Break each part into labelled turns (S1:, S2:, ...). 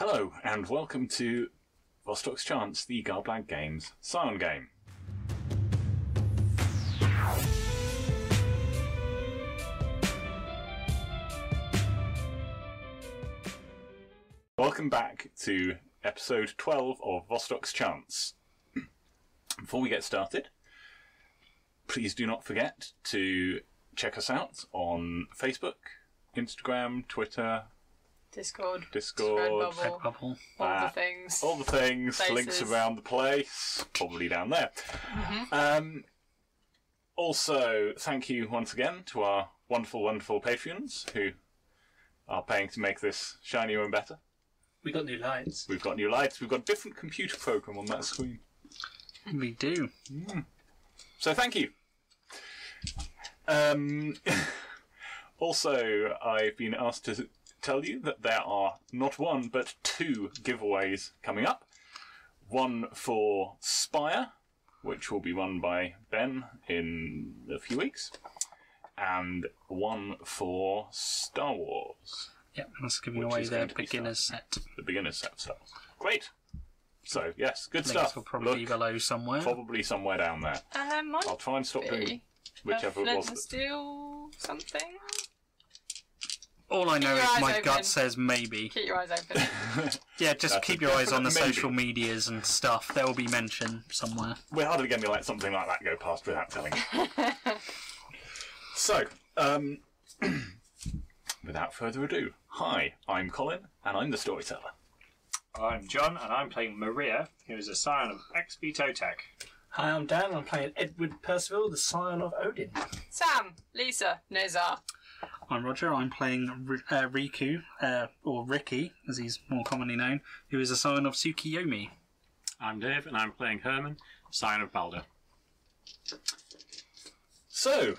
S1: Hello, and welcome to Vostok's Chance, the Garblag Games Scion game. Welcome back to episode 12 of Vostok's Chance. Before we get started, please do not forget to check us out on Facebook, Instagram, Twitter,
S2: Discord,
S1: Discord,
S2: Redbubble,
S3: Redbubble.
S2: all the
S1: Uh,
S2: things.
S1: all the things,
S2: Places.
S1: links around the place, probably down there. Um, also, thank you once again to our wonderful, wonderful patrons who are paying to make this shinier and better.
S3: We got new lights.
S1: We've got new lights, we've got a different computer program on that screen.
S3: We do.
S1: So thank you. Um, also, I've been asked to tell you that there are not one but two giveaways coming up. One for Spire, which will be run by Ben in a few weeks, and one for Star Wars,
S3: Yep, I was giving
S1: Which
S3: away
S1: is
S3: their
S1: going to be
S3: beginner set.
S1: the beginner set of Star Wars. Great. So yes, good
S3: Links
S1: stuff.
S3: will probably be
S1: Look,
S3: below somewhere.
S1: probably somewhere down there.
S2: and there Uh, might
S1: I'll try and stop doing
S2: be a
S1: whichever it
S2: flint
S1: was.
S2: and
S1: that-
S2: steel something.
S3: All I know
S2: your
S3: is
S2: eyes
S3: my
S2: open.
S3: gut says maybe.
S2: Keep your eyes open.
S3: Yeah,
S1: That's
S3: just
S1: a
S3: keep your eyes on the
S1: definite maybe.
S3: social medias and stuff. There will be mention somewhere.
S1: we're hardly going to let something like that go past without telling you. so, um, without further ado, hi, I'm Colin, and I'm the storyteller.
S4: I'm John, and I'm playing Maria, who is a scion of XP Totec.
S5: Hi, I'm Dan. I'm playing Edward Percival, the scion of Odin.
S2: Sam, Lisa, Nezar.
S3: I'm Roger. I'm playing R- uh, Riku, uh, or Ricky, as he's more commonly known, who is a scion of Tsukiyomi.
S6: I'm Dave, and I'm playing Herman, Sign of Balder.
S1: So,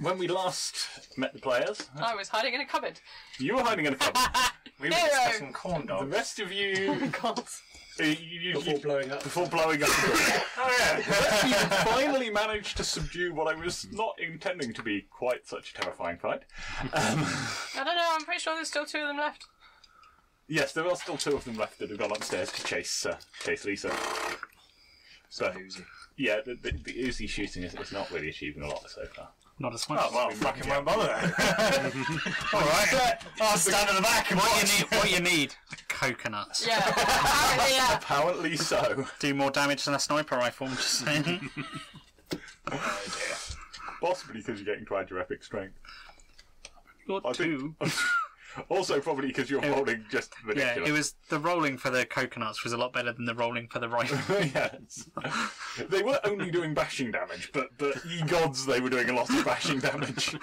S1: when we last met the players,
S2: I was hiding in a cupboard.
S1: you were hiding in a cupboard.
S5: We were
S2: Hero.
S5: discussing corn
S1: the
S5: dogs
S1: rest of you,
S2: God.
S1: uh, you, you,
S5: before
S1: you
S5: blowing up.
S1: before blowing up. the door. But you finally managed to subdue what I was not intending to be quite such a terrifying fight.
S2: I don't know, I'm pretty sure there's still two of them left.
S1: Yes, there are still two of them left that have gone upstairs to chase uh, chase Lisa.
S4: Oh,
S1: So, yeah, the, the, the Uzi shooting is, is not really achieving a lot so far.
S3: Not as
S1: Oh,
S3: much.
S5: Well, fucking won't bother then. Alright. I'll stand at the back and
S3: What
S5: watch.
S3: you need? What you need? Coconuts.
S2: Yeah, apparently, yeah.
S1: Apparently so.
S3: Do more damage than a sniper rifle. I'm just saying.
S1: Possibly because you're getting tried your epic strength.
S3: Got two.
S1: Also, probably because you're holding just
S3: Yeah,
S1: ridiculous.
S3: it was the rolling for the coconuts was a lot better than the rolling for the rifle.
S1: yes. they were only doing bashing damage, but, but ye gods, they were doing a lot of bashing damage.
S2: And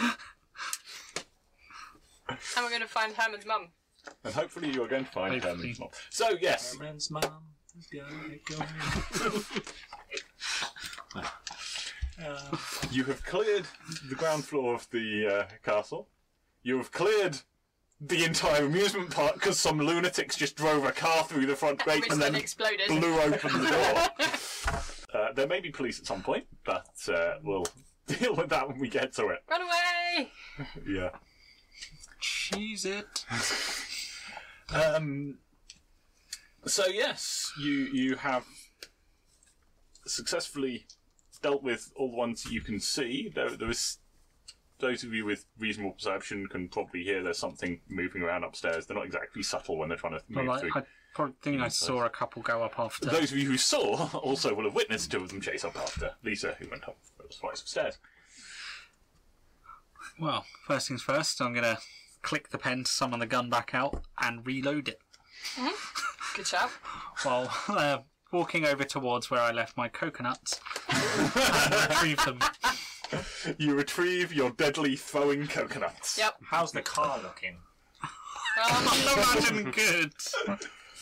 S2: we're going to find Herman's mum.
S1: And hopefully you're going to find
S3: Hopefully.
S1: Herman's mom. So, yes,
S4: Herman's mum. Uh,
S1: You have cleared the ground floor of the uh, castle. You have cleared the entire amusement park because some lunatics just drove a car through the front gate
S2: Which
S1: and
S2: then
S1: then
S2: exploded.
S1: blew open the door. uh, there may be police at some point, but uh, we'll deal with that when we get to it.
S2: Run away!
S1: Yeah.
S3: Cheese it.
S1: Um, so yes, you you have successfully dealt with all the ones that you can see. There, there is those of you with reasonable perception can probably hear there's something moving around upstairs. They're not exactly subtle when they're trying to move
S3: Well, I,
S1: through.
S3: I probably think I saw a couple go up after.
S1: Those of you who saw also will have witnessed two of them chase up after Lisa, who went up twice upstairs.
S3: Well, first things first, I'm gonna click the pen to summon the gun back out and reload it
S2: Good job.
S3: while uh, walking over towards where I left my coconuts and retrieve them.
S1: You retrieve your deadly throwing coconuts.
S2: Yep.
S4: How's the car looking?
S2: Um,
S3: Imagine good.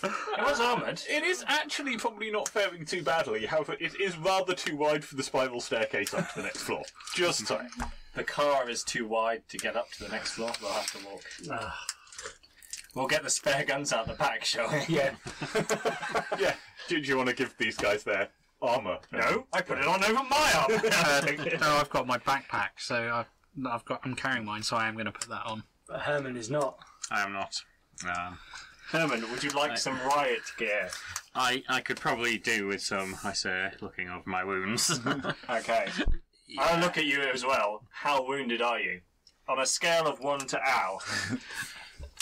S4: It was armoured.
S1: It is actually probably not faring too badly. However, it is rather too wide for the spiral staircase up to the next floor. Just so.
S4: The car is too wide to get up to the next floor. We'll have to walk. Ah. We'll get the spare guns out the back, shall we?
S5: Yeah.
S1: Yeah. Do you want to give these guys their armor?
S4: No, I put it on over my arm.
S3: Uh, no, I've got my backpack, so I've, I've got. I'm carrying mine, so I am gonna put that on.
S5: But Herman is not.
S6: I am not. Um,
S4: Herman, would you like some riot gear?
S6: I, I could probably do with some, I say, looking over my wounds.
S4: Okay. I'll look at you as well. How wounded are you? On a scale of one to ow.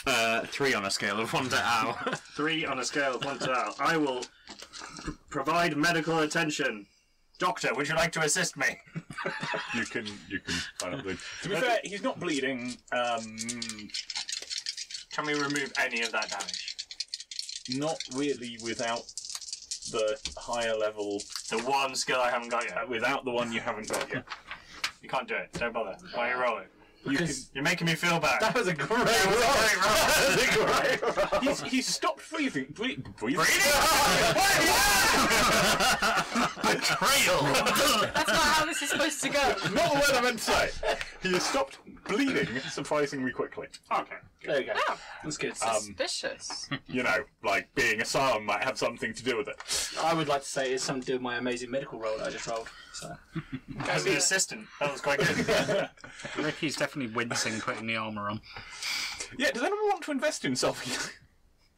S6: uh, three on a scale of one to ow.
S4: Three on a scale of one to ow. I will p- provide medical attention. Doctor, would you like to assist me?
S1: You can you can find out the. To be fair, he's not bleeding. Um,
S4: Can we remove any of that damage?
S1: not really without the higher level,
S4: The one skill I haven't got
S1: uh,
S4: yet.
S1: without the one you haven't got yet.
S4: You can't do it. Don't bother. Why are you rolling?
S1: You can,
S4: You're making me feel bad.
S5: was a great roll. That was a great roll.
S1: he's, he's stopped breathing. Bre- breathing.
S5: Betrayal.
S2: That's not how this is supposed to go.
S1: Not the word I meant to say. He has stopped bleeding surprisingly quickly.
S4: Okay.
S5: there you go.
S2: Oh,
S5: That's good.
S1: Um,
S2: suspicious.
S1: You know, like being a silent might have something to do with it.
S5: I would like to say it's something to do with my amazing medical roll that I just rolled. So.
S4: As an assistant, that was quite good.
S3: Ricky's definitely wincing putting the armour on.
S1: Yeah, does anyone want to invest in self healing?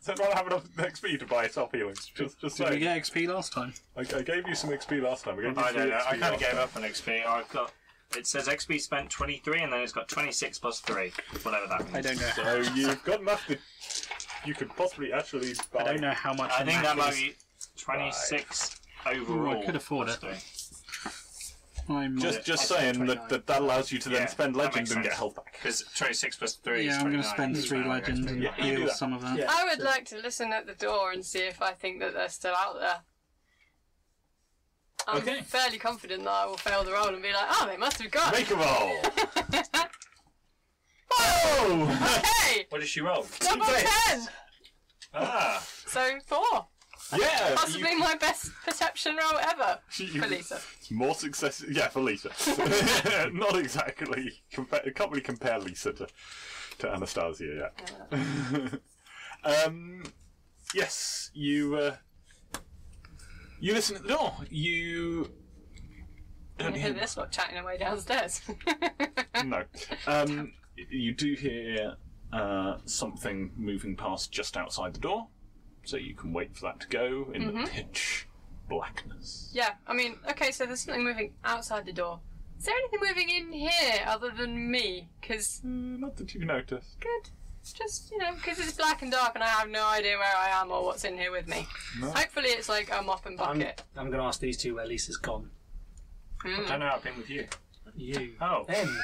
S1: Does anyone have enough XP to buy self healing? Just, just
S3: Did we
S1: saying.
S3: get XP last time?
S1: I, I gave you some XP last time. I, gave you
S4: I
S1: three
S4: don't know. I
S1: XP
S4: kind of
S1: last
S4: gave
S1: time.
S4: up on XP. I've got. It says XP spent 23, and then it's got 26 plus 3, whatever that means.
S3: I don't know.
S1: So you've got enough that you could possibly actually buy.
S3: I don't know how much.
S4: I
S3: the
S4: think
S3: Mac
S4: that might
S3: is.
S4: be 26 overall.
S3: Ooh, I could afford
S4: plus three.
S3: I might-
S1: Just, just
S5: I spent
S1: saying that,
S5: 29.
S1: that that allows you to
S4: Yeah,
S1: then spend
S4: that
S1: legend
S4: makes
S1: and get
S4: sense.
S1: health back.
S4: Because 26 plus 3
S3: yeah,
S4: is
S3: I'm going
S4: 29.
S3: to spend three
S4: Well, okay.
S3: legends and
S1: Yeah, you do
S3: heal
S1: that.
S3: some of that.
S5: Yeah.
S2: I would
S5: so-
S2: like to listen at the door and see if I think that they're still out there. I'm
S1: Okay.
S2: fairly confident that I will fail the roll and be like, oh, they must have gone.
S1: Make a roll. oh!
S2: Hey,
S4: What did she roll?
S2: double ten.
S4: Ah,
S2: So four,
S1: Yeah.
S2: possibly my best perception roll ever,
S1: You-
S2: for Lisa.
S1: More success, yeah, for Lisa. Not exactly. Compa- can't really compare Lisa to, to Anastasia yet. um, yes, you. Uh, you listen at the door. You
S2: You
S1: don't
S2: hear
S1: hear
S2: this lot chatting away downstairs.
S1: no. Um, you do hear uh, something moving past just outside the door, so you can wait for that to go in
S2: Mm-hmm.
S1: the pitch blackness.
S2: yeah, I mean, okay, so there's something moving outside the door. Is there anything moving in here other than me? Because
S1: Uh, not that you noticed.
S2: good. Just, you know, because it's black and dark and I have no idea where I am or what's in here with me. Hopefully it's like a mop and
S5: I'm,
S2: bucket.
S5: I'm going to ask these two where Lisa's gone.
S4: I
S2: Mm.
S4: don't know. I've been with you.
S5: You.
S4: Oh,
S5: Him.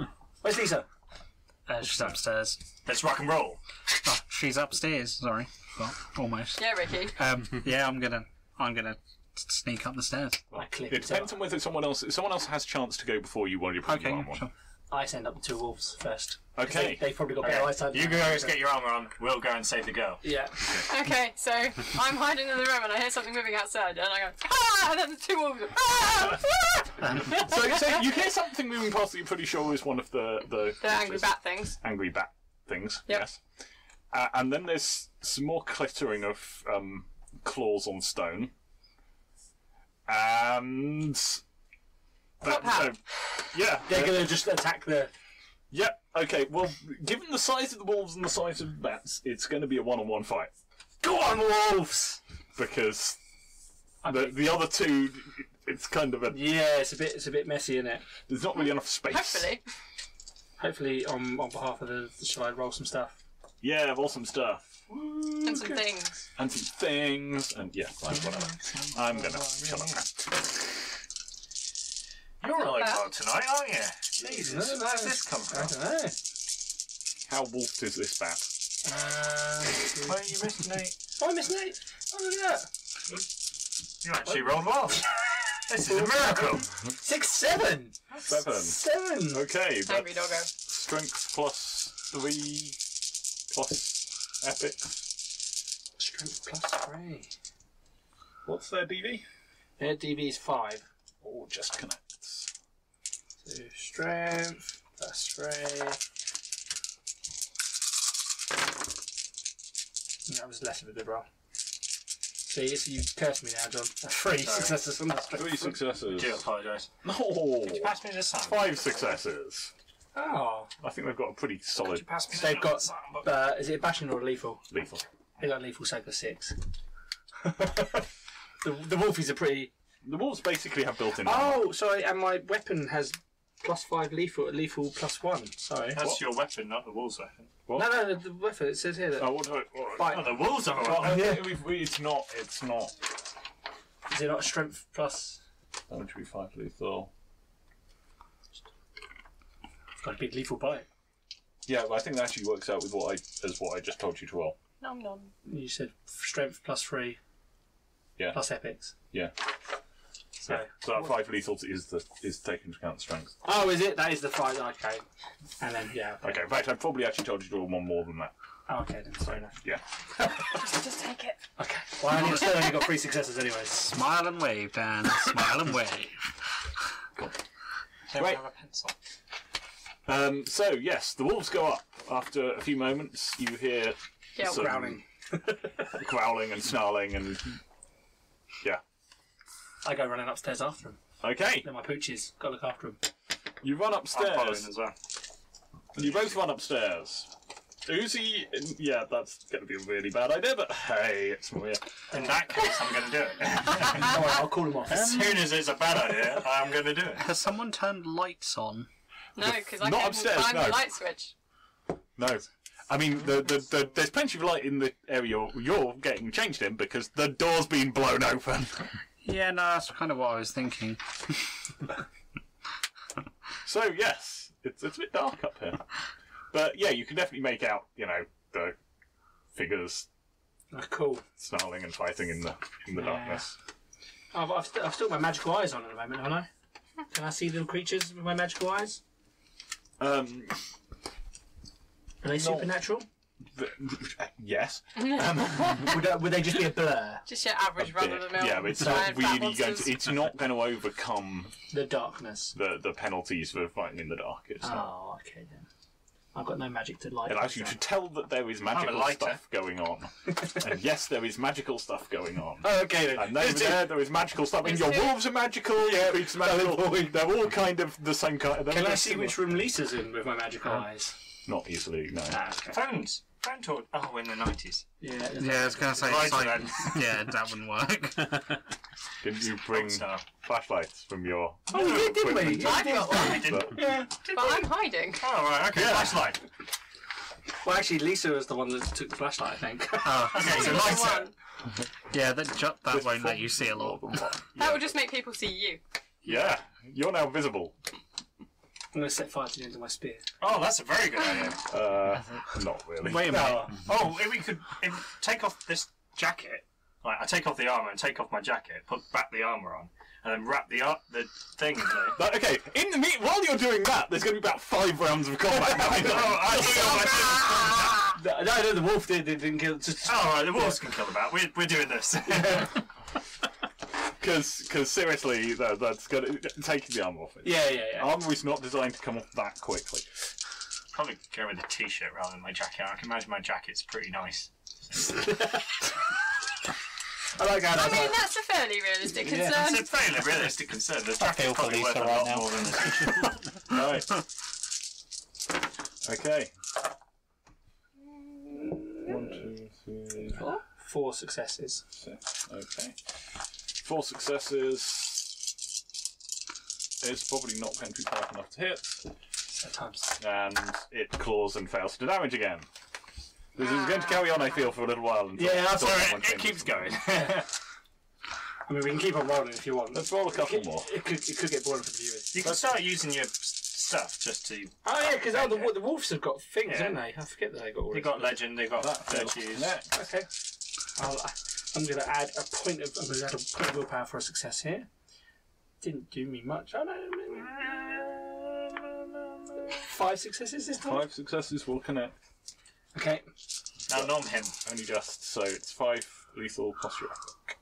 S5: Where's Lisa?
S3: Uh, she's upstairs.
S4: let's rock and roll.
S3: Oh, she's upstairs. Sorry, well, almost.
S2: Yeah, Ricky.
S3: Um, yeah, I'm gonna, I'm gonna sneak up the stairs.
S5: I click
S1: It depends on whether someone else someone else has chance to go before you while you're putting
S3: Okay,
S1: your arm on.
S3: sure.
S5: I send up the two wolves first. 'Cause
S1: Okay.
S5: They, have probably got better
S4: Okay.
S5: eyesight. than
S4: You
S5: I
S4: guys
S5: have.
S4: get your armor on. We'll go and save the girl.
S5: Yeah.
S2: Okay, so I'm hiding in the room and I hear something moving outside and I go, ah! And then the two wolves go, ah! ah!"
S1: so, so you hear something moving past that you're pretty sure is one of the the,
S2: the angry bat things.
S1: angry bat things.
S2: Yep.
S1: Yes. Uh, and then there's some more clittering of um, claws on stone. And
S2: Top hat.
S1: yeah.
S5: They're going to just attack the.
S1: Yep. Okay. Well, given the size of the wolves and the size of the bats, it's going to be a one-on-one fight
S5: Go on, wolves!
S1: because the the other two, it's kind of a
S5: Yeah, it's a bit, it's a bit messy, isn't it?
S1: there's not really enough space.
S2: Hopefully.
S5: Hopefully, on on behalf of the, shall I roll some stuff?
S1: Yeah, I've awesome stuff.
S2: And some things.
S1: And some things, and yeah, like whatever. I'm gonna shut up now.
S4: You're rolling
S2: bad.
S4: well tonight, aren't you? Jesus,
S5: No, no,
S4: where's this come
S5: I
S4: from?
S5: don't know.
S1: How wolfed is this bat?
S5: Uh,
S4: Why are you missing Nate?
S5: oh, I missed Nate. Oh, look at that.
S4: You actually rolled well. this is a miracle.
S5: Six, seven.
S1: Seven.
S5: Seven. Oh,
S1: Okay,
S2: Angry
S1: that's
S2: doggo.
S1: strength plus three plus epic.
S5: Strength plus three.
S1: What's their DV?
S5: Their DV is five.
S1: Oh, just connects.
S5: So strength plus three. Hmm, That was less of a good roll. See, it's, you cursed me now, John. Three successes from that strength.
S1: Three successes.
S4: do apologise.
S1: No,
S4: Pass me this time.
S1: five successes.
S7: Oh,
S1: I think they've got a pretty
S7: could
S1: solid
S7: you pass me
S5: So they've
S7: that
S5: got-
S7: soundbox?
S5: Uh, is it bashing or lethal?
S1: lethal.
S5: They got lethal, so I got six. the, the wolfies are pretty.
S1: The wolves basically have built-in. armor.
S5: Oh, sorry, and my weapon has plus five lethal, lethal plus one. Sorry.
S4: That's your weapon, not the wolves' weapon.
S5: No, no, the, the weapon. It says here that.
S1: Oh, what do I- what do I-
S5: Bite.
S4: Oh, the wolves are a
S1: Well,
S4: weapon.
S1: I think we've- we- it's not. It's not.
S5: Is it not strength plus?
S1: That would be five lethal.
S5: I've got a big lethal bite.
S1: Yeah, but I think that actually works out with what I as what I just told you to roll.
S2: Nom nom.
S5: You said strength plus three.
S1: Yeah.
S5: Plus epics.
S1: Yeah.
S5: So.
S1: So that five lethals is the is taking into account strength.
S5: Oh, is it? That is the five. Okay. And then yeah.
S1: Okay, in fact, I probably actually told you to roll one more than that.
S5: Oh, okay, then fair enough.
S1: Yeah.
S2: Just take it.
S5: Okay. Well, I only still only got three successes, anyways.
S3: Smile and wave, Dan. Smile and wave.
S7: Don't
S1: Right.
S7: have a pencil.
S1: Um, so yes, the wolves go up. After a few moments, you hear
S2: Yeah,
S1: some
S5: Growling.
S1: growling and snarling and yeah.
S5: I go running upstairs after him.
S1: Okay,
S5: They're my pooches. Got to look after them.
S1: you run
S4: I'm following
S1: upstairs.
S4: as well.
S1: You both run upstairs. Uzi, yeah, that's going to be a really bad idea, but hey, it's Maria.
S4: In that case, I'm going to do it.
S5: Don't worry, I'll call him off.
S4: As soon as it's a bad idea, I'm going to do it.
S3: Has someone turned lights on?
S2: No, because I
S1: not
S2: couldn't
S1: upstairs,
S2: find
S1: no.
S2: the light switch.
S1: No. I mean, the, the, the, there's plenty of light in the area you're, you're getting changed in because the door's been blown open.
S3: Yeah, no, that's kind of what I was thinking.
S1: So, yes, it's, it's a bit dark up here. But yeah, you can definitely make out, you know, the figures
S5: Oh, cool.
S1: snarling and fighting in the in the darkness.
S5: I've, I've, st- I've still got my magical eyes on at the moment, haven't I? Can I see little creatures with my magical eyes?
S1: Um,
S5: Are they supernatural?
S1: the- yes.
S5: would, uh, would they just be a blur?
S2: Just your average run of the mill.
S1: yeah, but it's not really going to. It's not going to overcome
S5: The darkness.
S1: the, the penalties for fighting in the dark. It's not.
S5: Oh, okay then. I've got no magic to light.
S1: It allows you to tell that there is magical
S4: lighter.
S1: stuff going on. and yes, there is magical stuff going on.
S5: Oh, Okay then.
S1: And over there, there is magical stuff. And your
S2: Is it-
S1: wolves are magical. Yeah, it's magical. They're all kind of the same kind. they're
S5: Can I
S1: all
S5: see
S1: similar.
S5: which room Lisa's in with my magical eyes?
S1: Not easily. No.
S5: Ah, okay.
S4: Phones. Phone talk. Oh, in the 90s.
S5: Yeah.
S3: Yeah, I was going to say.
S4: Right
S3: sight-
S4: then.
S3: yeah, that wouldn't work.
S1: Didn't you bring
S4: Star.
S1: flashlights from your?
S5: Oh, we did, didn't we?
S1: equipment?
S5: Yeah, we did.
S4: I didn't.
S1: But-
S5: Yeah.
S2: But I'm hiding.
S4: Oh, right, okay. Flashlight.
S5: Well, actually, Lisa was the one that took the flashlight, I think.
S4: Okay, so lighter.
S3: Oh, yeah, that ju- that won't let you see a lot.
S2: That will just make people see you.
S1: yeah, you're now visible.
S5: I'm going to set fire to the end of my spear.
S4: Oh, that's a very good idea.
S1: Uh, not really.
S3: Wait a minute.
S4: No. Oh, if we could if, take off this jacket. Like, I take off the armor and take off my jacket, put back the armor on, and then wrap the ar- the thing. In there.
S1: But, okay, in the meet while you're doing that, there's going to be about five rounds of combat. going on.
S4: oh, I took off my jacket.
S5: No, no, the wolf did, did, didn't kill. Just,
S4: Oh, right, the wolves can kill about. We're, we're doing this.
S1: Because, because seriously, that, that's gonna taking the armor off. It.
S5: yeah, yeah, yeah.
S1: Armor is not designed to come off that quickly.
S4: Probably go with a t-shirt rather than my jacket. I can imagine my jacket's pretty nice.
S5: I like how
S2: I
S5: that's
S2: mean,
S5: like,
S2: that's a fairly realistic concern.
S4: It's a fairly realistic concern. The
S7: feel
S4: jacket's
S7: for
S4: probably worth
S7: Lisa
S4: a
S7: right
S4: lot
S7: now.
S4: more than this.
S1: Right. okay. One, two, three,
S5: four successes.
S1: six. Okay. Four successes. It's probably not going to be powerful enough to hit,
S5: So times.
S1: and it claws and fails to damage again. This is going to carry on, I feel, for a little while. Until
S5: Yeah, that's
S1: until
S5: all right.
S1: someone
S4: It
S1: changes
S4: keeps
S1: something.
S4: going.
S5: I mean, we can keep on rolling if you want.
S1: Let's roll a couple more.
S5: It could, it could get boring for the viewers.
S4: You can start using your s- stuff just to.
S5: Oh yeah, because oh, the, wo- the wolves have got things,
S4: Yeah.
S5: haven't they? I forget that they got all.
S4: They
S5: this.
S4: got legend. They got
S1: That fails to
S4: virtues.
S1: connect.
S5: Okay. I'll, uh, I'm going to add a point of. I'm going to add a point of willpower for a success here. Didn't do me much. I don't. Five successes this time.
S1: Five successes will connect.
S5: Okay.
S4: Now nom him.
S1: Only just, so it's five lethal plus your effort.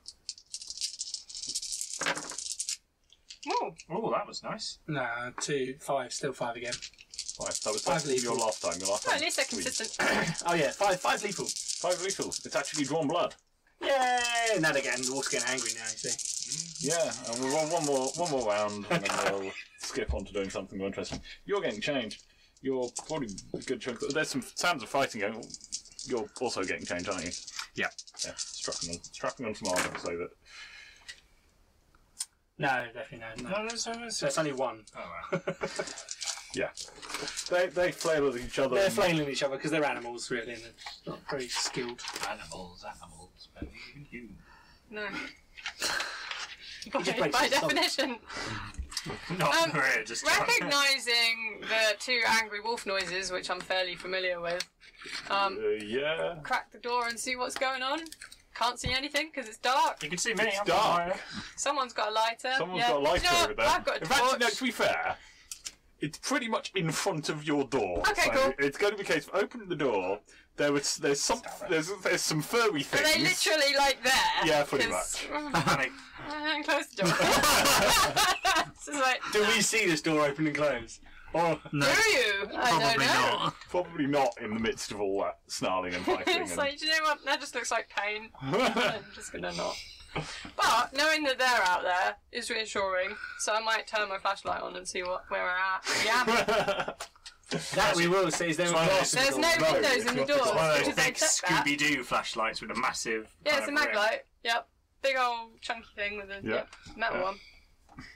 S2: Ooh,
S4: Oh, that was nice.
S5: No, two, five, still five again.
S1: Five. That was
S5: Five
S1: definitely
S5: lethal.
S1: your last time. Your last
S2: well,
S1: time.
S2: at least they're
S1: we-
S2: consistent.
S5: Oh yeah, five, five lethal.
S1: Five lethal. It's actually drawn blood.
S5: Yay! Now they're getting, the wolf's getting angry now. You see.
S1: Yeah, uh, and we'll run one more, one more round, and then we'll skip on to doing something more interesting. You're getting changed. You're probably a good chunk. There's some sounds of fighting going. on. You're also getting changed, aren't you?
S6: Yeah.
S1: Yeah. Strapping on, strapping on some armor so that
S5: No, definitely no. no.
S4: no, so it's
S5: So it's only one.
S4: Oh,
S1: yeah, they they flail at each other.
S5: They're
S1: and-
S5: flailing each other because they're animals, really, and they're not very skilled.
S4: Animals, animals, baby. You.
S2: No. by,
S5: just breaks
S2: by
S5: itself.
S2: definition,
S4: Not
S2: Um,
S4: great, just
S2: recognizing the two angry wolf noises, which I'm fairly familiar with, um,
S1: Uh, yeah.
S2: crack the door and see what's going on. Can't see anything because it's dark.
S4: You can see me. I'm
S1: Dark.
S2: Someone's got a lighter.
S1: Someone's
S2: yeah.
S1: got a lighter
S2: You know what?
S1: over there.
S2: I've got a
S1: In fact,
S2: torch.
S1: no, to be fair, it's pretty much in front of your door.
S2: Okay,
S1: so
S2: cool.
S1: It's going to be a case of open the door. There was there's some there's there's some furry
S2: Are
S1: things.
S2: they literally like there?
S1: Yeah, pretty
S2: 'Cause-
S4: panic.
S2: Uh, close the door. It's just like,
S5: Do we see this door open and close? Or
S2: who
S3: No,
S2: are you? I don't
S3: probably
S2: know.
S3: not.
S1: Probably not in the midst of all that snarling and fighting.
S2: it's like, do you know what? That just looks like pain. I'm just gonna not. But knowing that they're out there is reassuring, so I might turn my flashlight on and see what where we're at. Yeah.
S1: and...
S5: that we will see is there a
S4: Sorry.
S5: glass in the
S2: There's
S5: door.
S2: no
S1: no,
S2: windows
S1: it's
S2: in the
S1: not- it's
S2: doors,
S4: One of
S2: which
S4: those
S2: is I
S4: big
S2: accept that.
S4: Scooby Doo flashlights with a massive.
S2: Yeah, it's a
S4: kind of
S2: mag light. Yep. Big old chunky thing with a
S1: Yeah.
S2: yep, metal
S1: Yeah.
S2: one.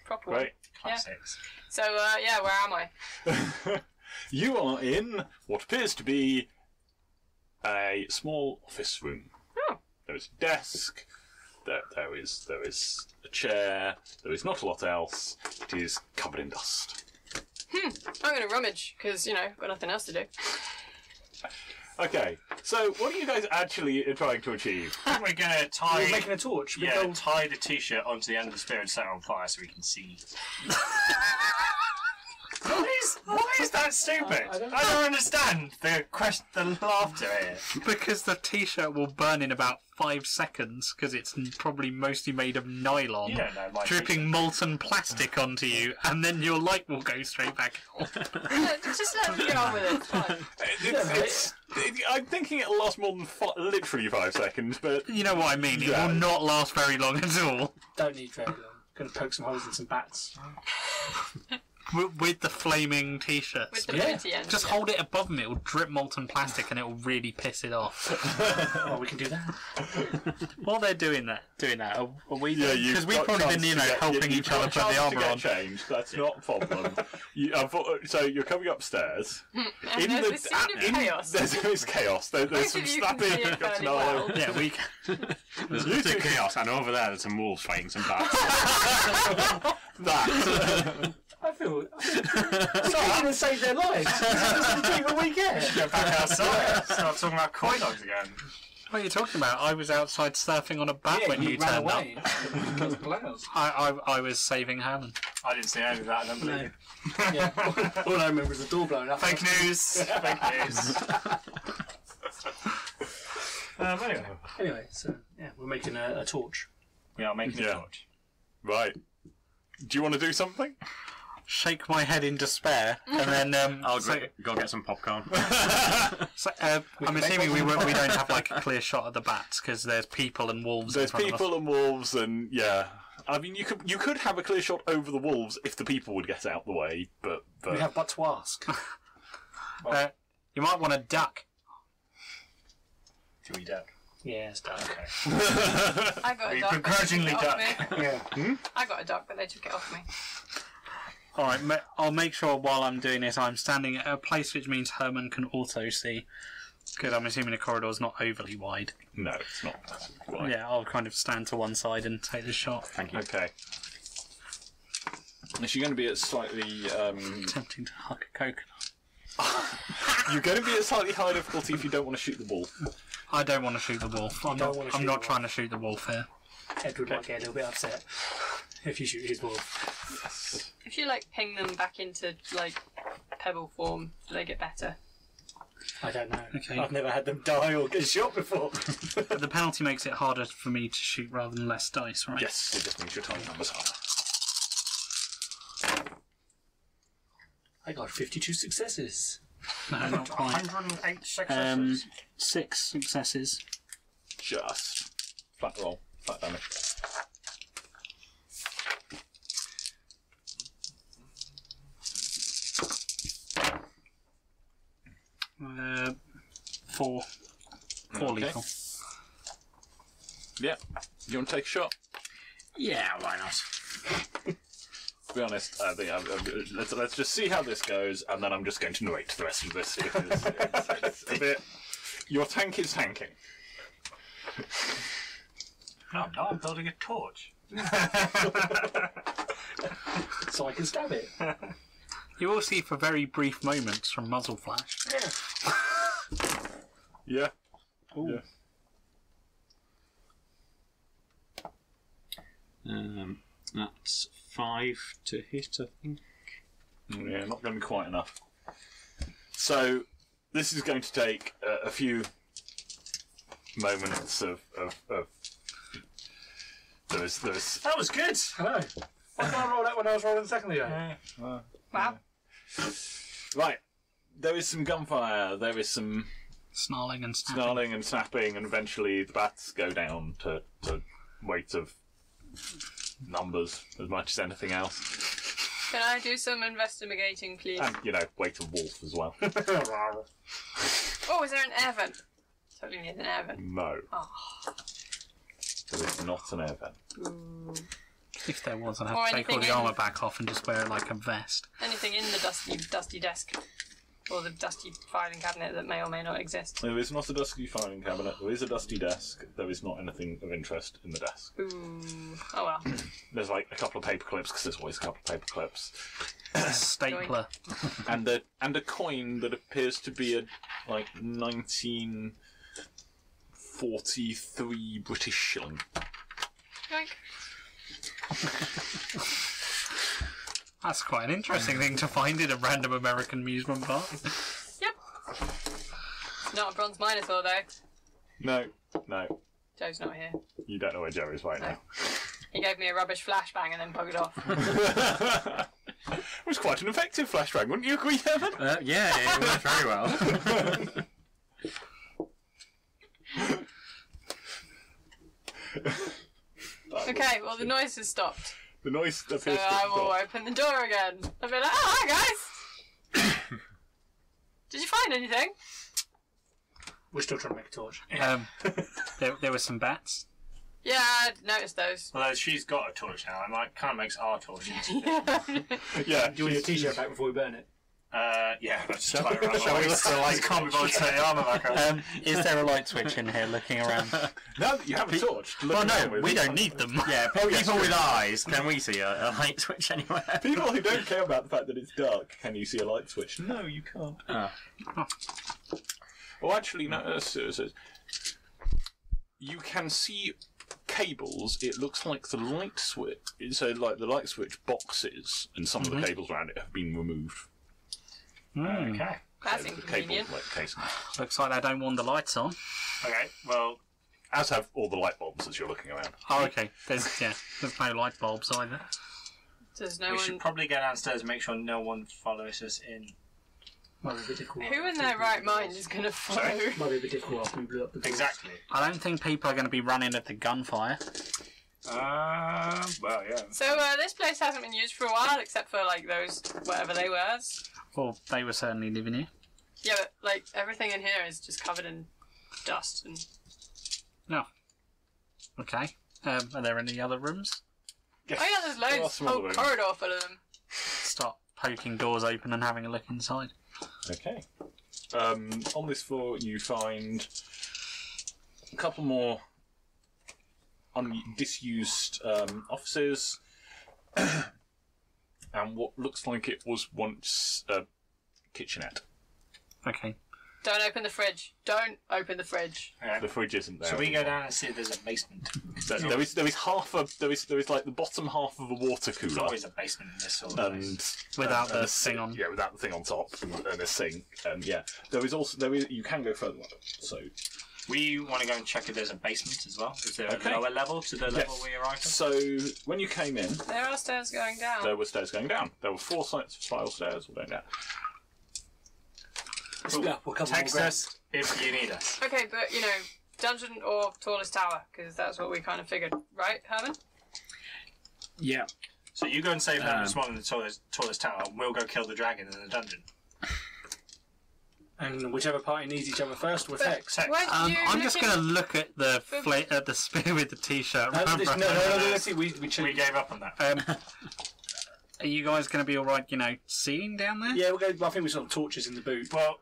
S2: Proper one.
S1: Great.
S4: rim.
S2: Yeah.
S4: Classics.
S2: So uh, yeah, where am I?
S1: you are in what appears to be a small office room.
S2: Oh.
S1: There is a desk. There, there is there is a chair. There is not a lot else. It is covered in dust.
S2: I'm gonna rummage because you know I've got nothing else to do.
S1: Okay, so what are you guys actually trying to achieve?
S4: I think we're gonna tie.
S5: We're making a torch. big
S4: yeah,
S5: old-
S4: tie the t-shirt onto the end of the spear and set it on fire so we can see. why, is, why is that stupid? I don't, understand the question, the laughter here.
S3: Because the t-shirt will burn in about five seconds because it's n- probably mostly made of nylon.
S4: You don't know my
S3: Dripping molten plastic onto you, and then your light will go straight back off.
S2: Uh, Just let me get on with it. It's fine.
S1: It's, it's, it, I'm thinking it'll last more than fi- literally five seconds, but
S3: You know what I mean? It
S1: Yeah.
S3: will not last very long at all.
S5: Don't need very long. Gonna poke some holes in some bats.
S3: W- with the flaming t-shirts.
S2: With the
S5: Yeah.
S2: pretty end.
S3: Just hold it above them, it will drip molten plastic and it will really piss it off.
S5: Oh, we can do that.
S3: While they're doing that, doing that, are, are we
S1: Yeah, you've
S3: Because we've
S1: got
S3: probably
S1: chance
S3: been, you
S1: to
S3: know,
S1: get-
S3: helping
S1: you've
S3: each
S1: got
S3: other put the
S1: chance to
S3: armour
S1: get
S3: on.
S1: Changed. That's not a problem. you, I've al- so you're coming upstairs.
S2: And
S1: in
S2: there's
S1: the-
S2: the scene of
S1: in-
S2: chaos.
S1: There's, there's chaos. There, there's
S2: Both
S1: some
S2: of you can see
S1: snapping.
S2: it fairly
S1: snarling.
S2: well.
S3: Yeah, we.
S6: There's lots of chaos, and over there there's some wolves fighting some bats.
S1: That.
S5: I feel. I feel so I didn't save their lives. This is the treatment we get.
S4: Go back outside. Start talking about koi dogs again.
S3: What are you talking about? I was outside surfing on a bat when you,
S5: ran
S3: turned
S5: away.
S3: up.
S5: Because of blouse.
S3: I, I, I was saving Helen.
S4: I didn't see any of that. I don't believe.
S5: Yeah. All I remember is the door blowing up.
S4: Fake news. Fake news. um, anyway,
S5: Anyway, so yeah, we're making a, a torch.
S4: we are making
S1: Yeah.
S4: a torch.
S1: right. Do you want to do something?
S3: Shake my head in despair, and then um,
S6: I'll
S3: so,
S6: go, go get some popcorn.
S3: so, uh, I'm
S5: can make
S3: assuming we
S5: one.
S3: won't, we don't have like a clear shot of the bats because there's people and wolves.
S1: There's
S3: in front Of us.
S1: people and wolves, and yeah. I mean, you could you could have a clear shot over the wolves if the people would get out the way, but, but
S5: We have but to ask.
S3: Uh, you might want to duck.
S4: Do we duck?
S5: yeah, it's dark.
S4: Okay.
S2: I got a duck. but they
S4: We
S2: took
S4: begrudgingly
S2: it off
S4: duck.
S2: me.
S5: Yeah.
S2: I got a duck, but they took it off me.
S3: All right, ma- I'll make sure while I'm doing this, I'm standing at a place which means Herman can also see, because I'm assuming the corridor's not overly wide.
S1: no, it's not. That's right.
S3: Yeah, I'll kind of stand to one side and take the shot.
S6: Thank you.
S1: Okay. Is she going to be at slightly um,
S3: Tempting to hug a coconut.
S1: You're going to be at slightly higher difficulty if you don't want to shoot the ball.
S3: I don't want to shoot the wolf. I'm
S5: don't
S3: not.
S5: wanna
S3: I'm
S5: shoot
S3: not
S5: the
S3: trying to shoot the wolf here.
S5: Edward might get a little bit upset if you shoot his ball.
S2: If you like ping them back into like pebble form, do they get better?
S5: I don't know.
S3: Okay.
S5: I've never had them die or get shot before.
S3: But the penalty makes it harder for me to shoot rather than less dice, right?
S1: Yes, it just means your time numbers higher.
S5: I got 52 successes.
S3: No, not quite.
S4: 108
S3: Um,
S4: successes.
S3: six successes.
S1: Just flat roll, flat damage.
S3: Uh, Four. Four
S1: Okay.
S3: lethal.
S1: Yeah. You want to take a shot?
S6: Yeah, why not?
S1: To be honest, I think I'm, I'm- let's, let's just see how this goes, and then I'm just going to narrate the rest of this. Because it's, it's a bit. Your tank is tanking.
S4: No, now I'm building a torch.
S5: so I can stab it.
S3: You all see for very brief moments from muzzle flash.
S1: Yeah.
S6: Um, that's five to hit, I think.
S1: Yeah, not going to be quite enough. So, this is going to take uh, a few moments of. of, of there's, there's,
S4: That was good.
S5: Hello. Why did I roll that when I was rolling the second guy?
S2: Wow.
S1: right, there is some gunfire, there is some
S3: Snarling and snapping.
S1: snarling and snapping, and eventually the bats go down to, to weight of numbers as much as anything else.
S2: Can I do some investigating, please?
S1: And, you know, weight of wolf as well.
S2: oh, is there an air vent? Totally need an air vent.
S1: no.
S2: Oh.
S1: There is not an air vent.
S3: If there was, I'd have
S2: Or
S3: to take all the
S2: anything in-
S3: armour back off and just wear it like a vest.
S2: Anything in the dusty, dusty desk or the dusty filing cabinet that may or may not exist?
S1: There is not a dusty filing cabinet. There is a dusty desk. There is not anything of interest in the desk.
S2: Ooh. Oh well.
S1: There's like a couple of paper clips because there's always a couple of paper clips,
S3: Stapler.
S1: and a and a coin that appears to be a like 1943 British shilling.
S2: Yoink.
S3: That's quite an interesting thing to find in a random American amusement park.
S2: Yep. Not a bronze minotaur though.
S1: No, no,
S2: Joe's not here.
S1: you don't know where Joe is right now.
S2: He gave me a rubbish flashbang and then buggered off.
S1: it was quite an effective flashbang, wouldn't you agree, Evan?
S6: Uh, yeah, it worked very well.
S2: okay, well the noise has stopped.
S1: The noise appears to
S2: So I
S1: have
S2: will
S1: stopped.
S2: open the door again. I'll be like, oh hi guys. Did you find anything?
S5: We're still trying to make a torch.
S3: Um, there, there were some bats.
S2: Yeah, I noticed those.
S4: Although she's got a torch now, and like kind of makes our torch. easier.
S1: Yeah,
S5: Do you want your
S1: she's-
S5: t-shirt back before we burn it?
S4: Uh, yeah, but just tie it around my
S6: we
S4: waist.
S6: look alike?
S4: It can't be bothered to take the armour back off.
S6: Um, is there a light switch in here looking around?
S1: Now that you have a torch, to look
S6: well,
S1: around
S6: Oh, no,
S1: with-
S6: we don't need them. Yeah, people with eyes, can we see a, a light switch anywhere?
S1: People who don't care about the fact that it's dark, can you see a light switch? No, you can't.
S6: Ah.
S1: Well, actually, no. uh, so- so- You can see cables. It looks like the light switch. So, like the light switch boxes and some
S6: Mm-hmm.
S1: of the cables around it have been removed.
S3: Hmm.
S4: Okay.
S2: That's
S1: The cable
S2: inconvenient.
S1: like casing,
S3: Looks like they don't want the lights on.
S4: Okay. Well,
S1: as have all the light bulbs as you're looking around.
S3: Oh, okay. There's yeah. There's no light bulbs either.
S2: Does no
S4: we
S2: one
S4: should probably go downstairs and make sure no one follows us in.
S5: Might be a bit difficult.
S2: Who in their right mind is going to follow?
S5: Might be a bit difficult after we blew up the door.
S4: Exactly.
S3: I don't think people are going to be running at the gunfire.
S4: Uh, well, yeah.
S2: So uh, this place hasn't been used for a while, except for like those whatever they were.
S3: Well, they were certainly living here.
S2: Yeah, but like everything in here is just covered in dust and
S3: Okay. Um, are there any other rooms?
S1: Yes.
S2: oh yeah, there's
S1: There are
S2: loads,
S1: some other
S2: whole
S1: rooms.
S2: corridor full of them.
S3: Start poking doors open and having a look inside.
S1: Okay. Um, on this floor, you find a couple more un- disused um, offices, and what looks like it was once a kitchenette.
S3: Okay.
S2: Don't open the fridge. Don't open the fridge.
S1: The fridge isn't there.
S4: Should we go
S1: anymore.
S4: down and see if there's a basement?
S1: There- there is there is half a there is there is like the bottom half of a water
S4: There's
S1: cooler
S4: always a basement in this sort of place.
S1: and
S3: Without
S1: and a
S3: the
S1: sink-
S3: thing on.
S1: Yeah, without the thing on top and, and a sink. And yeah, there is also there is you can go further up. So
S4: We want to go and check if there's a basement as well. Is there
S1: Okay.
S4: a lower level to the level we arrived at?
S1: so when you came in,
S2: There are stairs going down.
S1: there were stairs going down. There were four sites of spiral stairs all going down.
S5: Yeah, we'll cover all
S4: Text
S5: ground.
S4: us if you need us.
S2: Okay, but you know, dungeon or tallest tower, because that's what we kind of figured, right, Herman?
S6: Yeah.
S4: So you go and save that
S6: Um,
S4: um, smaller than the tallest, tallest tower, and we'll go kill the dragon in the dungeon.
S5: and whichever party needs each other first will affect.
S4: Text.
S2: Weren't
S3: Um,
S2: you
S3: I'm just
S2: looking-
S3: going to look at the fla- at the spear with the t-shirt.
S5: No,
S3: Remember,
S5: this- no, no, no, no, no, see, we, we,
S4: We
S5: changed.
S4: gave up on that.
S3: Um, are you guys going to be all right? You know, seeing down there?
S5: Yeah, we'll go. I think we saw the torches in the boot.
S4: Well,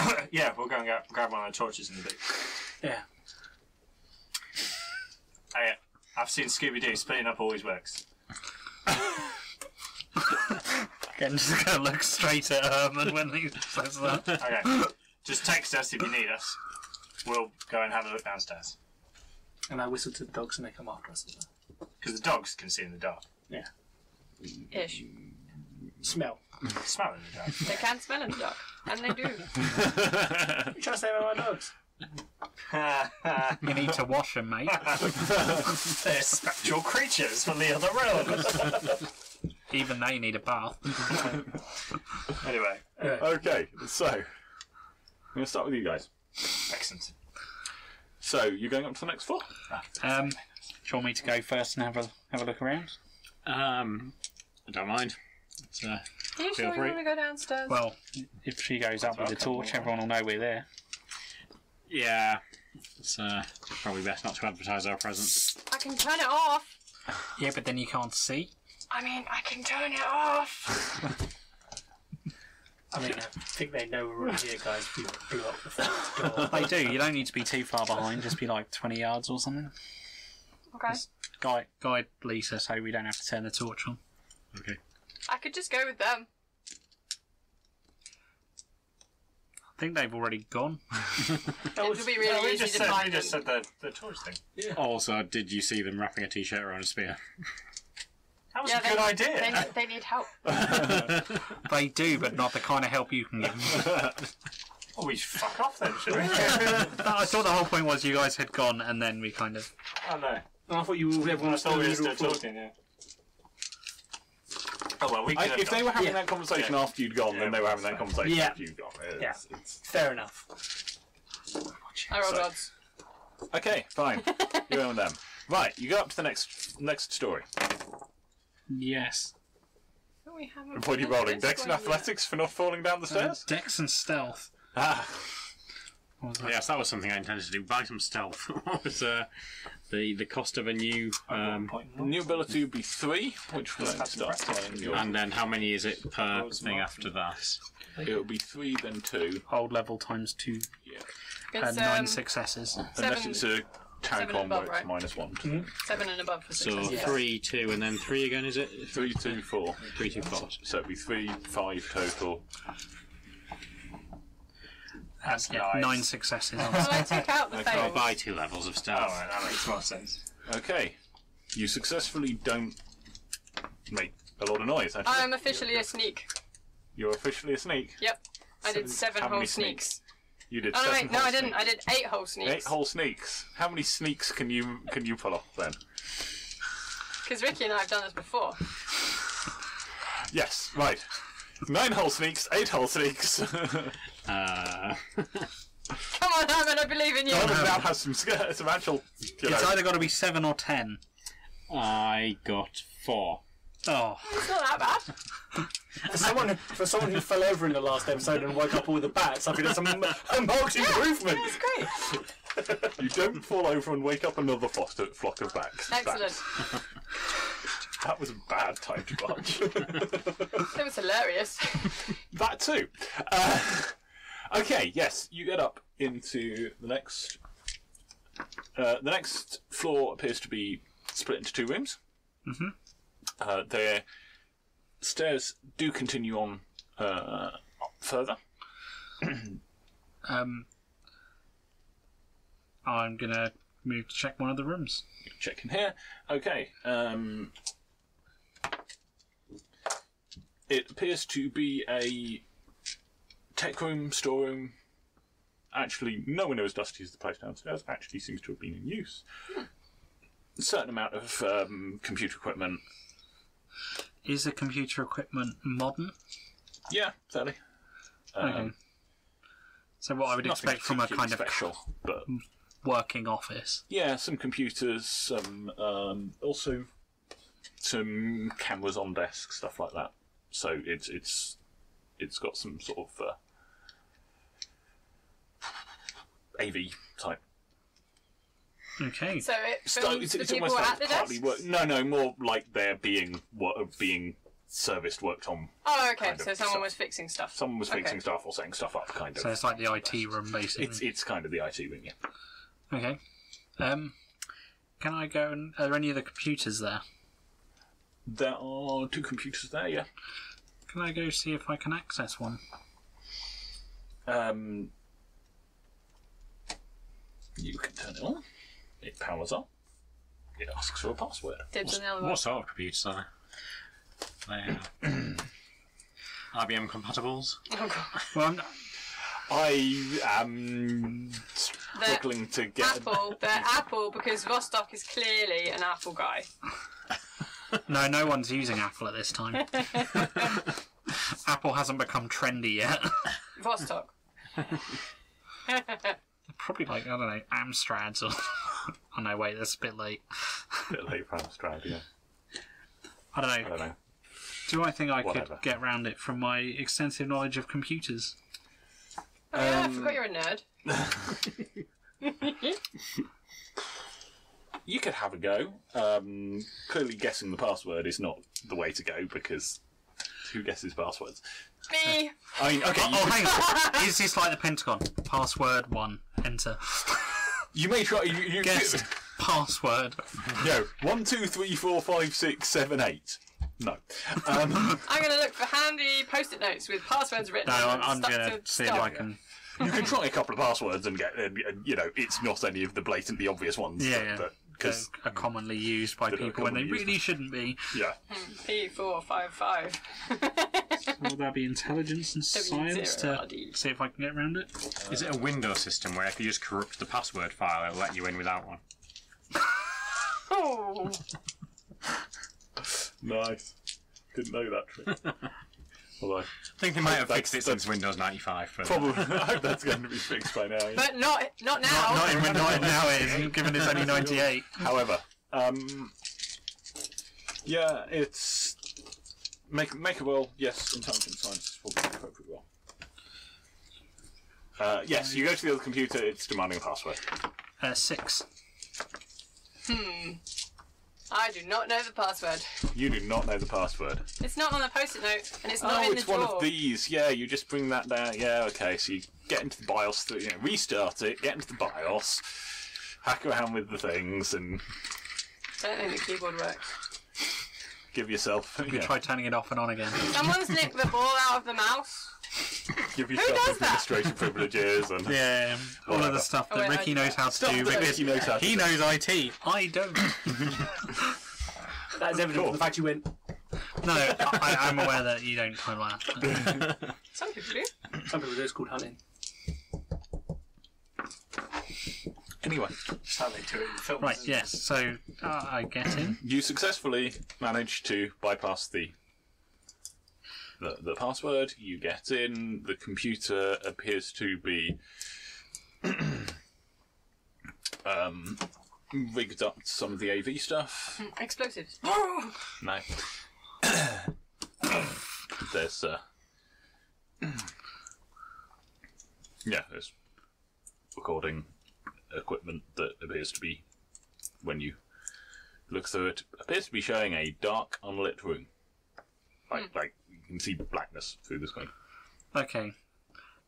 S4: yeah, we'll go and get, grab one of the torches in the boot.
S5: Yeah.
S4: I, Oh, I've seen Scooby Doo splitting up always works.
S3: Again, just going to look straight at Herman when he says that.
S4: Okay. Just text us if you need us. We'll go and have a look downstairs.
S5: And I whistle to the dogs and they come after us. as well.
S4: Because the dogs can see in the dark.
S2: Ish.
S5: Smell.
S4: Smell in the dark.
S2: They can smell in the dark, and they do.
S5: You trying to say about my dogs?
S3: You need to wash him, mate.
S4: They're spectral creatures from the other realm.
S3: Even they need a bath.
S4: anyway,
S1: Okay, so I'm going to start with you guys.
S4: excellent.
S1: So you're going up to the next floor.
S3: Um, do you want me to go first and have a have a look around?
S6: Um, I don't mind. It's, uh,
S2: Are you sure you
S6: free.
S2: want to go downstairs?
S3: Well, if she goes up with the torch, everyone will know we're there.
S6: yeah, it's uh, probably best not to advertise our presence.
S2: I can turn it off.
S3: Yeah, but then you can't see.
S2: I mean, I can turn it off.
S5: I mean, I think they know we're all here, guys. We blew up the front door.
S3: They do. You don't need to be too far behind. Just be like twenty yards or something.
S2: Okay.
S3: Guide guide Lisa so we don't have to turn the torch on.
S6: Okay.
S2: I could just go with them.
S3: I think they've already gone.
S2: It'll be
S4: No,
S2: really
S4: we
S2: easy
S4: just
S2: to
S4: said, we
S2: find them.
S4: just said the, the torch thing.
S6: Also, did you see them wrapping a t-shirt around a spear?
S4: That was
S2: Yeah,
S4: a good idea.
S2: They, need- they need help.
S3: They do, but not the kind of help you can give. them.
S4: Oh, we should fuck off then, should we?
S3: I thought the whole point was you guys had gone, and then we kind of.
S4: oh, no.
S5: I thought you all, everyone
S4: I
S5: was
S4: thought we were
S5: telling
S4: still
S5: you all
S4: talking, yeah. Oh, well, we could
S1: I,
S4: have
S1: if they
S4: done-
S1: were having
S5: Yeah.
S1: that conversation
S4: Yeah.
S1: after you'd gone,
S4: Yeah,
S1: then they were having that
S4: that's
S1: conversation
S5: Yeah.
S1: after you'd gone. It's-
S5: Yeah.
S1: it's-
S5: Fair enough.
S2: I rolled
S1: So-
S2: odds.
S1: okay, fine. you're on them. Right, you go up to the next next story.
S3: Yes.
S2: But We haven't
S1: What are you
S2: finished
S1: rolling?
S2: this
S1: Dex and
S2: one yet.
S1: athletics for not falling down the
S2: Uh-huh.
S1: stairs?
S3: Dex and stealth.
S1: Ah,
S3: What was that?
S6: Yes, that was something I intended to do. Buy some stealth. what was uh, the the cost of a new um,
S1: new ability would be three, which will
S4: have some
S1: start
S4: practice.
S1: playing your.
S6: and then how many is it per
S4: Those
S6: thing
S4: marks.
S6: after that?
S1: It would be three, then two.
S3: Old level times two
S1: Yeah.
S2: It's,
S3: and nine
S2: um,
S3: successes. Uh,
S1: Unless
S2: Seven-
S1: it's a
S2: seven
S1: tag
S2: and
S1: on where
S2: above,
S1: it's
S2: right?
S1: minus one.
S2: Seven and above for six.
S6: So three, two, and then three again. Is it
S1: Three, two, four.
S6: three, two, four?
S1: So it'd be three, five total.
S4: That's
S3: Yeah,
S4: nice.
S3: nine successes.
S2: Well, I took out the
S6: I'll
S2: fail.
S6: buy two levels of
S4: Oh,
S6: stealth.
S4: right, that makes more sense.
S1: Okay. You successfully don't make a lot of noise. Actually.
S2: I'm officially a sneak.
S1: You're officially a sneak.
S2: Yep. I did seven
S1: How many
S2: whole sneaks.
S1: You did
S2: Oh no,
S1: seven
S2: wait, no,
S1: whole
S2: I didn't.
S1: sneaks.
S2: I did eight whole sneaks.
S1: Eight whole sneaks. How many sneaks can you can you pull off then?
S2: Because Ricky and I have done this before.
S1: Yes, right. Nine whole sneaks, eight whole sneaks. Herman
S6: Uh,
S2: Come on, Herman, I believe in you.
S1: now has some sca- some actual. You
S3: It's
S1: know,
S3: either got to be seven or ten.
S6: I got four.
S3: Oh,
S2: It's not that bad.
S5: For someone, for someone who fell over in the last episode and woke up all the bats, I think that's a, m- a marked improvement.
S2: That's great.
S1: you don't fall over and wake up another foster, flock of bats.
S2: Excellent.
S1: Bats. That was a bad time to watch.
S2: That was hilarious.
S1: that too. Uh, okay, yes, you get up into the next. Uh, the next floor appears to be split into two rooms. Mm-hmm. Uh, the stairs do continue on uh, up further.
S3: um, I'm gonna move to check one of the rooms.
S1: Check in here. Okay. Um, it appears to be a tech room, storeroom. Actually, no one knows Dusty as the place downstairs. Actually, seems to have been in use.
S3: Hmm.
S1: A certain amount of um, computer equipment.
S3: Is the computer equipment modern?
S1: Yeah, fairly. Um,
S3: Okay. So what I would
S1: nothing
S3: expect from a
S1: particularly
S3: kind of
S1: special, but
S3: working office.
S1: yeah, some computers, some um, also some cameras on desk, stuff like that. So it's it's it's got some sort of uh, AV type.
S3: Okay.
S2: So it
S1: So
S2: films
S1: it's,
S2: the
S1: it's
S2: people
S1: almost
S2: at
S1: like
S2: the
S1: partly
S2: desk.
S1: work. No, no, more like they're being what being serviced, worked on.
S2: Oh, okay.
S1: kind of
S2: So someone
S1: stuff.
S2: was fixing stuff.
S1: Someone was
S2: Okay.
S1: fixing stuff or setting stuff up, kind of.
S3: So it's like the IT room, basically.
S1: it's it's kind of the IT room, yeah.
S3: Okay. Um, can I go and are there any other computers there?
S1: There are two computers there, yeah.
S3: Can I go see if I can access one?
S1: Um, you can turn it on. It powers up. It asks for a password.
S2: Dibs on the other one.
S6: What sort of computers are they? They are IBM compatibles.
S2: Oh,
S3: Well, I'm,
S1: I am struggling to get.
S2: Apple. They're Apple because Vostok is clearly an Apple guy.
S3: no, no one's using Apple at this time. Apple hasn't become trendy yet.
S2: Vostok.
S3: Probably like I don't know Amstrads or. Oh no, wait, that's a bit late.
S1: Bit late for Amstrad, yeah.
S3: I don't know.
S1: I don't know.
S3: Do I think I
S1: Whatever.
S3: could get round it from my extensive knowledge of computers?
S2: Oh, yeah,
S1: Um,
S2: I forgot you're a nerd.
S1: You could have a go. Um, clearly, guessing the password is not the way to go because who guesses passwords?
S2: Me.
S1: I mean, okay, you,
S3: Oh, hang on. Is this like the Pentagon? Password one. Enter.
S1: you may try. You, you
S3: Guess. Password.
S1: No, one, two, three, four, five, six, seven, eight. No. Um,
S2: I'm gonna look for handy post-it notes with passwords written.
S3: No,
S2: on them
S3: I'm, I'm
S2: stuck
S3: gonna
S2: to
S3: see if
S2: stuff.
S3: I can.
S1: you can try a couple of passwords and get, and, and, you know, it's not any of the blatantly obvious ones.
S3: Yeah, yeah.
S1: Because,
S3: are commonly used by
S1: That are
S3: people when they
S1: commonly
S3: really shouldn't be.
S1: yeah.
S2: P four five five.
S3: Will there be intelligence and science to
S2: W0RD.
S3: see if I can get around it?
S6: Is it a Windows system where if you just corrupt the password file, it'll let you in without one?
S2: Oh,
S1: Nice. Didn't know that trick. Although,
S6: I think they might have
S1: That's-
S6: fixed it since Windows 95. But
S1: probably, I hope that's going to be fixed by now. yeah.
S2: but not not now.
S3: Not in, not in now it is, given it's only 98.
S1: However, um, yeah, it's make make a roll. Yes, intelligence science is probably the appropriate roll. Uh, yes, you go to the other computer. It's demanding a password.
S3: Uh, six.
S2: I do not know the password.
S1: You do not know the password.
S2: It's not on the post-it note, and it's not
S1: oh,
S2: in
S1: it's
S2: the drawer.
S1: one of these. Yeah, you just bring that down. Yeah, okay. So you get into the BIOS, th- you know, restart it, get into the BIOS, hack around with the things, and
S2: I don't think the keyboard works.
S1: give yourself
S3: You
S1: yeah,
S3: try turning it off and on again.
S2: Someone's nicked the ball out of the mouse.
S1: give yourself
S2: does that?
S1: administration privileges and
S3: Yeah, um, all of the stuff that
S2: Oh, wait,
S3: Ricky
S2: I-
S3: knows how to
S1: stuff
S3: do.
S1: that
S3: because
S1: Ricky knows how to
S3: he
S1: do.
S3: knows IT. I don't.
S5: That's evident from the fact you went.
S3: No, I, I'm aware that you don't know that.
S2: Some people do.
S5: Some people do. It's called hunting.
S1: Anyway,
S4: That's how they do it in films.
S3: Right, yes, so uh, I get in.
S1: you successfully manage to bypass the, the the password. You get in. The computer appears to be um, rigged up to some of the AV stuff.
S3: Mm,
S2: Explosives.
S1: No. there's uh Yeah, there's recording equipment that appears to be when you look through it appears to be showing a dark unlit room. Like like you can see blackness through the screen.
S3: Okay.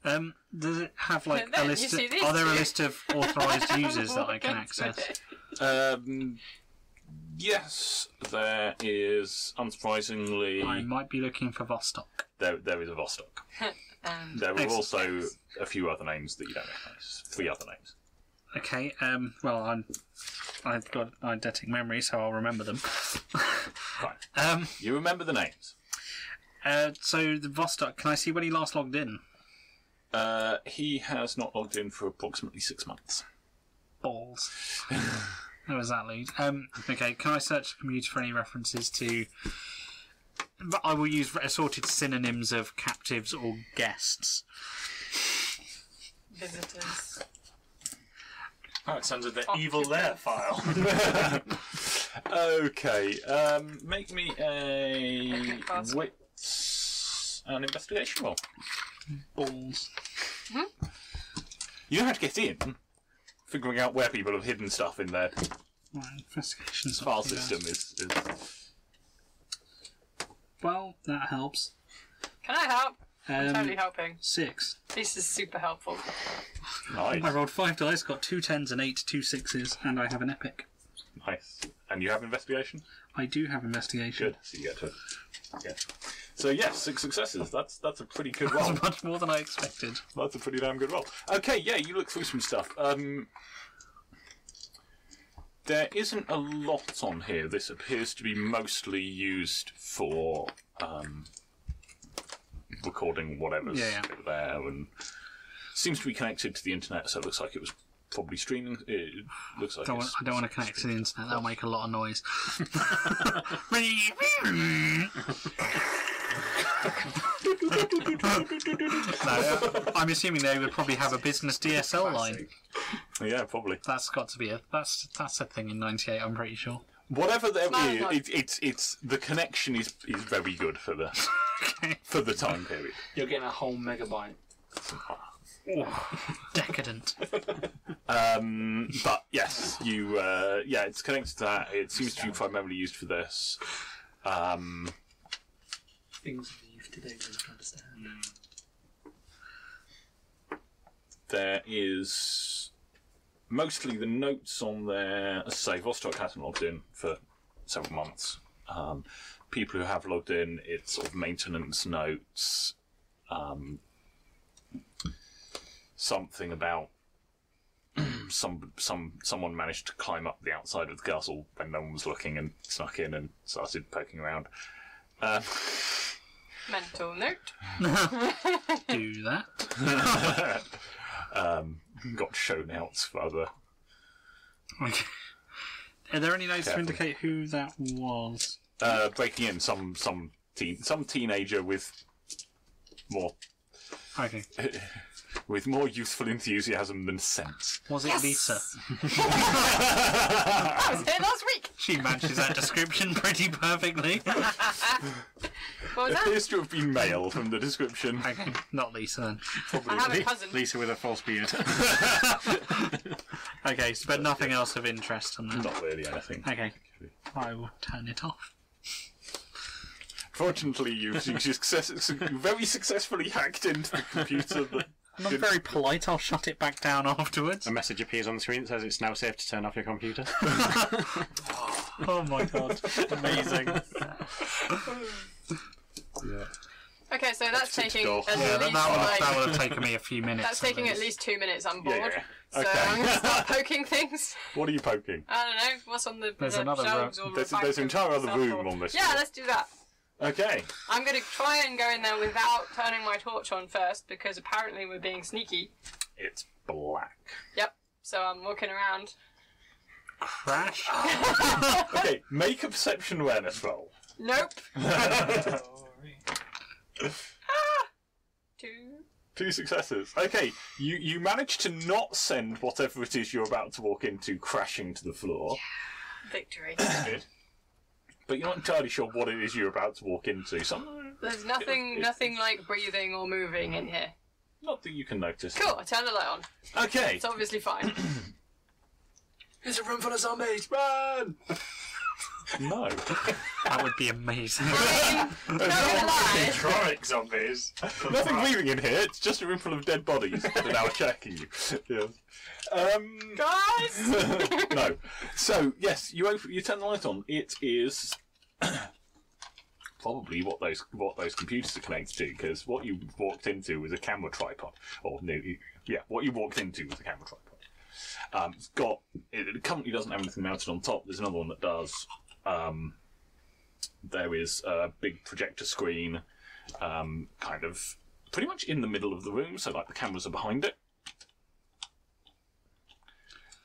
S3: Um, does it have like
S2: Then
S3: a
S2: you
S3: list?
S2: see these
S3: are there a
S2: two.
S3: list of authorized users that I can access?
S1: Um Yes, there is unsurprisingly
S3: I might be looking for Vostok.
S1: there there is a Vostok.
S2: Um,
S1: There are
S3: Excellent.
S1: also a few other names that you don't recognise. Three other names.
S3: Okay. Um. Well, I'm. I've got eidetic memory, so I'll remember them.
S1: Fine.
S3: Um.
S1: You remember the names.
S3: Uh. So the Vostok. Can I see when he last logged in?
S1: Uh, he has not logged in for approximately six months.
S3: Balls. How was that lead? Um. Okay. Can I search the computer for any references to? But I will use assorted synonyms of captives or guests.
S2: visitors.
S4: Oh, it sounds like the evil lair file.
S1: Okay, um, make me a
S2: Okay, pass.
S1: wits and investigation roll.
S3: Balls.
S1: You know how to get in. Figuring out where people have hidden stuff in their
S3: Right, investigation's not
S1: file
S3: too bad.
S1: system is. is
S3: Well, that helps.
S2: Can I help? I'm totally
S3: Um,
S2: helping.
S3: six.
S2: This is super helpful.
S3: I
S1: nice.
S3: rolled five dice, got two tens and eight two sixes, and I have an epic.
S1: Nice. And you have investigation?
S3: I do have investigation.
S1: Good. So you get to. Yeah. So yes, six successes. That's that's a pretty good roll.
S3: That's much more than I expected.
S1: That's a pretty damn good roll. Okay, yeah, you look through some stuff. Um, there isn't a lot on here. This appears to be mostly used for um, recording whatever's
S3: Yeah,
S1: there, and seems to be connected to the internet. So it looks like it was probably streaming. It looks like
S3: Don't
S1: it's,
S3: want, I don't want to connect to the internet. That'll make a lot of noise. no, uh, I'm assuming they would probably have a business DSL line.
S1: Yeah, probably.
S3: That's got to be a that's that's a thing in '98. I'm pretty sure.
S1: Whatever there
S2: Smile
S1: is,
S2: one.
S1: it, it's it's the connection is is very good for the for the time period.
S5: You're getting a whole megabyte.
S3: Decadent.
S1: Um, but yes, you uh, yeah, it's connected to that. It seems to be primarily used for this. Um,
S5: Things of the youth today will not understand.
S1: there is mostly the notes on there. As I say, Vostok hasn't logged in for several months. Um, people who have logged in, it's sort of maintenance notes. Um, something about some some someone managed to climb up the outside of the castle when no one was looking and snuck in and started poking around. Um,
S2: Mental note.
S3: Do that.
S1: um, got shown out for other
S3: Okay. Are there any notes
S1: Careful.
S3: to indicate who that was?
S1: uh, breaking in some some teen some teenager with more
S3: Okay.
S1: with more youthful enthusiasm than sense.
S3: Was it Lisa?
S2: I was here last week.
S3: She matches that description pretty perfectly.
S2: What was that?
S1: Appears to have been male from the description.
S3: Okay, not Lisa then.
S2: I have a cousin.
S6: Lisa with a false beard.
S3: Okay, so- but nothing else of interest on that.
S1: Not really anything.
S3: Okay, I will turn it off.
S1: Fortunately, you've, you've success, very successfully hacked into the computer. That,
S3: I'm not very polite. I'll shut it back down afterwards.
S6: a message appears on the screen that says it's now safe to turn off your computer.
S3: Oh my god, amazing!
S2: Okay, so that's
S1: Six
S2: taking
S1: goals.
S2: at
S3: Yeah, that, that, would
S2: least
S3: have,
S2: like,
S3: that would have taken me a few minutes.
S2: that's taking at least two minutes. I'm bored.
S1: yeah, yeah.
S2: So
S1: Okay.
S2: I'm gonna start poking things.
S1: what are you poking?
S2: I don't know what's on the,
S3: There's
S2: the
S3: another
S2: shelves
S3: room.
S2: or
S1: There's-
S2: rack
S1: there's an
S2: of
S1: entire other
S2: stuff
S1: room
S2: or-
S1: on this
S2: Yeah,
S1: floor.
S2: let's do that.
S1: Okay.
S2: I'm gonna try and go in there without turning my torch on first because apparently we're being sneaky.
S1: It's black.
S2: Yep. So I'm walking around.
S3: Crash.
S1: Okay, make a perception awareness roll.
S2: Nope. Two.
S1: Two successes. Okay, you, you manage to not send whatever it is you're about to walk into crashing to the floor,
S2: Victory.
S1: but you're not entirely sure what it is you're about to walk into. Something
S2: There's nothing, nothing like breathing or moving in here.
S1: not that you can notice.
S2: Cool. I turn the light on.
S1: Okay,
S2: It's obviously fine.
S5: There's a room full of zombies.
S1: run. no,
S3: That would be amazing.
S2: I'm not gonna lie.
S4: Chronic zombies.
S1: nothing breathing in here. It's just a room full of dead bodies that are attacking you. Yeah. Um,
S2: Guys.
S1: no. So yes, you open, you turn the light on. It is probably what those what those computers are connected to because what you walked into was a camera tripod, or no, you- yeah, what you walked into was a camera tripod. Um, it's got it, it currently doesn't have anything mounted on top. There's another one that does. Um, there is a big projector screen, um, kind of pretty much in the middle of the room, so like the cameras are behind it.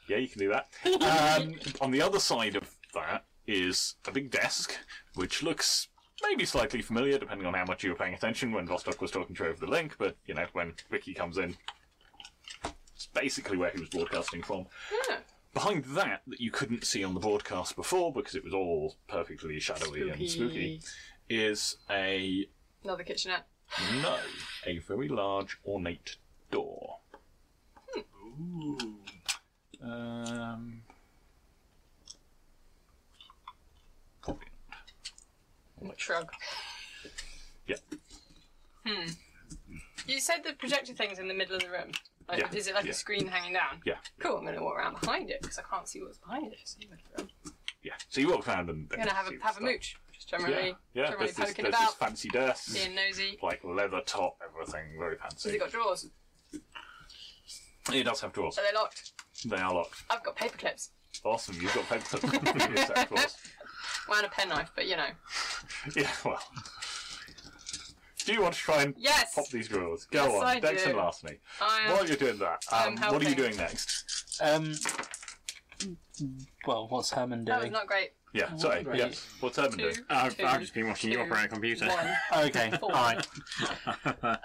S1: Yeah, you can do that. Um, on the other side of that is a big desk, which looks maybe slightly familiar, depending on how much you were paying attention when Vostok was talking to you over the link. But you know, when Ricky comes in, it's basically where he was broadcasting from.
S2: Yeah.
S1: Behind that, that you couldn't see on the broadcast before because it was all perfectly shadowy and spooky, is a
S2: Another kitchenette.
S1: no, a very large ornate door.
S4: Ooh.
S1: Um, probably not.
S2: Shrug.
S1: Yeah.
S2: Hmm. You said the projector thing's in the middle of the room. Like,
S1: Yeah,
S2: Is it like
S1: yeah.
S2: a screen hanging down?
S1: Yeah.
S2: Cool, I'm going to walk around behind it because I can't see what's behind it. It's in the middle of the room.
S1: Yeah. So you walk around and
S2: I'm going to have
S1: see
S2: a,
S1: what's
S2: have a
S1: there.
S2: mooch. Just generally,
S1: Yeah. Yeah.
S2: generally
S1: There's, this,
S2: poking
S1: there's this
S2: about,
S1: fancy desk,
S2: being nosy.
S1: like leather top, everything very fancy.
S2: Has it got drawers?
S1: It does have drawers.
S2: Are they locked?
S1: They are locked.
S2: I've got paper clips.
S1: Awesome. You've got paper Yes, of course.
S2: Well, and a penknife, but you know.
S1: Yeah. Well. Do you want to try and
S2: Yes!
S1: pop these drawers? Go
S2: Yes,
S1: on,
S2: I
S1: Dex and
S2: do.
S1: Larceny.
S2: I am
S1: While you're doing that,
S2: I'm
S1: um, what are you
S2: helping.
S1: doing next?
S3: Um, well, what's Herman
S2: That was
S3: doing?
S2: not great.
S1: Yeah. Sorry.
S5: Right.
S1: Yeah. What's Herman
S2: Two,
S1: doing?
S6: I've,
S2: two,
S6: I've just been watching you
S2: two,
S6: operate a computer.
S2: one.
S3: Okay, alright.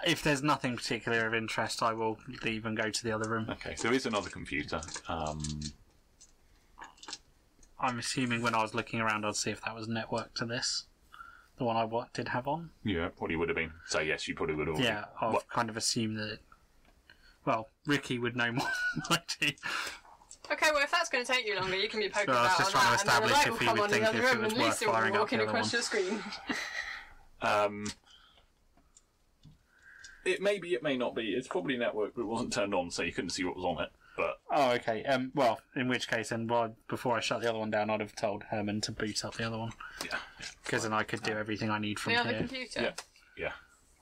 S3: if there's nothing particular of interest, I will leave and go to the other room.
S1: Okay. So there is another computer. Um,
S3: I'm assuming when I was looking around, I'd see if that was networked to this. The one I wa- did have on.
S1: yeah. Probably would have been. So yes, you probably would have.
S3: Yeah, I've
S1: What-
S3: kind of assumed that. Well, Ricky would know more than I do.
S2: Okay, well, if that's going to take you longer, you can be poking
S3: Well, I was
S2: about
S3: just
S2: on that,
S3: trying to
S2: and then the
S3: establish
S2: light
S3: if
S2: will
S3: he
S2: come
S3: would
S2: on in the
S3: think
S2: other
S3: if it
S2: room,
S3: was
S2: and Lucy
S3: worth
S2: will
S3: firing
S2: be
S3: up
S2: walking
S3: the other
S2: across
S3: one.
S2: your screen.
S1: Um, it may be, it may not be. It's probably network, but it wasn't turned on, so you couldn't see what was on it. But
S3: Oh, okay. Um, well, in which case, then, well, before I shut the other one down, I'd have told Herman to boot up the other one
S1: yeah,
S3: because then I could do everything I need from
S2: The other
S3: here.
S2: computer.
S1: Yeah. yeah.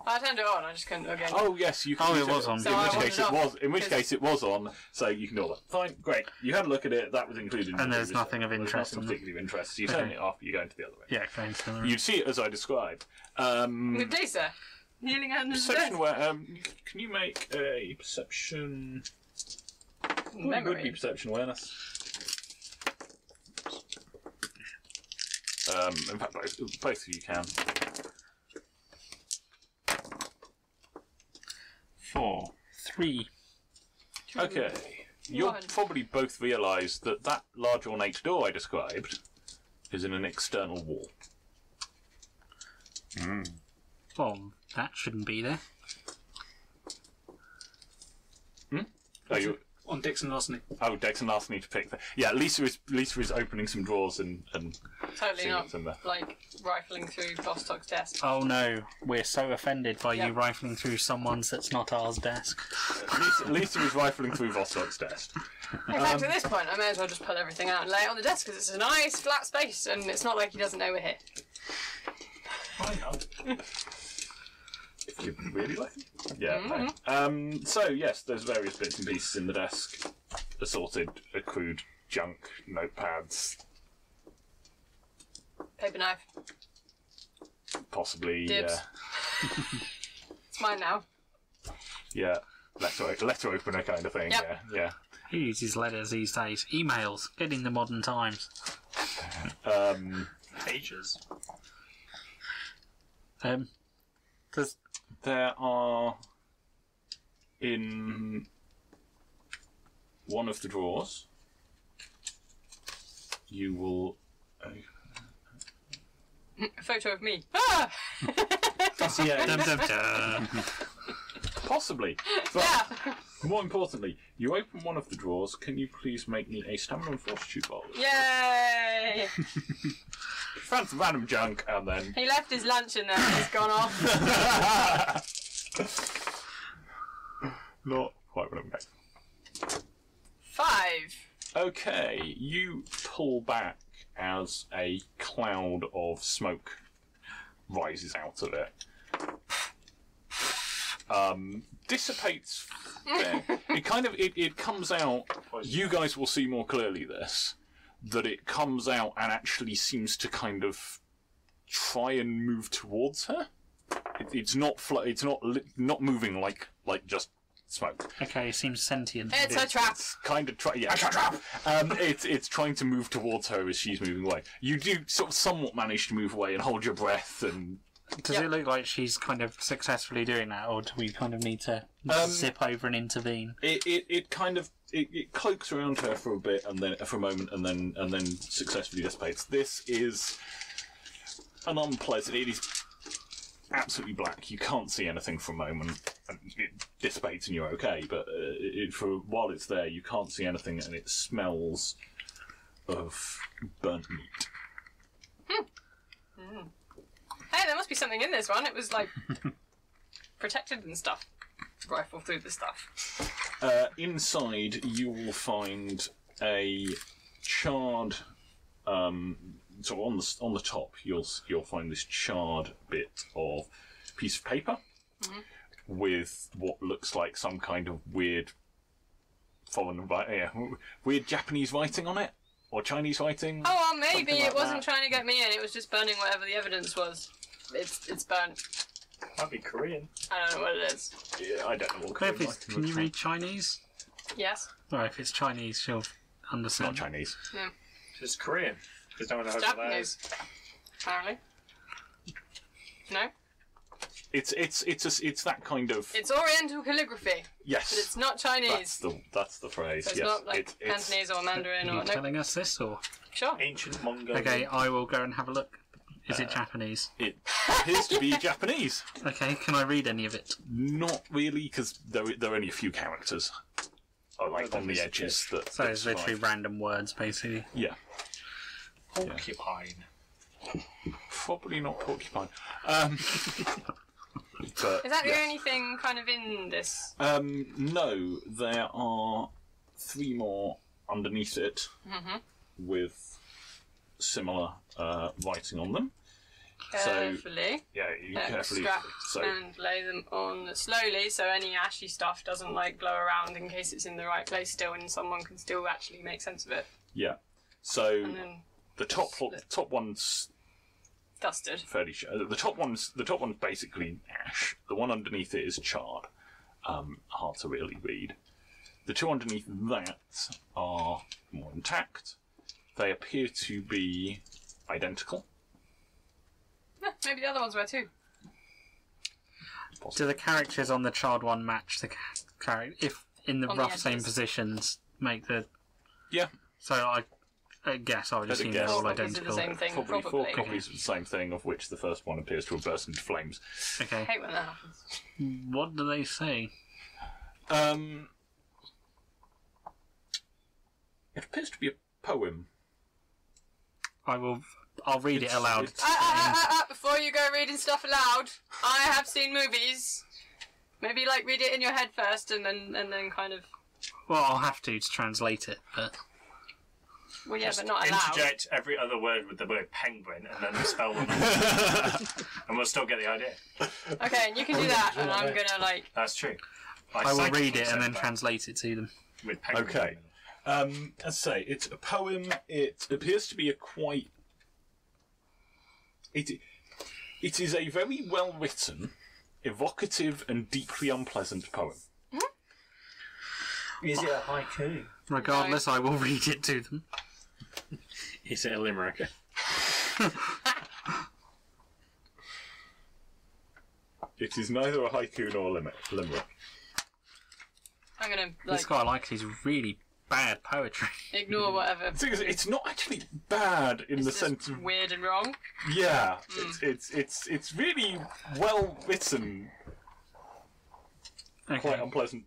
S2: I turned it on. I just couldn't log in.
S1: Oh yes, you. Can
S3: Oh,
S1: you
S3: it
S1: said
S3: was on.
S2: So
S1: In
S2: I
S1: which
S2: wanted
S1: case it
S2: off,
S1: was. In which
S2: 'cause-
S1: case it was on. So you can ignore that. Fine, great. You had a look at it. That was included. in
S3: And
S1: the
S3: there's
S1: previous
S3: nothing
S1: one.
S3: of
S1: There's
S3: interest
S1: Nothing
S3: on
S1: particularly of interest. So you turn
S3: Okay.
S1: it off. You go into the other way.
S3: Yeah, going to the other room.
S1: You'd see it as I described. Um,
S2: With Lisa. Kneeling under the
S1: perception.
S2: bed.
S1: Where um, can you make a perception? It would be
S2: Memory.
S1: perception awareness. Um, in fact, both, both of you can.
S6: Four.
S3: Three.
S1: Okay. You'll
S2: Hmm. One.
S1: probably both realise that that large ornate door I described is in an external wall.
S3: Well, that shouldn't be there.
S1: Oh, you,
S5: On Dixon Larceny.
S1: oh Dex and Larceny to pick. The, yeah, Lisa is Lisa is opening some drawers and, and
S2: Totally
S1: seeing
S2: not.
S1: what's in there.
S2: Like rifling through Vostok's desk.
S3: Oh no, we're so offended by you
S2: Yep.
S3: rifling through someone's that's not ours desk.
S1: Lisa, Lisa is rifling through Vostok's desk.
S2: In
S1: Um,
S2: fact, at this point, I may as well just pull everything out and lay it on the desk because it's a nice flat space, and it's not like he doesn't know we're here.
S4: Why not?
S1: If you really like it. Yeah.
S3: Mm-hmm.
S1: okay. Um, so yes, there's various bits and pieces in the desk, assorted, accrued junk, notepads,
S2: Paper knife.
S1: possibly uh,
S2: Dibs.
S1: yeah,
S2: It's mine now.
S1: yeah, letter letter opener kind of thing.
S2: Yep.
S1: Yeah,
S3: Who uses letters these days? Emails. Get in the modern times.
S1: yeah. Um,
S4: Pages.
S3: Um, does
S1: there are in one of the drawers you will
S2: A photo of me. Ah!
S5: yeah,
S3: dum, dum, dum.
S1: possibly but more importantly you open one of the drawers can you please make me a stamina and fortitude roll
S2: Yay!
S1: found some random junk and then
S2: He left his lunch in there. and He's gone off.
S1: not quite what i'm going
S2: Five.
S1: Okay, you pull back as a cloud of smoke rises out of it. Um, dissipates. there. it kind of it, it comes out. You guys will see more clearly this that it comes out and actually seems to kind of try and move towards her. It, it's not fl- it's not li- not moving like like just smoke
S3: okay, seems sentient.
S2: It's a trap.
S1: kind of try. Yeah, Um, it's it's trying to move towards her as she's moving away. You do sort of somewhat manage to move away and hold your breath, and
S3: Does
S2: Yep.
S3: it look like she's kind of successfully doing that, or do we kind of need to
S1: Um,
S3: zip over and intervene?
S1: it, it, it kind of it, it cloaks around her for a bit, and then for a moment, and then and then successfully dissipates. This is an unpleasant. It is absolutely black. You can't see anything for a moment. I mean, it dissipates and you're okay, but uh, it, for while it's there, you can't see anything, and it smells of burnt meat.
S2: Hey, there must be something in this one. It was like protected and stuff. Rifle through the stuff.
S1: Uh, inside, you will find a charred. Um, so on the s- on the top, you'll s- you'll find this charred bit of piece of paper
S2: Mm-hmm.
S1: with what looks like some kind of weird foreign wri- yeah, weird Japanese writing on it or Chinese writing.
S2: Oh, well, maybe
S1: Something like
S2: it wasn't
S1: that.
S2: trying to get me in. It was just burning whatever the evidence was. It's it's burnt.
S4: Might be Korean.
S2: I don't know what it is.
S1: Yeah, I don't know what
S3: Claire,
S1: kind of
S3: please,
S1: writing
S3: can
S1: looks
S3: you
S1: like.
S3: read Chinese?
S2: Yes.
S3: Well, if it's Chinese, she'll
S1: It's not
S3: understand.
S1: Chinese.
S4: It's Korean. Because no one knows what that
S2: Japanese.
S4: is.
S2: Apparently. No.
S1: It's it's it's a, it's that kind of
S2: It's Oriental calligraphy,
S1: yes.
S2: but it's not Chinese.
S1: that's the that's the phrase.
S2: so it's
S1: yes,
S2: not like
S1: It- it's-
S2: Cantonese or Mandarin
S3: Are you
S2: or no.
S3: telling us this, or
S2: Sure.
S4: Ancient Mongolian.
S3: okay? I will go and have a look. Is it Japanese?
S1: It appears to be Japanese.
S3: Okay, can I read any of it?
S1: Not really, because there there are only a few characters, oh, like on the edges. That
S3: So
S1: that
S3: it's literally
S1: survive.
S3: random words, basically.
S1: yeah,
S4: Porcupine.
S1: probably not porcupine. Um, but
S2: Is that the
S1: yes.
S2: only thing kind of in this?
S1: Um, no, there are three more underneath it
S2: Mm-hmm.
S1: with similar uh, writing on them. So
S2: Carefully.
S1: yeah, you
S2: uh,
S1: carefully.
S2: Extract
S1: So
S2: and lay them on slowly, so any ashy stuff doesn't like blow around in case it's in the right place still, and someone can still actually make sense of it.
S1: yeah, so
S2: And then
S1: the top top one's
S2: dusted.
S1: fairly sh- uh, the top one's the top one's basically ash. The one underneath it is charred. Um, hard to really read. The two underneath that are more intact. They appear to be identical.
S2: Yeah, maybe the other ones were too.
S3: Do the characters on the charred one match the character? If in the
S2: On the
S3: rough same
S2: edges.
S3: positions, make the
S1: Yeah,
S3: so I, I guess I would
S1: I'd
S3: assume
S1: guess.
S3: they're all
S2: Four copies of the
S3: identical.
S2: same thing,
S1: probably
S2: probably.
S1: four copies of the same thing, of which the first one appears to have burst into flames.
S2: I
S3: Okay,
S2: hate when that happens.
S3: what do they say?
S1: Um, it appears to be a poem.
S3: I will. I'll read
S1: It's-
S3: it aloud.
S1: it's-
S2: Uh, uh, uh, uh, before you go reading stuff aloud, I have seen movies. Maybe like read it in your head first, and then and then kind of
S3: Well, I'll have to to translate it, but
S2: well, yeah,
S4: Just
S2: but not aloud.
S4: interject every other word with the word penguin and then spell them, and we'll still get the idea.
S2: Okay, and you can do that, and I'm gonna like
S4: That's true.
S3: I will read it and
S4: psychically
S3: then
S4: said
S3: translate it to them.
S4: that with penguin in the
S1: Okay.
S4: middle.
S1: Um, as I say, it's a poem. It appears to be a quite. It, it is a very well written, evocative, and deeply unpleasant poem.
S5: Is it a haiku?
S3: Regardless, I will read it to them.
S6: Is it a limerick?
S1: It is neither a haiku nor a lim- limerick.
S2: I'm gonna like
S3: this guy likes his really bad poetry.
S2: ignore whatever.
S1: The thing is, it's not actually bad in the
S2: It's
S1: sense
S2: just
S1: of
S2: weird Hmm. and wrong.
S1: Yeah, it's, it's it's it's really well written.
S3: Okay.
S1: Quite unpleasant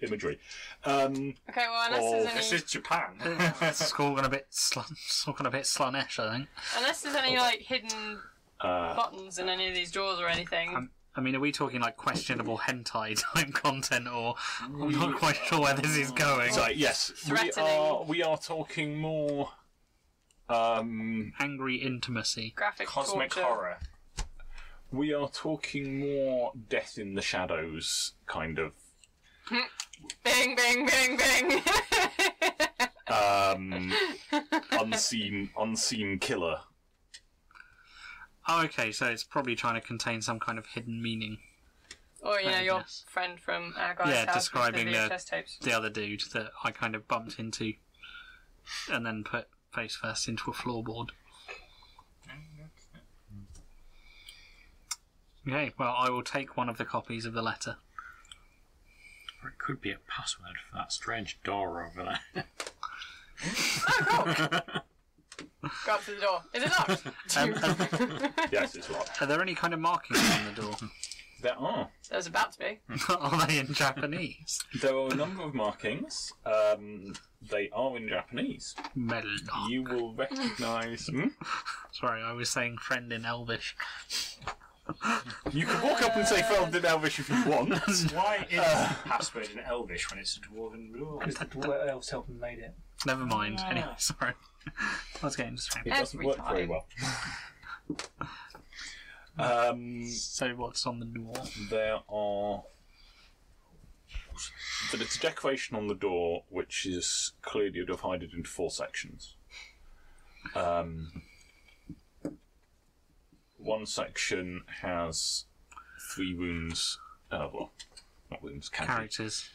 S1: imagery. Um,
S2: Okay, well unless
S1: Oh,
S2: there's
S4: This
S2: any
S4: is Japan.
S3: it's talking a bit slum, it's talking a bit slunish, I think.
S2: unless there's any like hidden
S1: uh,
S2: buttons in any of these drawers or anything.
S3: Um, I mean, are we talking like questionable hentai type content, or I'm not quite sure where this is going?
S1: so yes, we
S2: Threatening.
S1: are we are talking more. Um,
S3: Angry intimacy.
S2: Graphic
S4: Cosmic
S2: torture.
S4: horror.
S1: we are talking more death in the shadows kind of.
S2: Bing, bing, bing, bing.
S1: Um, unseen, unseen killer.
S3: Oh, okay, so it's probably trying to contain some kind of hidden meaning.
S2: or you know
S3: I
S2: your
S3: guess.
S2: friend from our guy's
S3: Yeah,
S2: house with
S3: describing
S2: the
S3: the-
S2: VHS tapes.
S3: The other dude that I kind of bumped into, and then put face first into a floorboard. Okay, well, I will take one of the copies of the letter.
S6: Or it could be a password for that strange door over there.
S2: Oh, Go up to the door. Is it locked?
S3: Um, um,
S1: Yes, it's right.
S3: are there any kind of markings on the door?
S1: There are.
S2: There's about to be.
S3: Are they in Japanese?
S1: There are a number of markings. Um, they are in Japanese.
S3: Melon.
S1: You will recognise. Hmm?
S3: Ah, Sorry, I was saying friend in Elvish.
S1: You can walk up and say "Found in Elvish" if you want.
S4: Why is password in Elvish when it's a dwarven rule?
S5: Because the dwarf elves helped and made it.
S3: Never mind. Anyway, sorry. I was getting distracted.
S1: It doesn't
S2: Every
S1: work very
S2: time.
S1: well. um,
S3: So what's on the door?
S1: there are. But it's a decoration on the door, which is clearly divided into four sections. Um, one section has three wounds. Uh, well, not wounds, candies.
S3: Characters.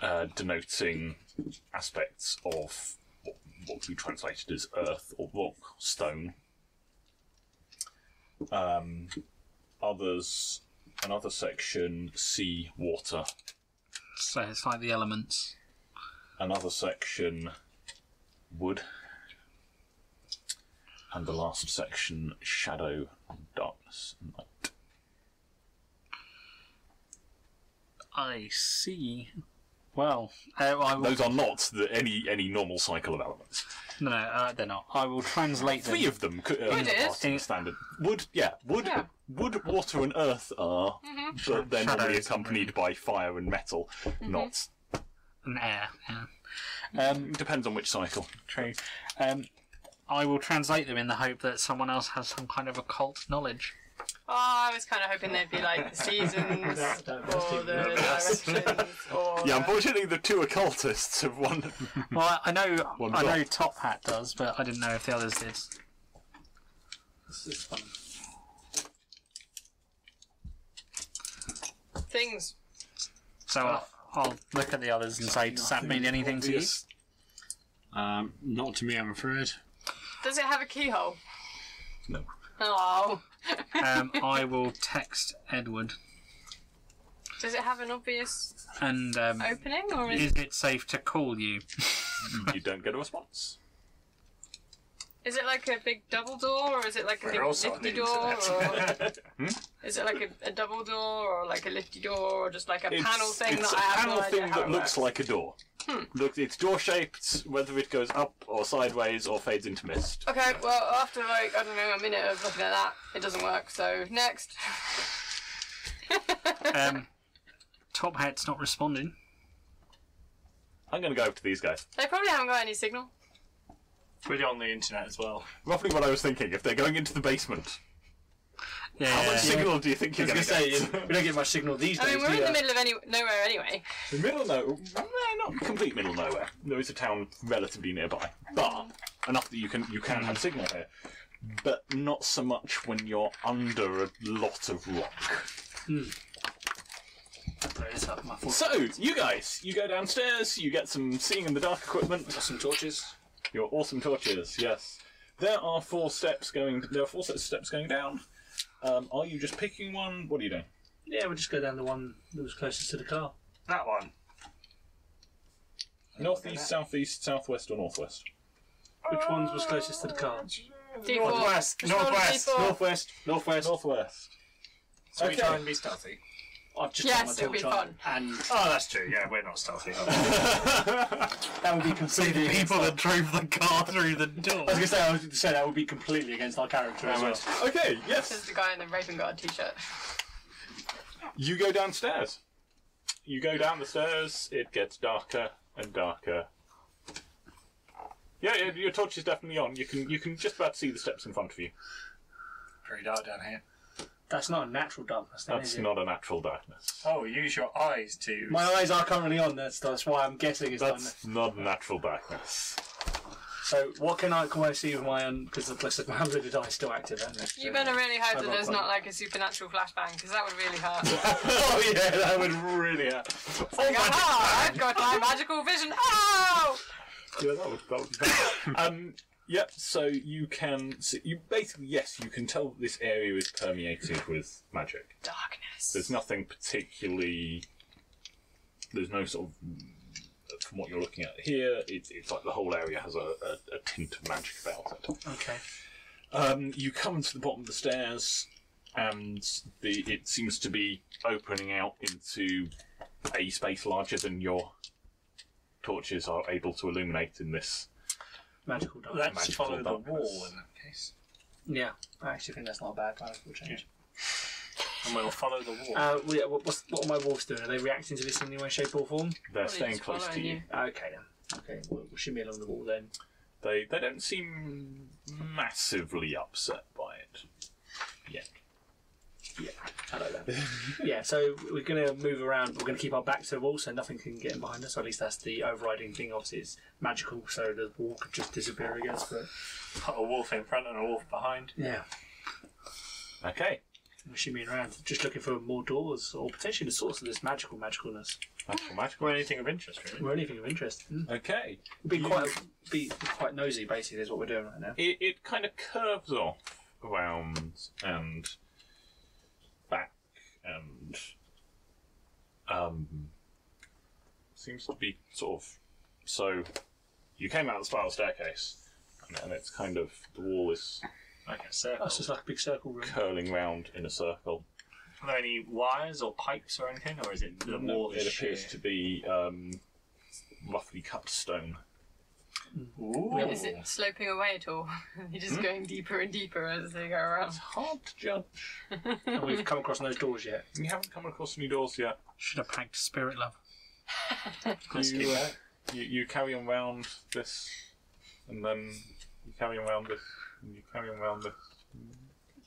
S1: uh, denoting aspects of what, what we translated as earth or rock, stone. Um, others, another section, sea, water.
S3: So it's like the elements.
S1: Another section, wood. And the last section, shadow, darkness, and night.
S3: I see. Well, uh, I will,
S1: Those are not the, any any normal cycle of elements.
S3: no, no, uh, they're not. I will translate them.
S1: Three of them could, uh,
S2: Wood
S1: are
S2: is.
S1: in standard. Wood, yeah, wood,
S2: Yeah. Mm-hmm.
S1: wood, water, and earth are, but they're normally
S3: Shadows.
S1: accompanied by fire and metal. Not
S3: An air. Yeah.
S1: depends on which cycle.
S3: True. Um, I will translate them in the hope that someone else has some kind of occult knowledge.
S2: Oh, I was kind of hoping they'd be like the seasons
S5: Oh,
S2: or the directions or.
S1: Yeah, unfortunately, the two occultists have one.
S3: Well, I- I know,
S1: Hmm. Well,
S3: I know
S1: not.
S3: Top Hat does, but I didn't know if the others did.
S5: This is fun.
S2: things.
S3: So I'll, I'll look at the others and say, does that mean anything to you?
S1: Oh. obvious.
S6: Um, not to me, I'm afraid.
S2: Does it have a keyhole?
S1: No.
S2: Oh.
S3: Um, I will text Edward.
S2: Does it have an obvious
S3: And um,
S2: opening or is,
S3: is it safe to call you?
S1: you don't get a response.
S2: is it like a big double door or is it like a big
S4: We're also on
S2: lifty
S4: the
S2: door? Or
S4: internet.
S1: Hmm?
S2: is it like a, a double door or like a lifty door or just like a
S1: It's,
S2: panel thing
S1: it's
S2: that I have
S1: a panel
S2: no idea
S1: thing
S2: how
S1: that
S2: it
S1: looks
S2: works? Hmm.
S1: like a door. Look, it's door shaped. Whether it goes up or sideways or fades into mist.
S2: Okay, well, after like, I don't know, a minute of looking at that, it doesn't work, so next.
S3: Um, Top Hat's not responding.
S1: I'm going to go over to these guys.
S2: They probably haven't got any signal.
S4: We're on the internet as well.
S1: Roughly what I was thinking. If they're going into the basement,
S3: Yeah.
S1: how much signal do you think
S5: I
S1: you're
S5: was
S1: going
S5: gonna
S1: to
S5: say
S1: get?
S5: you- we don't get much signal these
S2: I
S5: days.
S2: mean, we're
S5: do
S2: in the
S5: ya?
S2: middle of any- nowhere anyway.
S1: The middle, no, no, not complete middle nowhere. There is a town relatively nearby, but enough that you can you can have signal here, but not so much when you're under a lot of rock.
S5: It's up my foot.
S1: So you guys, you go downstairs, you get some seeing in the dark equipment,
S5: Got some torches.
S1: your awesome torches. Yes, there are four steps going. There are four sets of steps going down. Um, are you just picking one? What are you doing?
S5: Yeah, we'll just go down the one that was closest to the car.
S4: That one.
S1: Northeast, southeast, southwest, or northwest?
S5: Which ones was closest to the car?
S2: D4.
S4: Northwest,
S2: Just roll a
S4: northwest,
S2: D4.
S5: Uh, Northwest. Northwest.
S1: Northwest.
S4: So we
S1: Okay.
S4: try and be stealthy.
S5: I've just
S2: Yes,
S5: done
S2: it'll
S5: my
S2: be
S5: torch on,
S2: fun.
S5: and
S4: Oh, that's true. Yeah, we're not stealthy.
S5: that would be completely. against
S3: People
S5: our-
S3: that drove the car through the door.
S5: I was gonna say, I was gonna say that would be completely against our character as well.
S1: okay. Yes.
S2: This is the guy in the Raven Guard t shirt.
S1: You go downstairs. You go down the stairs. It gets darker and darker. Yeah, yeah, your torch is definitely on. You can you can just about see the steps in front of you.
S4: Pretty dark down here.
S5: That's not a natural darkness, then,
S1: That's
S5: is it?
S1: not a natural darkness.
S4: Oh, use your eyes to.
S5: My eyes are currently on that. That's why I'm guessing it's done.
S1: That's not a natural darkness.
S5: So, what can I can I see with my own? Because the blessed man with the die still active, isn't it?
S2: You better really hope
S5: I
S2: that
S5: rolled
S2: there's
S5: one.
S2: not like a supernatural flashbang, because that would really hurt.
S1: oh yeah, that would really hurt. Oh my
S2: Ah, I've got my magical vision. Oh!
S1: Yeah, that would, that would be bad. um, yep, so you can see, you basically, yes, you can tell that this area is permeated with magic. There's
S2: Darkness.
S1: nothing particularly. There's no sort of. From what you're looking at here, it's, it's like the whole area has a, a, a tint of magic about it.
S5: Okay.
S1: Um, you come to the bottom of the stairs, and the, it seems to be opening out into a space larger than your torches are able to illuminate in this.
S5: Magical dark.
S4: Let's
S1: Magical
S4: follow the
S1: darkness.
S4: wall in that case.
S5: Yeah, I actually think that's not a bad magical change.
S4: And we'll follow the wall.
S5: Uh, well, yeah, what, what's, what are my wolves doing? Are they reacting to this in any way, shape, or form?
S1: They're
S2: Probably
S1: staying
S2: just
S1: close to
S2: following
S1: you.
S2: you.
S5: Okay then. Okay, we'll, we'll shimmy along the wall then.
S1: They they don't seem massively upset by it yet.
S5: Yeah, I know that. yeah, so we're going to move around. We're going to keep our back to the wall so nothing can get in behind us. Or at least that's the overriding thing. Obviously, it's magical, so the wall could just disappear, I guess. But
S4: Put a wolf in front and a wolf behind.
S5: yeah,
S1: Okay,
S5: we're shimmying around, just looking for more doors or potentially the source of this magical magicalness
S1: magical, magical.
S4: Or anything of interest, really.
S5: or anything of interest. Mm.
S1: Okay,
S5: Be quite be quite nosy, basically, is what we're doing right now.
S1: it it kind of curves off around and back and um seems to be sort of so you came out the spiral staircase and, and it's kind of the wall is
S4: Like a circle.
S5: That's just like a big circle room.
S1: curling round in a circle.
S4: Are there any wires or pipes or anything, or is it the
S1: No,
S4: wall
S1: it
S4: is sheer?
S1: appears to be um, roughly cut stone.
S4: Ooh.
S2: Is it sloping away at all? You're just going deeper and deeper as they go around.
S1: It's hard to judge.
S5: and we've come across no doors yet.
S1: You haven't come across any doors yet.
S3: Should have packed spirit love.
S1: You, uh, you, you carry on round this, and then you carry on round this, and you carry on round this.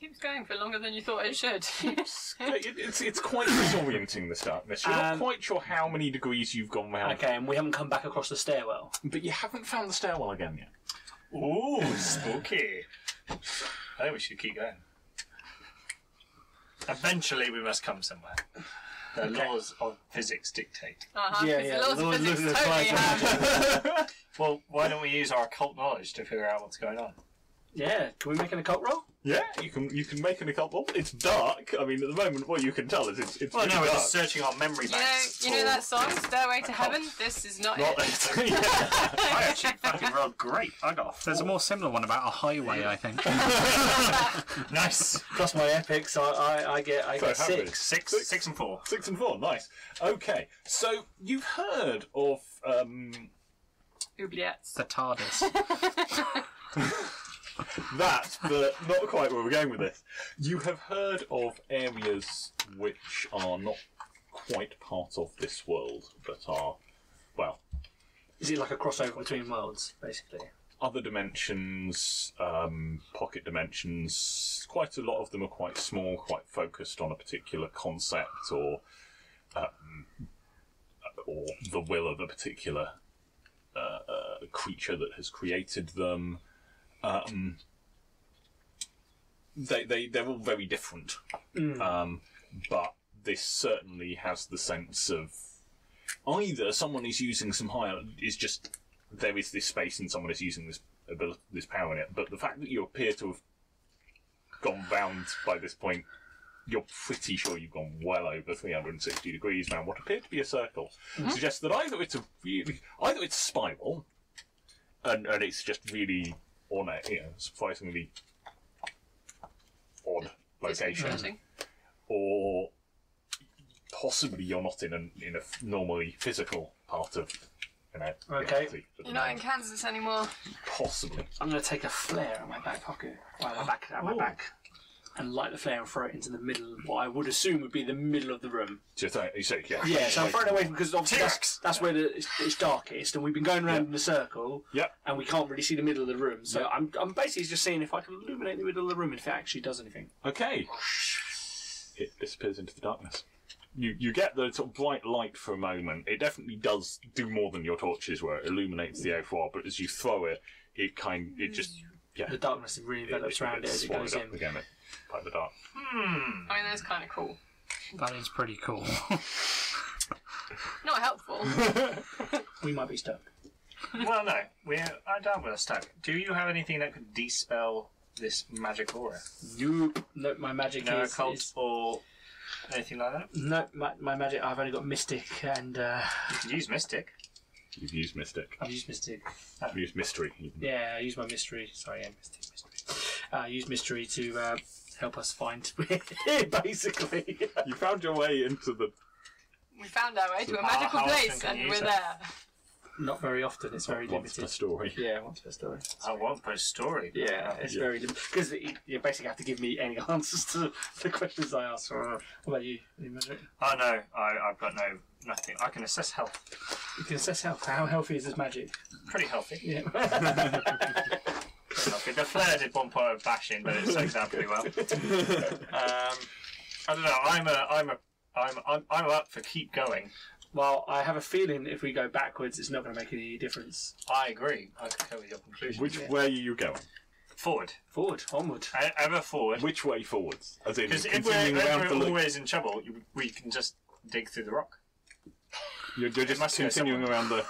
S2: It keeps going for longer than you thought it should.
S1: It's, it- it's, it's quite disorienting, this darkness. You're not
S5: Um,
S1: quite sure how many degrees you've gone round,
S5: Okay, and we haven't come back across the stairwell.
S1: but you haven't found the stairwell again yet.
S4: Ooh, spooky. I think we should keep going. Eventually, we must come somewhere. The laws of physics dictate.
S2: Uh-huh,
S5: Yeah,
S2: because
S5: yeah,
S2: the laws
S3: laws
S2: of
S3: of
S2: physics
S3: physics
S2: totally
S3: apply to
S2: have.
S4: Well, why don't we use our occult knowledge to figure out what's going on?
S5: Yeah, can we make an occult roll?
S1: Yeah, you can you can make an occult. Well, it's dark. I mean, at the moment, what you can tell is it's, it's
S4: Well,
S1: really
S4: no, we're
S1: dark.
S4: just searching our memory
S2: You know,
S4: banks.
S2: you know that song, Stairway to
S4: Occult.
S2: Heaven? This is not,
S1: Not-
S2: it.
S1: yeah.
S4: I actually fucking rolled great. I got a
S3: There's a
S4: four.
S3: more similar one about a highway, I think.
S4: nice
S5: Plus my epics, I I, I get I
S1: So
S5: get
S1: how many?
S5: six.
S4: six,
S1: Six.
S4: six, and four.
S1: Six and four, nice. Okay, so you've heard of um,
S2: Oubliettes.
S3: the TARDIS.
S1: that, but not quite where we're going with this. You have heard of areas which are not quite part of this world, but are, well,
S5: Is it like a crossover between worlds, basically?
S1: other dimensions, um, pocket dimensions. Quite a lot of them are quite small, quite focused on a particular concept or um, or the will of a particular uh, uh, creature that has created them. Um, they they they're all very different, um, but this certainly has the sense of either someone is using some higher is just there is this space and someone is using this ability, this power in it. But the fact that you appear to have gone round by this point, you're pretty sure you've gone well over 360 degrees round what appeared to be a circle, suggests that either it's a really, either it's spiral, and, and it's just really on a you know, surprisingly odd location,
S2: Disconcerting.
S1: or possibly you're not in a, in a f- normally physical part of you know,
S5: Okay.
S1: reality.
S2: You're not in Kansas anymore.
S1: Possibly.
S5: I'm gonna take a flare out of my back pocket, out my back, out my
S1: Ooh.
S5: back, and light the flare and throw it into the middle, of what I would assume would be the middle of the room.
S1: So you think- you say, yeah.
S5: Yeah, so I'm throwing it away because obviously that's,
S4: T-Rex.
S5: that's where the, it's, it's darkest, and we've been going around in a circle,
S1: Yep.
S5: and we can't really see the middle of the room. So I'm, I'm basically just seeing if I can illuminate the middle of the room and if it actually does anything.
S1: Okay. It disappears into the darkness. You you get the sort of bright light for a moment. It definitely does do more than your torches were. It illuminates the air but as you throw it, it kind it just yeah.
S5: The darkness really envelops
S1: it- it
S5: Mm, around it
S1: gets
S5: as it
S1: swallowed
S5: goes
S1: up
S5: in.
S1: again by the dark.
S2: I mean, that's kind of cool.
S3: that is pretty cool.
S2: Not helpful.
S5: We might be stuck.
S4: well, no, we're. I doubt we're stuck. Do you have anything that could dispel this magic aura?
S5: Nope. Nope. My magic
S4: No
S5: is,
S4: occult
S5: is-
S4: or anything like that?
S5: no. My, my magic. I've only got mystic, and uh,
S4: You could use mystic.
S1: You've used mystic.
S5: I've used mystic.
S1: You've used mystery. even.
S5: Yeah, I use my mystery. Sorry, yeah, mystic, mystery. Uh, I use mystery to uh, help us find basically.
S1: You found your way into the.
S2: We found our way to a
S4: How-
S2: magical
S4: how often
S2: place
S4: can you
S2: and
S4: use
S2: we're
S4: it?
S2: there.
S5: Not very often. It's very
S1: What's the
S5: limited.
S1: story?
S5: Yeah, once per story.
S4: I want post story.
S5: Yeah, it's
S1: Yeah.
S5: very limited because you basically have to give me any answers to the questions I ask. uh, What about you? You measure it?
S4: Oh no, I, I've got no nothing. I can assess health.
S5: You can assess health. How healthy is this magic?
S4: Pretty healthy.
S5: Yeah.
S4: Pretty healthy. The flair did one point of bashing, but it soaked out pretty well. Um, I don't know. I'm a I'm a I'm I'm, I'm up for keep going.
S5: well, I have a feeling if we go backwards, it's not going to make any difference.
S4: I agree. I concur with your conclusion.
S1: Which way are you going?
S4: forward,
S5: Forward, onward.
S4: E- ever forward.
S1: Which way forwards? As in,
S4: Because if we're,
S1: continuing
S4: if
S1: round
S4: we're
S1: the loop.
S4: always in trouble, you- we can just dig through the rock.
S1: You're, you're just
S4: must go
S1: continuing around the.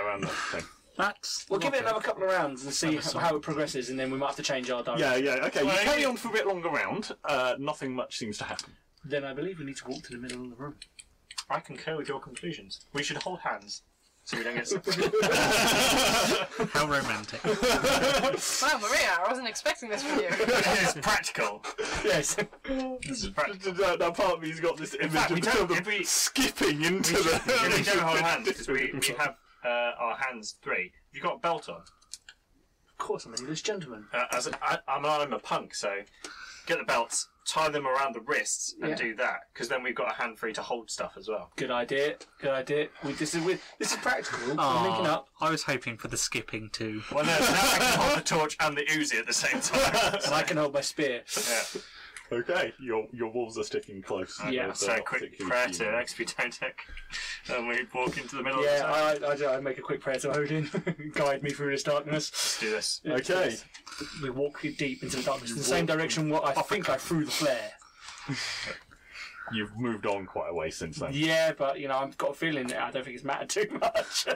S1: Around the thing.
S3: That's
S5: We'll give it
S3: logic.
S5: another couple of rounds and see how, how it progresses, and then we might have to change our direction.
S1: Yeah, yeah, okay. You
S4: Well,
S1: carry
S4: you-
S1: on for a bit longer round. Uh, nothing much seems to happen.
S5: Then I believe we need to walk to the middle of the room.
S4: I concur with your conclusions. We should hold hands so we don't get separated.
S3: How romantic.
S2: Well, Maria, I wasn't expecting this from you.
S4: it's practical.
S5: Yes.
S4: This is practical.
S1: now, now part of me's got this image
S4: fact, we
S1: of
S4: don't-
S1: them
S4: if we-
S1: skipping into the.
S4: Yeah, we don't hold hands because we, we have uh, our hands free. Have you got a belt on?
S5: Of course, I'm an English gentleman.
S4: Uh, as a, I, I'm, I'm a punk, so get the belts, tie them around the wrists, and
S5: Yeah.
S4: do that because then we've got a hand free to hold stuff as well.
S5: Good idea. Good idea. We, this is with this is practical. We're linking
S3: Aw,
S5: up.
S3: I was hoping for the skipping too.
S4: Well, no, now I can hold the torch and the Uzi at the same time.
S5: And I can hold my spear.
S4: yeah.
S1: Okay, your your wolves are sticking close.
S5: Yeah,
S1: They're
S4: So
S1: not
S4: quick
S1: particularly
S4: prayer to
S1: human.
S4: Expidotic, and we walk into the middle
S5: Yeah,
S4: of the
S5: I, I, I, do- I make a quick prayer to Odin. Guide me through this darkness.
S4: do this.
S1: Okay,
S5: We walk deep into the darkness in the same direction what I think I threw the flare.
S1: you've moved on quite a way since then.
S5: Yeah, but you know, I've got a feeling that I don't think it's mattered too much.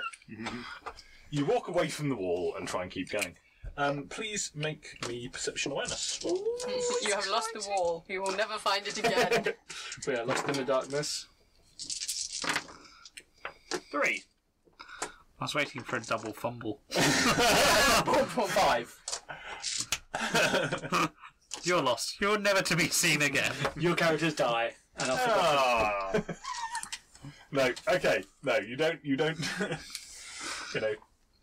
S1: You walk away from the wall and try and keep going. Um, please make me perception awareness.
S2: You have lost the wall. You will never find it again.
S5: we are lost in the darkness.
S4: Three.
S3: I was waiting for a double fumble.
S5: Five.
S3: You're lost. You're never to be seen again.
S5: Your characters die, and I've forgotten.
S4: Ah.
S1: No, okay, no, you don't, you don't, you know,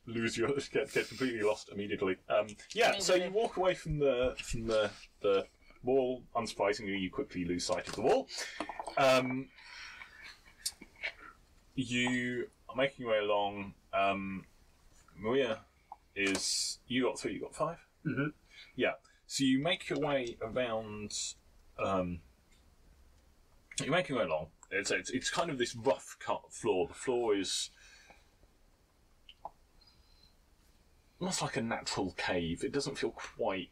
S1: lose your get, get completely lost immediately. Um, yeah, so you walk away from the from the the wall. Unsurprisingly, you quickly lose sight of the wall. Um, you are making your way along. Um, Maria is you got three, you got 5
S5: Mhm.
S1: Yeah, so you make your way around. Um, you're making your way along. It's, it's it's kind of this rough cut floor. The floor is almost like a natural cave. It doesn't feel quite.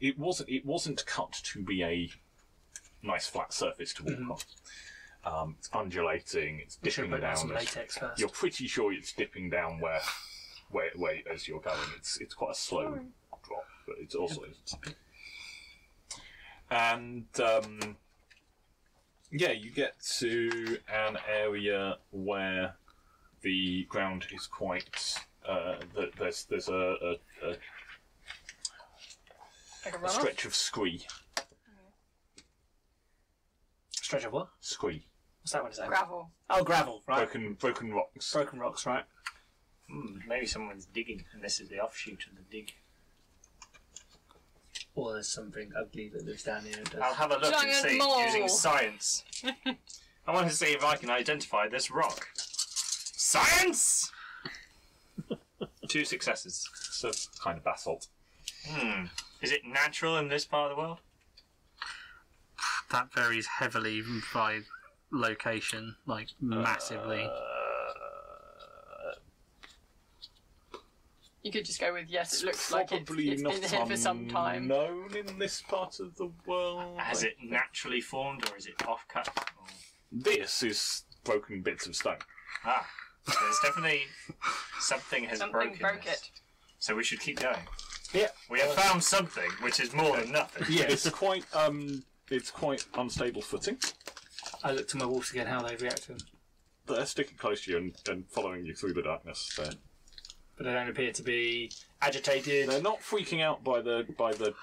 S1: It wasn't. It wasn't cut to be a nice flat surface to walk on. Um, it's undulating. It's
S5: We should
S1: dipping
S5: put down
S1: down.
S5: some
S1: as-
S5: latex first.
S1: You're pretty sure it's dipping down where, where, where as you're going. It's it's quite a slow drop, but it's also it's- and um, yeah, you get to an area where the ground is quite. Uh, th- there's there's a, a, a
S2: Like a
S1: a
S2: runoff.
S1: stretch of scree,
S5: Stretch of what?
S1: scree,
S5: What's that one? Is that?
S2: Gravel.
S5: oh, gravel. Right.
S1: broken broken rocks.
S5: Broken rocks. Right.
S4: Hmm, maybe someone's digging, and this is the offshoot of the dig.
S5: Or there's something ugly that lives down here. and does-
S4: I'll have a look and
S2: Giant
S4: see
S2: mole.
S4: using science. I want to see if I can identify this rock. Science. Two successes.
S1: It's a kind of basalt.
S4: Hmm. Is it natural in this part of the world?
S3: That varies heavily by location, like massively.
S2: You could just go with yes. It looks like it's,
S1: Probably
S2: it's been
S1: not
S2: here for some time.
S1: Known in this part of the world.
S4: Has it naturally formed, or is it offcut? Oh, Or...
S1: This is broken bits of stone.
S4: Ah, there's definitely something has
S2: Something
S4: broken.
S2: broke
S4: this.
S2: it.
S4: So we should keep going.
S5: Yeah.
S4: We have found something, which is more than nothing.
S1: It's quite um, it's quite unstable footing.
S5: I look to my wolves again. How they react to them.
S1: They're sticking close to you and, and following you through the darkness. They're
S5: but they don't appear to be agitated.
S1: They're not freaking out by the by the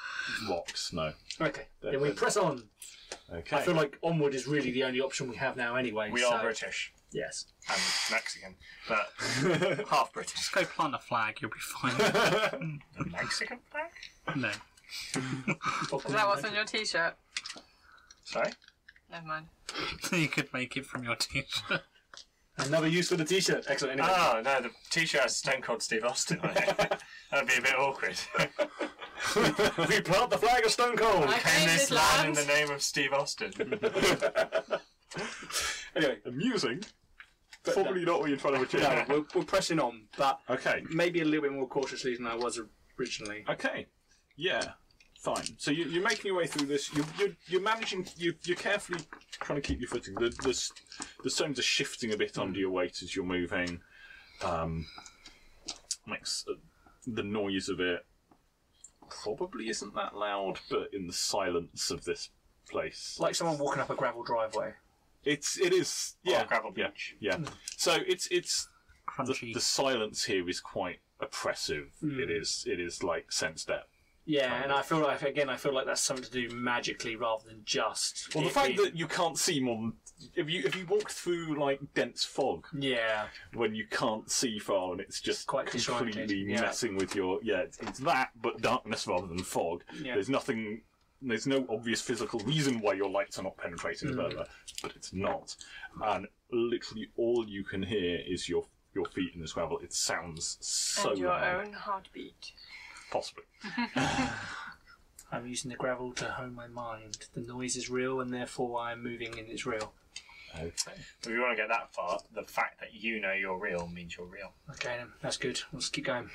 S1: rocks. No.
S5: Okay, then we
S1: They're-
S5: press on.
S1: Okay.
S5: I feel like onward is really the only option we have now, anyway.
S4: We
S5: so-
S4: are British
S5: Yes.
S4: and Mexican, but half British.
S3: Just go plant a flag, you'll be fine.
S4: Mexican flag?
S3: no.
S2: Is that what's on your t-shirt?
S4: Sorry?
S2: Never mind.
S3: you could make it from your t shirt.
S5: Another use for the T-shirt. Excellent. Anyway,
S4: Oh, no, the t shirt has Stone Cold Steve Austin on it. That'd be a bit awkward.
S5: we plant the flag of Stone Cold.
S2: I
S4: Can
S2: claim
S4: this
S2: this
S4: land
S2: land.
S4: in the name of Steve Austin?
S1: anyway, amusing. Probably not what you're trying to achieve.
S5: No, we're, we're pressing on, but
S1: Okay.
S5: maybe a little bit more cautiously than I was originally.
S1: Okay. Yeah. Fine. So you, you're making your way through this. You, you're, you're managing. You, you're carefully trying to keep your footing. The, the, s- the stones are shifting a bit under your weight as you're moving. Um, makes uh, the noise of it probably isn't that loud, but in the silence of this place,
S5: Like someone walking up a gravel driveway.
S1: it's it is. Yeah.
S4: Or gravel
S1: yeah.
S4: beach.
S1: Yeah. So it's it's the,
S3: Crunchy.
S1: the silence here is quite oppressive. It is it is like sensed out.
S5: Yeah, and I feel like again, I feel like that's something to do magically rather than just.
S1: Well, the
S5: it
S1: fact
S5: being-
S1: that you can't see more than if you if you walk through like dense fog
S5: yeah,
S1: when you can't see far and it's just
S5: Quite
S1: completely
S5: disjointed, yeah.
S1: messing with your yeah it's, it's that but darkness rather than fog.
S5: Yeah.
S1: There's nothing. There's no obvious physical reason why your lights are not penetrating
S5: Mm.
S1: further, but it's not. And literally all you can hear is your your feet in this gravel. It sounds so
S2: and your
S1: loud,
S2: own heartbeat.
S1: possibly.
S5: I'm using the gravel to hone my mind. The noise is real, and therefore I'm moving, and it's real.
S1: Okay.
S4: If you want to get that far, the fact that you know you're real means you're real.
S5: Okay, then that's good. Let's keep going.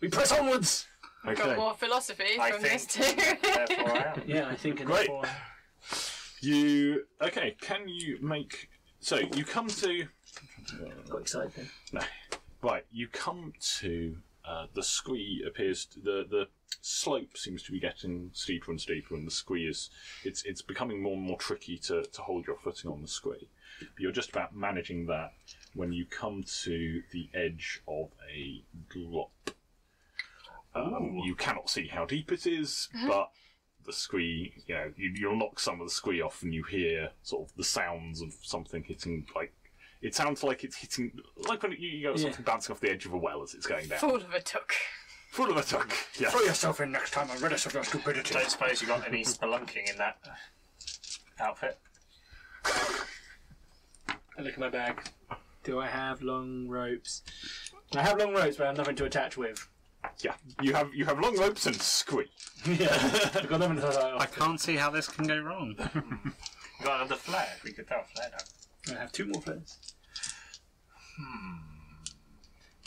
S5: We press onwards.
S2: Got more philosophy
S4: I
S2: from this
S4: think-
S2: too.
S4: Therefore, I am.
S5: Yeah, I think. and
S1: Great.
S5: therefore-
S1: You okay? Can you make so you come to
S5: Got excited then.
S1: right? You come to uh, the scree appears to, the the slope seems to be getting steeper and steeper, and the scree is it's it's becoming more and more tricky to to hold your footing on the scree. But you're just about managing that when you come to the edge of a drop. Um, you cannot see how deep it is, but the squee, you know, you, you'll knock some of the squee off and you hear sort of the sounds of something hitting, like, it sounds like it's hitting, like when you, you got
S5: Yeah.
S1: something bouncing off the edge of a well as it's going down.
S2: Fool of a took.
S1: Full of a tug, yeah.
S5: Throw yourself in next time and rid us of your stupidity.
S4: Don't suppose you got any spelunking in that outfit?
S5: I look at my bag. Do I have long ropes? I have long ropes, but I have nothing to attach with.
S1: Yeah, you have you have long ropes and squee.
S5: Yeah, I've got nothing to attach.
S3: I can't see how this can go wrong.
S4: You got another flag? We could throw a flag out.
S5: I have two more players.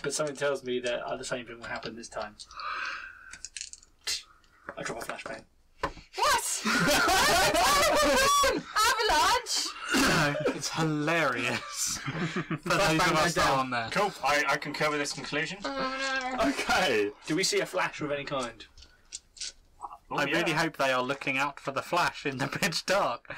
S5: But something tells me that uh, the same thing will happen this time. I drop a flashbang.
S2: What? Avalanche!
S3: it's hilarious. For those of us
S5: bang
S3: that
S5: went down.
S3: aren't there.
S4: Cool. I, I can cover this conclusion.
S2: Oh no.
S1: Okay.
S5: Do we see a flash of any kind?
S4: Oh,
S3: I
S4: yeah.
S3: really hope they are looking out for the flash in the pitch dark.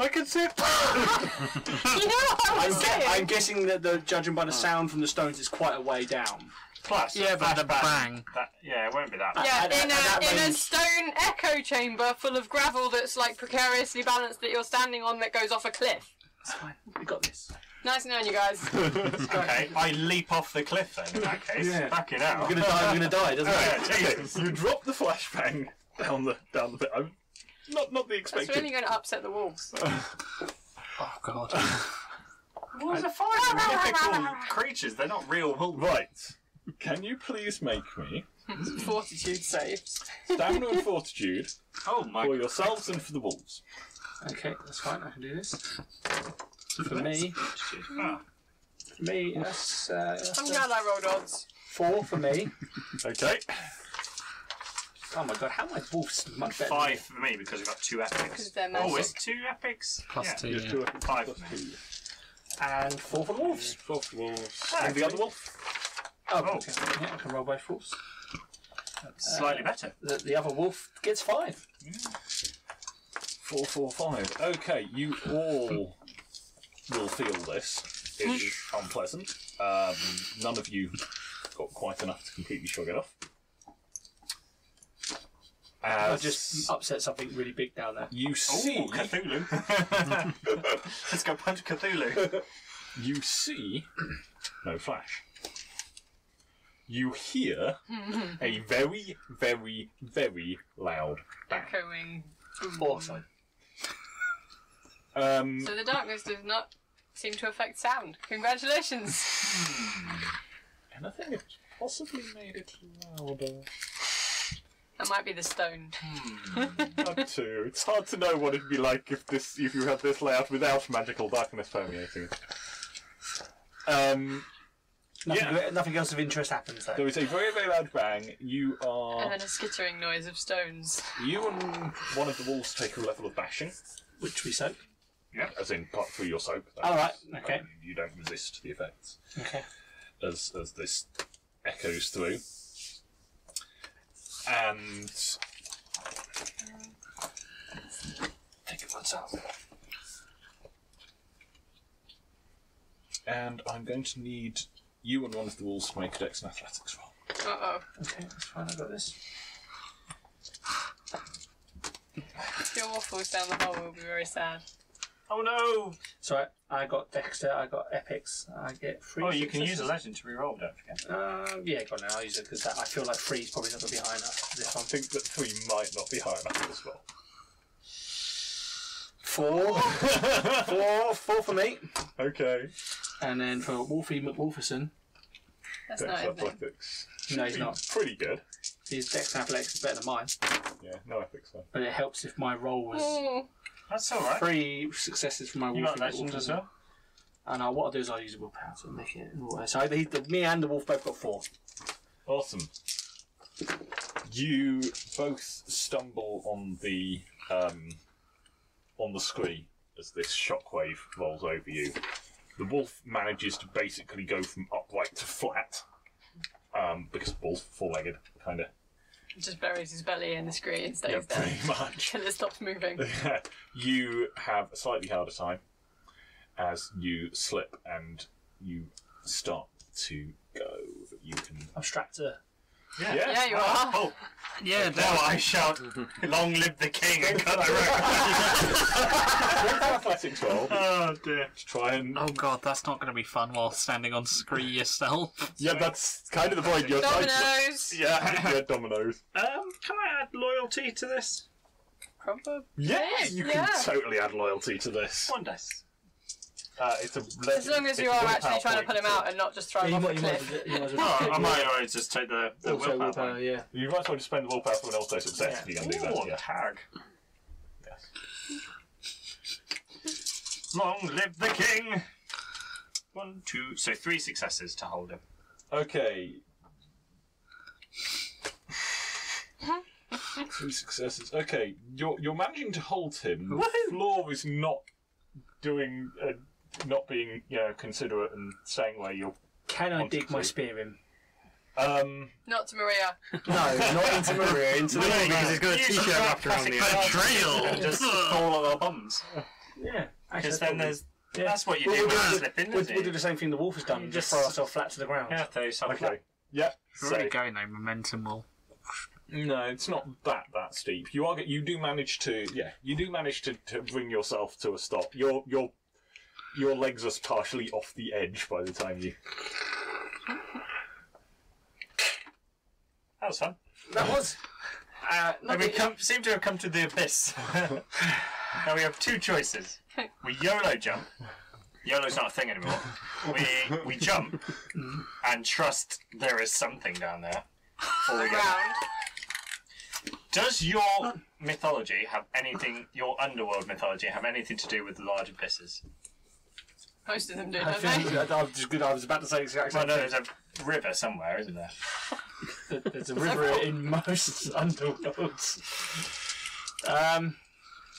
S1: I can see it.
S2: You know what I
S5: I'm,
S2: was
S5: gue-
S2: saying?
S5: I'm guessing that the judging by the sound from the stones is quite a way down.
S4: Plus,
S3: Yeah, but the bang.
S4: that, yeah, it won't be that.
S2: Yeah,
S5: at-
S2: in
S5: at that
S2: a, in a
S5: range.
S2: stone echo chamber full of gravel that's like precariously balanced that you're standing on that goes off a cliff.
S5: It's fine. We got this.
S2: Nice knowing you guys.
S4: Okay, I leap off the cliff then. In that case,
S5: Yeah.
S4: fucking out.
S5: We're gonna die. We're gonna die, doesn't it?
S4: Yeah, Jesus.
S1: you drop the flashbang down the down the bit. I'm not not the
S2: It's
S1: expected.
S2: really going to upset the wolves.
S3: Oh god.
S4: Wolves are fine. Mythical creatures. They're not real wolves.
S1: Right. Can you please make me
S2: Fortitude saves.
S1: stamina and fortitude
S4: Oh my.
S1: for yourselves and for the wolves?
S5: Okay, that's fine. I can do this. For me,
S4: Ah.
S5: for me, that's, uh,
S2: I'm
S5: that's
S2: glad I rolled odds.
S5: four for me.
S1: Okay.
S5: Oh my god, how am I wolves much better? than
S4: Five for me because I've got two epics.
S2: Because they're
S4: Oh,
S2: magic.
S4: it's two epics.
S3: Plus
S4: yeah.
S3: two.
S1: Just
S3: yeah.
S1: two of them.
S4: Five.
S1: Plus two.
S5: me? and four for the wolves.
S1: Four for wolves.
S4: Ah,
S1: And the other wolf.
S5: Oh,
S4: Oh.
S5: okay. yeah, I can roll by fours.
S4: Slightly better.
S5: The, the other wolf gets five.
S1: Four, four, five. Okay, you all will feel this. It is unpleasant. Um, none of you got quite enough to completely shrug it off. Uh,
S5: I
S1: As
S5: just upset something really big down there.
S1: you see,
S4: Uh, Ooh, Cthulhu. Let's go punch Cthulhu.
S1: you see, no flash. You hear a very, very, very loud bang.
S2: Echoing.
S5: Awesome.
S1: Um,
S2: So the darkness does not seem to affect sound. Congratulations.
S1: and I think it possibly made it louder.
S2: That might be the stone.
S1: Up to. It's hard to know what it'd be like if this if you had this layout without magical darkness permeating it. Um,
S5: Nothing,
S1: Yeah.
S5: nothing else of interest happens though.
S1: there is a very very loud bang. You
S2: And
S5: Oh.
S1: are
S2: then a skittering noise of stones.
S1: you and one of the walls take a level of bashing,
S5: Which we soak.
S1: as in part through your soap.
S5: All right.
S1: That's-
S5: Okay.
S1: You don't resist the effects
S5: Okay.
S1: as as this echoes through, and take it once out. And I'm going to need you and one of the walls to make a dex and athletics roll.
S2: Uh oh.
S5: Okay, that's fine. I got this.
S2: If your waffles down the hole will be very sad.
S4: oh no!
S5: So I, I got Dexter. I got Epics. I get free.
S4: Oh, you can use a legend to reroll, don't forget.
S5: Um, yeah, go on now. I'll use it because I feel like three is probably not going to be high enough for this one.
S1: I think that three might not be high enough as well.
S5: Four. four. Four for me.
S1: Okay.
S5: And then for Wolfie McWolferson,
S2: That's
S1: Dex
S2: not everything.
S1: athletics.
S5: No, he's
S1: Be
S5: not.
S1: Pretty good.
S5: His Dex and Athletics is better than mine,
S1: Yeah, no ethics though.
S5: but it helps if my roll was
S2: Oh,
S4: That's alright.
S5: three successes from my
S4: You got
S5: Wolfie
S4: legend as
S5: McWolferson.
S4: well?
S5: And I, what I'll do is I'll use a willpower to make it. all- So he, the, me and the wolf both got four.
S1: Awesome. You both stumble on the um, on the screen as this shockwave rolls over you. The wolf manages to basically go from upright to flat um, because wolf four-legged, kind of.
S2: just buries his belly in the screen and stays there
S1: pretty much.
S2: till it stops moving.
S1: you have a slightly harder time as you slip and you start to go. You can.
S5: I'm strapped to.
S1: Yeah.
S2: Yeah, you are.
S4: Oh,
S3: Yeah,
S4: now I shout, long live the king and cut the rope.
S1: Make an athletics roll to
S4: oh dear.
S1: try and
S3: Oh god, that's not going to be fun while standing on scree yourself.
S1: Yeah, that's kind of the point. You're trying to-
S2: Dominoes.
S1: Yeah, yeah, dominoes.
S6: Um, can I add loyalty to this?
S2: Probably.
S1: Yeah,
S2: Yes,
S1: you
S2: yeah.
S1: can totally add loyalty to this.
S4: One dice.
S1: Uh, it's a
S2: As long as you are actually trying to pull him out and not just throw him off a cliff.
S4: Oh, I might already just take the, the
S5: Also
S4: willpower.
S5: willpower,
S4: point.
S5: yeah.
S1: You might as well just spend the willpower for an auto success if
S6: uh,
S1: you're going to do that.
S4: Ooh,
S1: Yeah.
S4: tag. Long live the king! One, two, so three successes to hold him.
S1: Okay. Two successes. Okay, you're you're managing to hold him. The floor is not doing, uh, not being you know considerate and staying where you're.
S5: Can I
S1: One,
S5: dig my
S1: two.
S5: spear in?
S1: Um,
S2: Not to Maria.
S5: No, not into Maria, into the.
S6: because he's got a t-shirt wrapped around the arm.
S4: And just fall on our bums.
S5: Yeah. actually,
S4: Because then
S5: that's
S4: there's.
S5: Yeah.
S4: That's what you do
S5: Well, we'll
S4: when
S5: do
S4: you
S5: the-
S4: slip in,
S5: probably-
S4: isn't
S5: We'll, we'll do
S4: it?
S5: the same thing the wolf has done.
S4: You
S5: just
S4: just-
S5: throw ourselves flat to the ground.
S4: Yeah, throw yourself
S1: okay. Yeah.
S3: We're
S1: so-
S3: already going though, momentum will.
S1: No, it's not that that steep. You are get- you do manage to yeah you do manage to, to bring yourself to a stop. Your your your legs are partially off the edge by the time you.
S4: That was fun.
S5: That was.
S4: Uh, and we come, seem to have come to the abyss. now we have two choices. We YOLO jump. YOLO's not a thing anymore. We we jump and trust there is something down there. Or we go.
S2: Round.
S4: Does your mythology have anything? Your underworld mythology have anything to do with large abysses?
S2: Most of them do,
S5: I,
S2: don't
S5: feel,
S2: they?
S5: that- I was just good. I was about to say exactly.
S4: Well, no, there's a river somewhere, isn't there?
S5: There's a river in most underworlds. Um,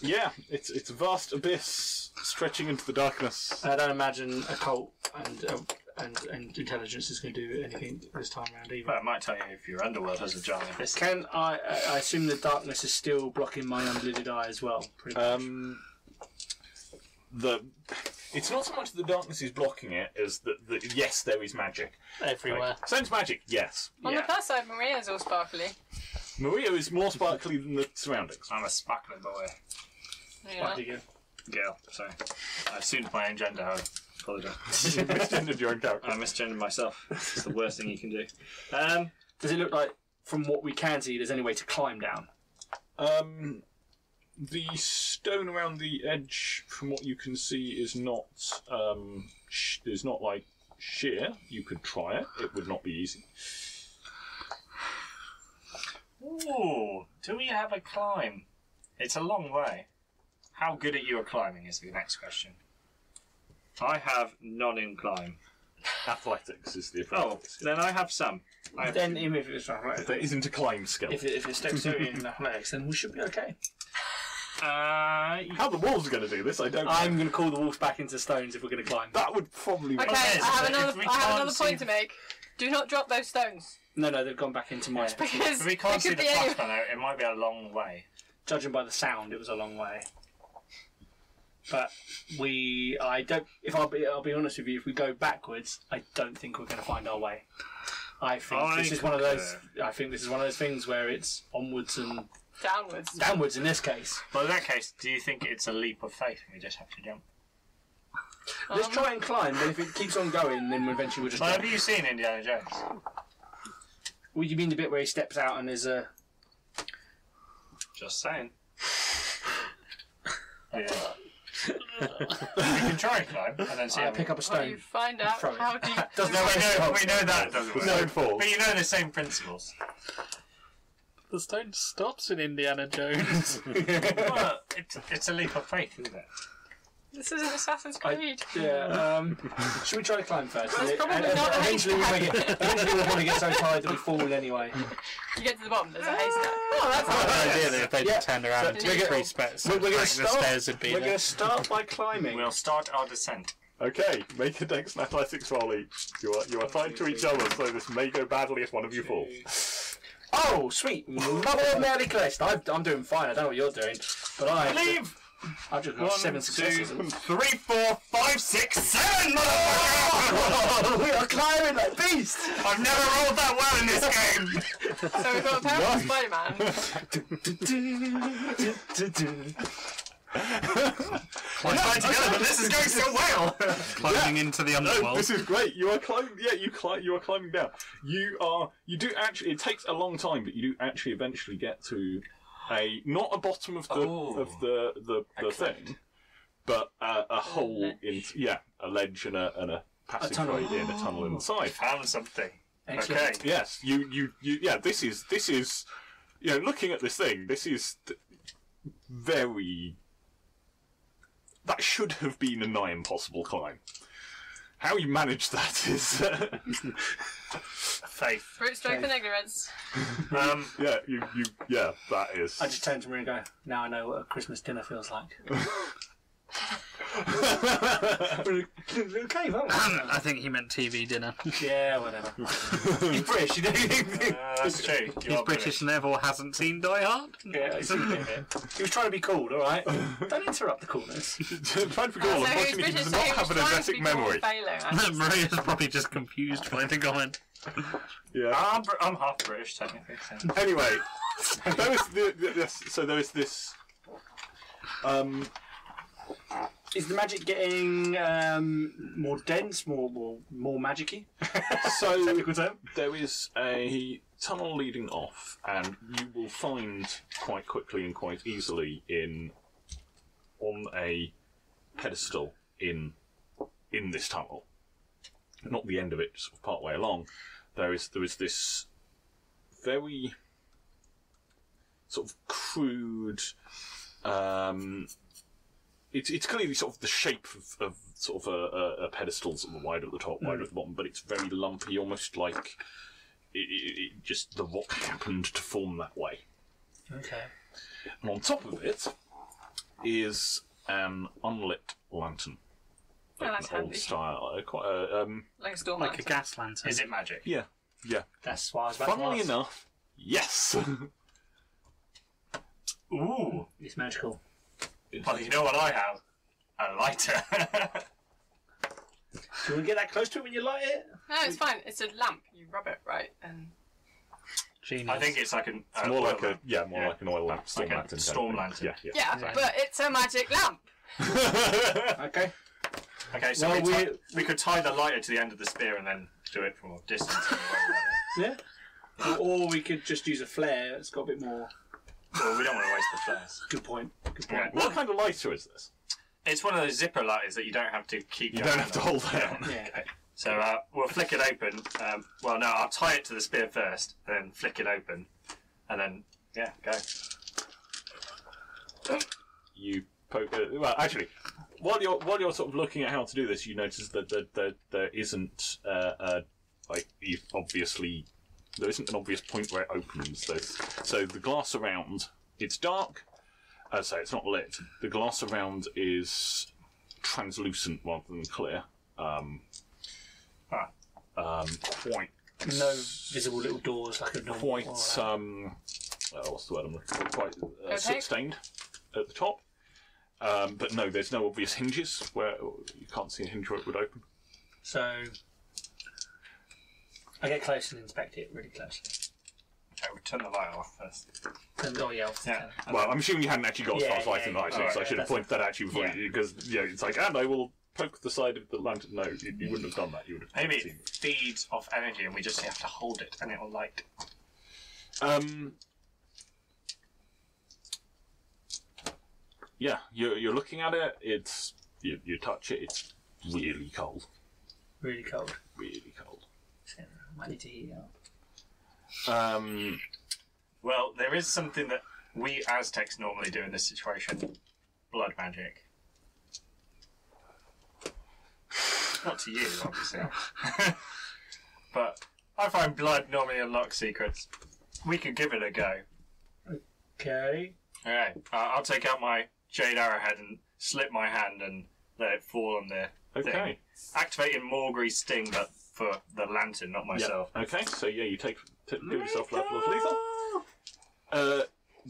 S1: Yeah, it's it's a vast abyss stretching into the darkness.
S5: I don't imagine occult and uh, and and intelligence is going to do anything this time round either.
S4: Well, it might tell you if your underworld has a giant abyss.
S5: Can I? I- I assume the darkness is Um, still blocking my unlidded eye as well. Pretty much.
S1: Um, the It's not so much that the darkness is blocking it as that, that yes, there is magic.
S5: Everywhere.
S1: Sense magic, yes.
S2: On the
S4: Yeah.
S2: plus side, Maria's all sparkly.
S1: Maria is more sparkly than the surroundings.
S4: I'm a sparkling boy.
S2: You know?
S5: Again.
S4: Girl, sorry. I assumed my own gender. I apologise.
S1: You misgendered your own
S4: I
S1: character.
S4: misgendered myself. It's the worst thing you can do. Um,
S5: Does it look like, from what we can see, there's any way to climb down?
S1: Um, the stone around the edge, from what you can see, is not um, sh- is not like sheer. You could try it; it would not be easy.
S4: ooh, do we have a climb? It's a long way. How good at you at climbing is the next question. I have none in climb.
S1: Athletics is the
S4: Oh,
S1: approach.
S4: then I have some. I have
S5: Then, even if it's athletics,
S1: There isn't a climb skill.
S5: if, it, if it's dexterity and athletics, then we should be okay.
S4: Uh,
S1: How the wolves are going to do this, I don't. know.
S5: I'm going to call the walls back into stones if we're going to climb.
S1: That would probably.
S2: Okay,
S1: work.
S4: Okay,
S2: I have
S4: so if
S2: another.
S4: we
S2: I have
S4: can't
S2: another point to
S4: see-
S2: make. Do not drop those stones
S5: No, no, they've gone back into my.
S2: because
S4: if we
S2: it
S4: can't
S2: could
S4: see the
S2: be any.
S4: plasma though, it might be a long way.
S5: Judging by the sound, it was a long way. But we, I don't. If I'll be, I'll be honest with you. If we go backwards, I don't think we're going to find our way. I think
S4: I
S5: this is one of those. I think this is one of those things where it's onwards and
S2: Downwards.
S5: downwards in this case.
S4: Well, in that case, do you think it's a leap of faith and we just have to jump?
S5: Let's
S2: Um,
S5: try and climb, but if it keeps on going, then eventually we'll just.
S4: Well,
S5: Well,
S4: have you seen Indiana Jones?
S5: well you mean the bit where he steps out and there's a.
S4: Just saying. yeah. we can try and climb and then see.
S5: I
S4: how
S5: pick
S4: we-
S5: up a
S2: Well, you
S5: stone.
S2: find out
S5: Throw it.
S2: how deep.
S5: Doesn't
S4: No, we know, we know that doesn't work.
S1: No fall.
S4: But you know the same principles.
S7: The stone stops in Indiana Jones.
S4: well, it's, it's a leap of faith, isn't it?
S2: This isn't Assassin's
S5: I-
S2: Creed.
S5: Yeah. Um, should we try to climb first?
S2: That's
S5: And-
S2: probably
S5: and- and
S2: not a
S5: eventually we
S2: haystack.
S5: make it. Eventually we'll probably get so tired that we fall anyway.
S2: You get to the bottom. There's a haystack. Oh, that's not
S7: Bad idea that if they
S5: Yeah.
S7: just turned around and
S2: we're
S7: took
S2: gonna-
S7: three steps,
S5: we're gonna
S7: like the
S5: start-
S7: stairs would be
S5: We're
S7: there.
S5: going to start by climbing.
S4: We'll start our descent.
S1: Okay, make a dex and athletics roll each. You are you are tied to each other, so this may go badly if one of you falls.
S5: Oh, sweet. Mother of Mary Christ. I've, I'm doing fine. I don't know what you're doing. But I.
S4: Leave!
S5: I've just got seven successes.
S4: Three, four, five, six, seven, motherfucker!
S5: Oh, we are climbing like beasts!
S4: I've never rolled that well in this game!
S2: So we've got a pair of Spider-Man.
S4: We're not together, but this is going so well!
S7: Climbing into the
S1: No,
S7: underworld.
S1: this is great. You are climbing. Yeah, you climb. You are climbing down. You are. You do actually. It takes a long time, but you do actually eventually get to a not a bottom of the
S4: Oh.
S1: of the the, the
S4: Excellent.
S1: thing, but a, a hole in. Yeah, a ledge and a and a passageway in a tunnel inside.
S4: Found something.
S5: Excellent.
S4: Okay.
S1: Yes, you you you. Yeah, this is this is. You know, looking at this thing, this is th- very. That should have been a nigh impossible climb. How you manage that is.
S4: Faith.
S2: Brute strength and ignorance.
S4: Um,
S1: Yeah, you, you, yeah, that is.
S5: I just turned to Maria and go, now I know what a Christmas dinner feels like. We're in a cave, aren't
S3: I think he meant TV dinner.
S5: we? Yeah, whatever. He's British, you know.
S4: uh, that's true. You
S3: He's
S4: are
S3: British and therefore hasn't seen Die Hard.
S5: yeah, he's a bit of it. He was trying to be cool, alright? Don't interrupt the coolness.
S1: Trying to
S2: So
S1: recall,
S2: who's
S1: unfortunately, he
S2: British?
S1: Oh, does
S2: So
S1: not
S2: he was
S1: have an
S2: trying to
S1: athletic
S2: be called
S1: memory.
S2: Phalo, actually.
S3: Maria's probably just confused by the comment.
S1: Yeah.
S4: I'm, Br- I'm half British, technically. So.
S1: Anyway, there is the, the, this, so there is this. Um,
S5: Is the magic getting um, more dense, more more, more magicy?
S1: so
S5: Technical term.
S1: there is a tunnel leading off, and you will find quite quickly and quite easily in on a pedestal in in this tunnel. Not the end of it, sort of part way along. There is there is this very sort of crude. Um, it's it's clearly sort of the shape of, of sort of a, a, a pedestal, sort of wider at the
S2: Hmm.
S1: top, wider at the bottom, but it's very lumpy, almost like it, it, it just the rock happened to form that way.
S5: Okay.
S1: And on top of it is an unlit lantern,
S2: Oh, that's
S1: an old
S2: handy.
S1: style, uh, quite a um,
S2: Like a storm
S3: Like a
S2: lantern.
S3: gas lantern.
S4: Is it magic?
S1: yeah, yeah.
S5: That's why I was about to
S1: Funnily
S5: ask.
S1: enough, yes.
S4: Ooh.
S5: It's magical.
S4: Well, you know what I have? A lighter.
S5: Do you want to get that close to it when you light it?
S2: No, it's fine. It's a lamp. You rub it, right? And
S3: Genius.
S4: I think it's like an.
S1: It's
S4: uh,
S1: more
S4: oil
S1: like a
S4: lamp.
S1: yeah, more
S4: Yeah.
S1: like an oil lamp, storm
S4: Like a
S1: lantern. type
S4: storm
S1: thing.
S4: lantern.
S1: Yeah,
S2: yeah, but it's a magic lamp.
S1: yeah.
S5: Okay.
S4: Okay, so
S5: Well,
S4: we,
S5: we-
S4: ti- we could tie the lighter to the end of the spear and then do it from a distance.
S5: Yeah. Or we could just use a flare. It's got a bit more.
S4: well, we don't want to waste the flares.
S5: Good point. Good point.
S4: Right.
S1: what kind of lighter is this?
S4: It's one of those zipper lighters that you don't have to keep.
S1: You
S4: going
S1: don't have to
S4: on.
S1: hold down.
S5: Yeah.
S4: So uh, we'll flick it open. Um, well, no, I'll tie it to the spear first, then flick it open, and then yeah, go.
S1: You poke. it- Well, actually, while you're while you're sort of looking at how to do this, you notice that that that there isn't uh, uh, like you've obviously there isn't an obvious point where it opens. So, so the glass around it's dark. Uh, so it's not lit. The glass around is translucent rather than clear. Um,
S4: Ah.
S1: um, quite
S5: No visible little doors like a normal.
S1: quite
S5: or, uh,
S1: um, uh, what's the word I'm looking for? Quite uh,
S2: Opaque?
S1: soot stained at the top. Um, but no, there's no obvious hinges where you can't see a hinge where it would open.
S5: So I get close and inspect it really closely.
S4: Okay, we'll turn the light off first.
S5: And, oh yeah,
S4: Yeah. and
S1: Well, I'm assuming you hadn't actually got as far
S5: Yeah,
S1: as lighting the
S5: yeah, yeah.
S1: lightning, so I
S5: Alright,
S1: should have
S5: that's
S1: pointed that out you before,
S5: Yeah.
S1: you- because yeah. it's like, and I will poke the side of the lantern. No, you, you wouldn't have done that. You would have
S4: Maybe
S1: seen
S4: it feeds off energy, and we just have to hold it, and it will light.
S1: Um, yeah, you're, you're looking at it. It's you, you touch it. It's really cold.
S5: really cold.
S1: Really cold.
S5: So, might need to heat up.
S1: Um,
S4: Well, there is something that we Aztecs normally do in this situation: blood magic. Not to you, obviously, but I find blood normally unlocks secrets. We could give it a go.
S5: Okay.
S4: All right, uh, I'll take out my jade arrowhead and slip my hand and let it fall on the
S1: okay.
S4: thing. Activating Morgre's sting, but for the lantern, not
S1: Yeah.
S4: myself.
S1: Okay. So yeah, you take t- give yourself a level of lethal. Uh,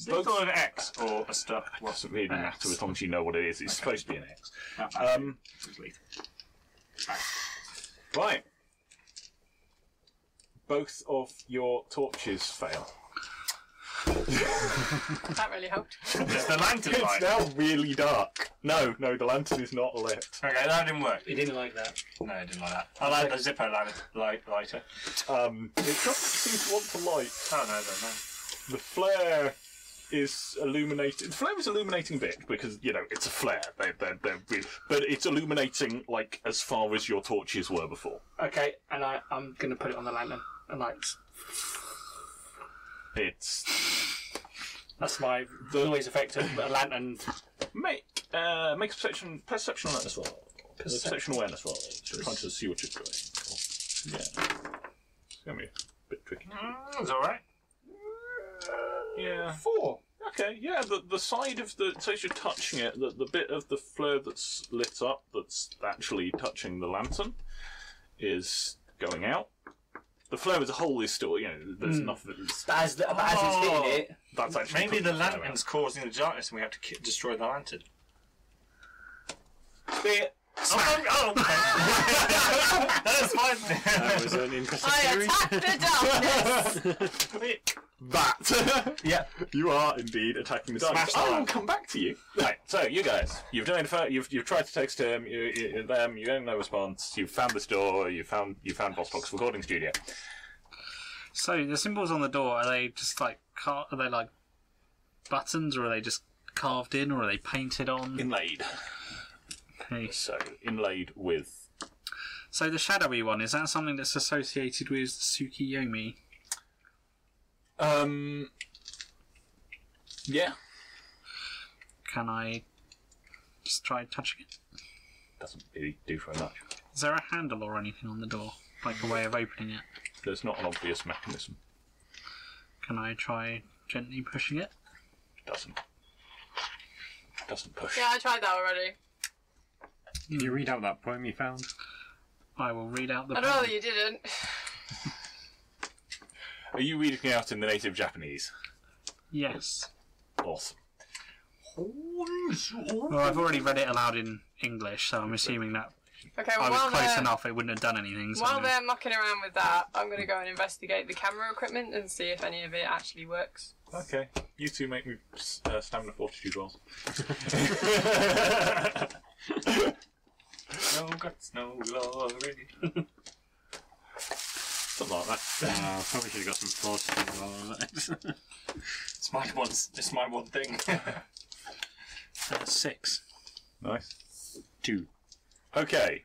S4: Both
S1: both-
S4: an X or a stuff. What's
S1: doesn't really matter as long as you know what it is. It's supposed to be an X.
S4: uh,
S1: Um,
S4: lethal?
S1: right. Both of your torches fail.
S2: That really helped.
S4: It's the lantern
S1: It's
S4: light.
S1: now really dark. No, no, the lantern is not lit.
S4: Okay, that didn't work.
S5: He didn't like that.
S4: No, I didn't like that. I like the Zippo light, light lighter.
S1: Um, it doesn't seem to want to light.
S4: Oh no, I don't know.
S1: The flare is illuminated. The flare is illuminating a bit because you know it's a flare. They're, they're, they're re- but it's illuminating like as far as your torches were before.
S5: Okay, and I, I'm gonna put it on the lantern and like
S1: It's
S5: that's my noise effect of a lantern.
S1: make uh, make a perception perception awareness roll. Perception, awareness roll. Just trying to see what you're doing. Yeah, it's gonna be a bit tricky.
S4: Mm, It's all right.
S1: Yeah.
S5: Four.
S1: Okay, yeah, the, the side of the so as you're touching it, the, the bit of the flare that's lit up that's actually touching the lantern is going out. The flare as a whole is still, you know, there's enough of it that's,
S5: But as, the, but as it's hitting it,
S1: that's actually
S4: Maybe
S1: putting
S4: the
S1: flare
S4: lantern's causing the darkness, and we have to ki- destroy the lantern.
S5: it
S4: Oh, oh, okay. that's fine.
S6: That was an interesting
S2: I
S6: theory.
S2: attacked the darkness.
S1: out. that.
S5: yeah.
S1: you are indeed attacking the darkness.
S4: Smash the
S1: I will
S4: lantern.
S1: come back to you. Right, so you guys, you've done it. You've you've tried to text him, you, you, them. You getting no response. You've found this door. You found you found Bossbox recording studio.
S3: So the symbols on the door are they just like car- are they like buttons or are they just carved in or are they painted on?
S1: Inlaid,
S3: Okay.
S1: so inlaid with
S3: So the shadowy one is that something that's associated with Tsukiyomi?
S1: Um. Yeah.
S3: Can I just try touching it?
S1: Doesn't really do very much.
S3: Is there a handle or anything on the door, like a way of opening it?
S1: There's not an obvious mechanism.
S3: Can I try gently pushing it?
S1: Doesn't. Doesn't push.
S2: yeah, I tried that already.
S6: Can you read out that poem you found?
S3: I will read out the.
S2: I'd
S3: poem.
S2: rather you didn't.
S1: Are you reading out in the native Japanese?
S3: Yes.
S1: Awesome.
S3: Well, I've already read it aloud in English, so I'm assuming that
S2: Okay,
S3: I
S2: well,
S3: was
S2: while
S3: close
S2: they're,
S3: enough; it wouldn't have done anything. So
S2: while they're mucking around with that, I'm going to go and investigate the camera equipment and see if any of it actually works.
S1: Okay, you two make me uh, stamina fortitude rolls.
S4: No guts, no glory.
S1: Something like that.
S6: Uh, probably should have got some fortitude roll on that.
S4: It's my one. It's my one thing.
S3: uh, six.
S1: Nice.
S6: Two.
S1: Okay.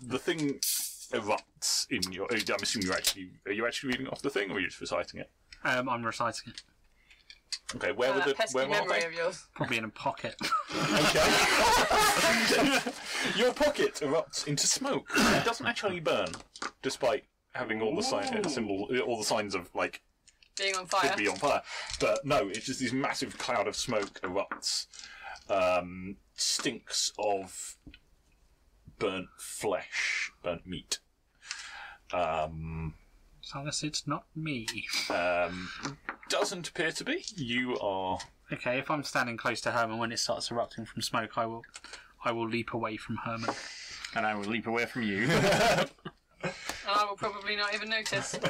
S1: The thing erupts in your. I'm assuming you're actually. Are you actually reading off the thing, or are you just reciting it?
S3: Um, I'm reciting it,
S1: Okay. Where
S2: Uh,
S1: were
S2: that
S1: the?
S2: pesky
S1: Where were
S2: memory
S1: they?
S2: of yours.
S3: probably in a pocket.
S1: Okay. your pocket erupts into smoke. It doesn't actually burn, despite having all the sign, symbol, uh, all the signs of like
S2: Being on
S1: could
S2: fire.
S1: be on fire. But no, it's just this massive cloud of smoke erupts. Um, stinks of burnt flesh, burnt meat. Um,
S3: As long as it's not me.
S1: um, doesn't appear to be. You are.
S3: Okay, if I'm standing close to Herman when it starts erupting from smoke, I will, I will leap away from Herman.
S6: And I will leap away from you.
S2: And I will probably not even notice.
S5: This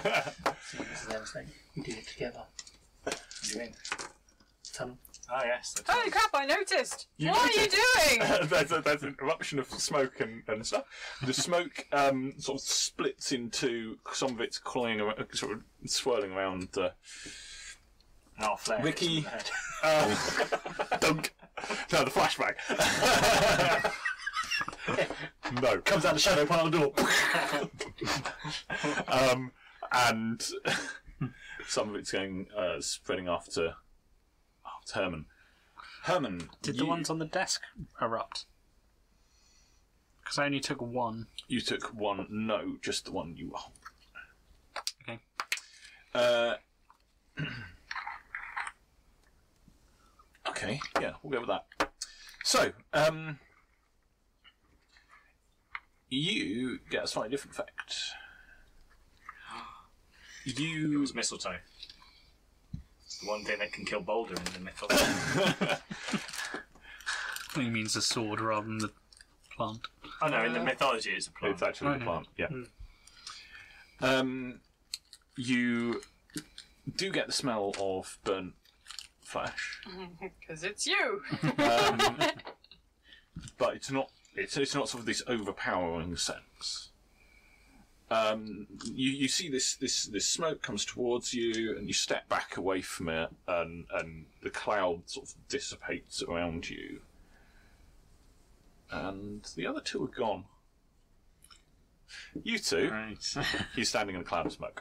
S5: is their mistake. We did it together.
S4: What do you mean?
S5: Tunnel.
S4: Ah yes. the
S2: Holy crap, I noticed!
S1: You
S2: what are you doing?
S1: there's, a, there's an eruption of smoke and, and stuff. The smoke um, sort of splits into some of it's cloying, ar- uh, sort of swirling around. Uh,
S4: No, flare.
S1: Ricky.
S4: It's in the
S1: uh,
S4: head.
S1: dunk. No, the flashback. no, comes out the shadow pile door. um, and some of it's going uh, spreading after after Herman. Herman,
S3: Did
S1: you-
S3: the ones on the desk erupt? Because I only took one.
S1: You took one. No, just the one you are.
S3: Okay.
S1: Uh, okay. Yeah, we'll go with that. So, um, you get a slightly different fact.
S4: It
S1: You
S4: was mistletoe. It's the one thing that can kill Boulder in the myth.
S3: He means the sword rather than the plant.
S4: oh no, in the mythology it's a plant.
S1: It's actually
S3: Okay.
S1: the plant. Yeah. Um, you do get the smell of burnt flesh.
S2: Because it's you!
S1: um, but it's not it's, it's not sort of this overpowering sense. Um, you, you see this, this, this smoke comes towards you, and you step back away from it, and, and the cloud sort of dissipates around you. And the other two are gone. You two,
S6: right.
S1: you're standing in a cloud of smoke.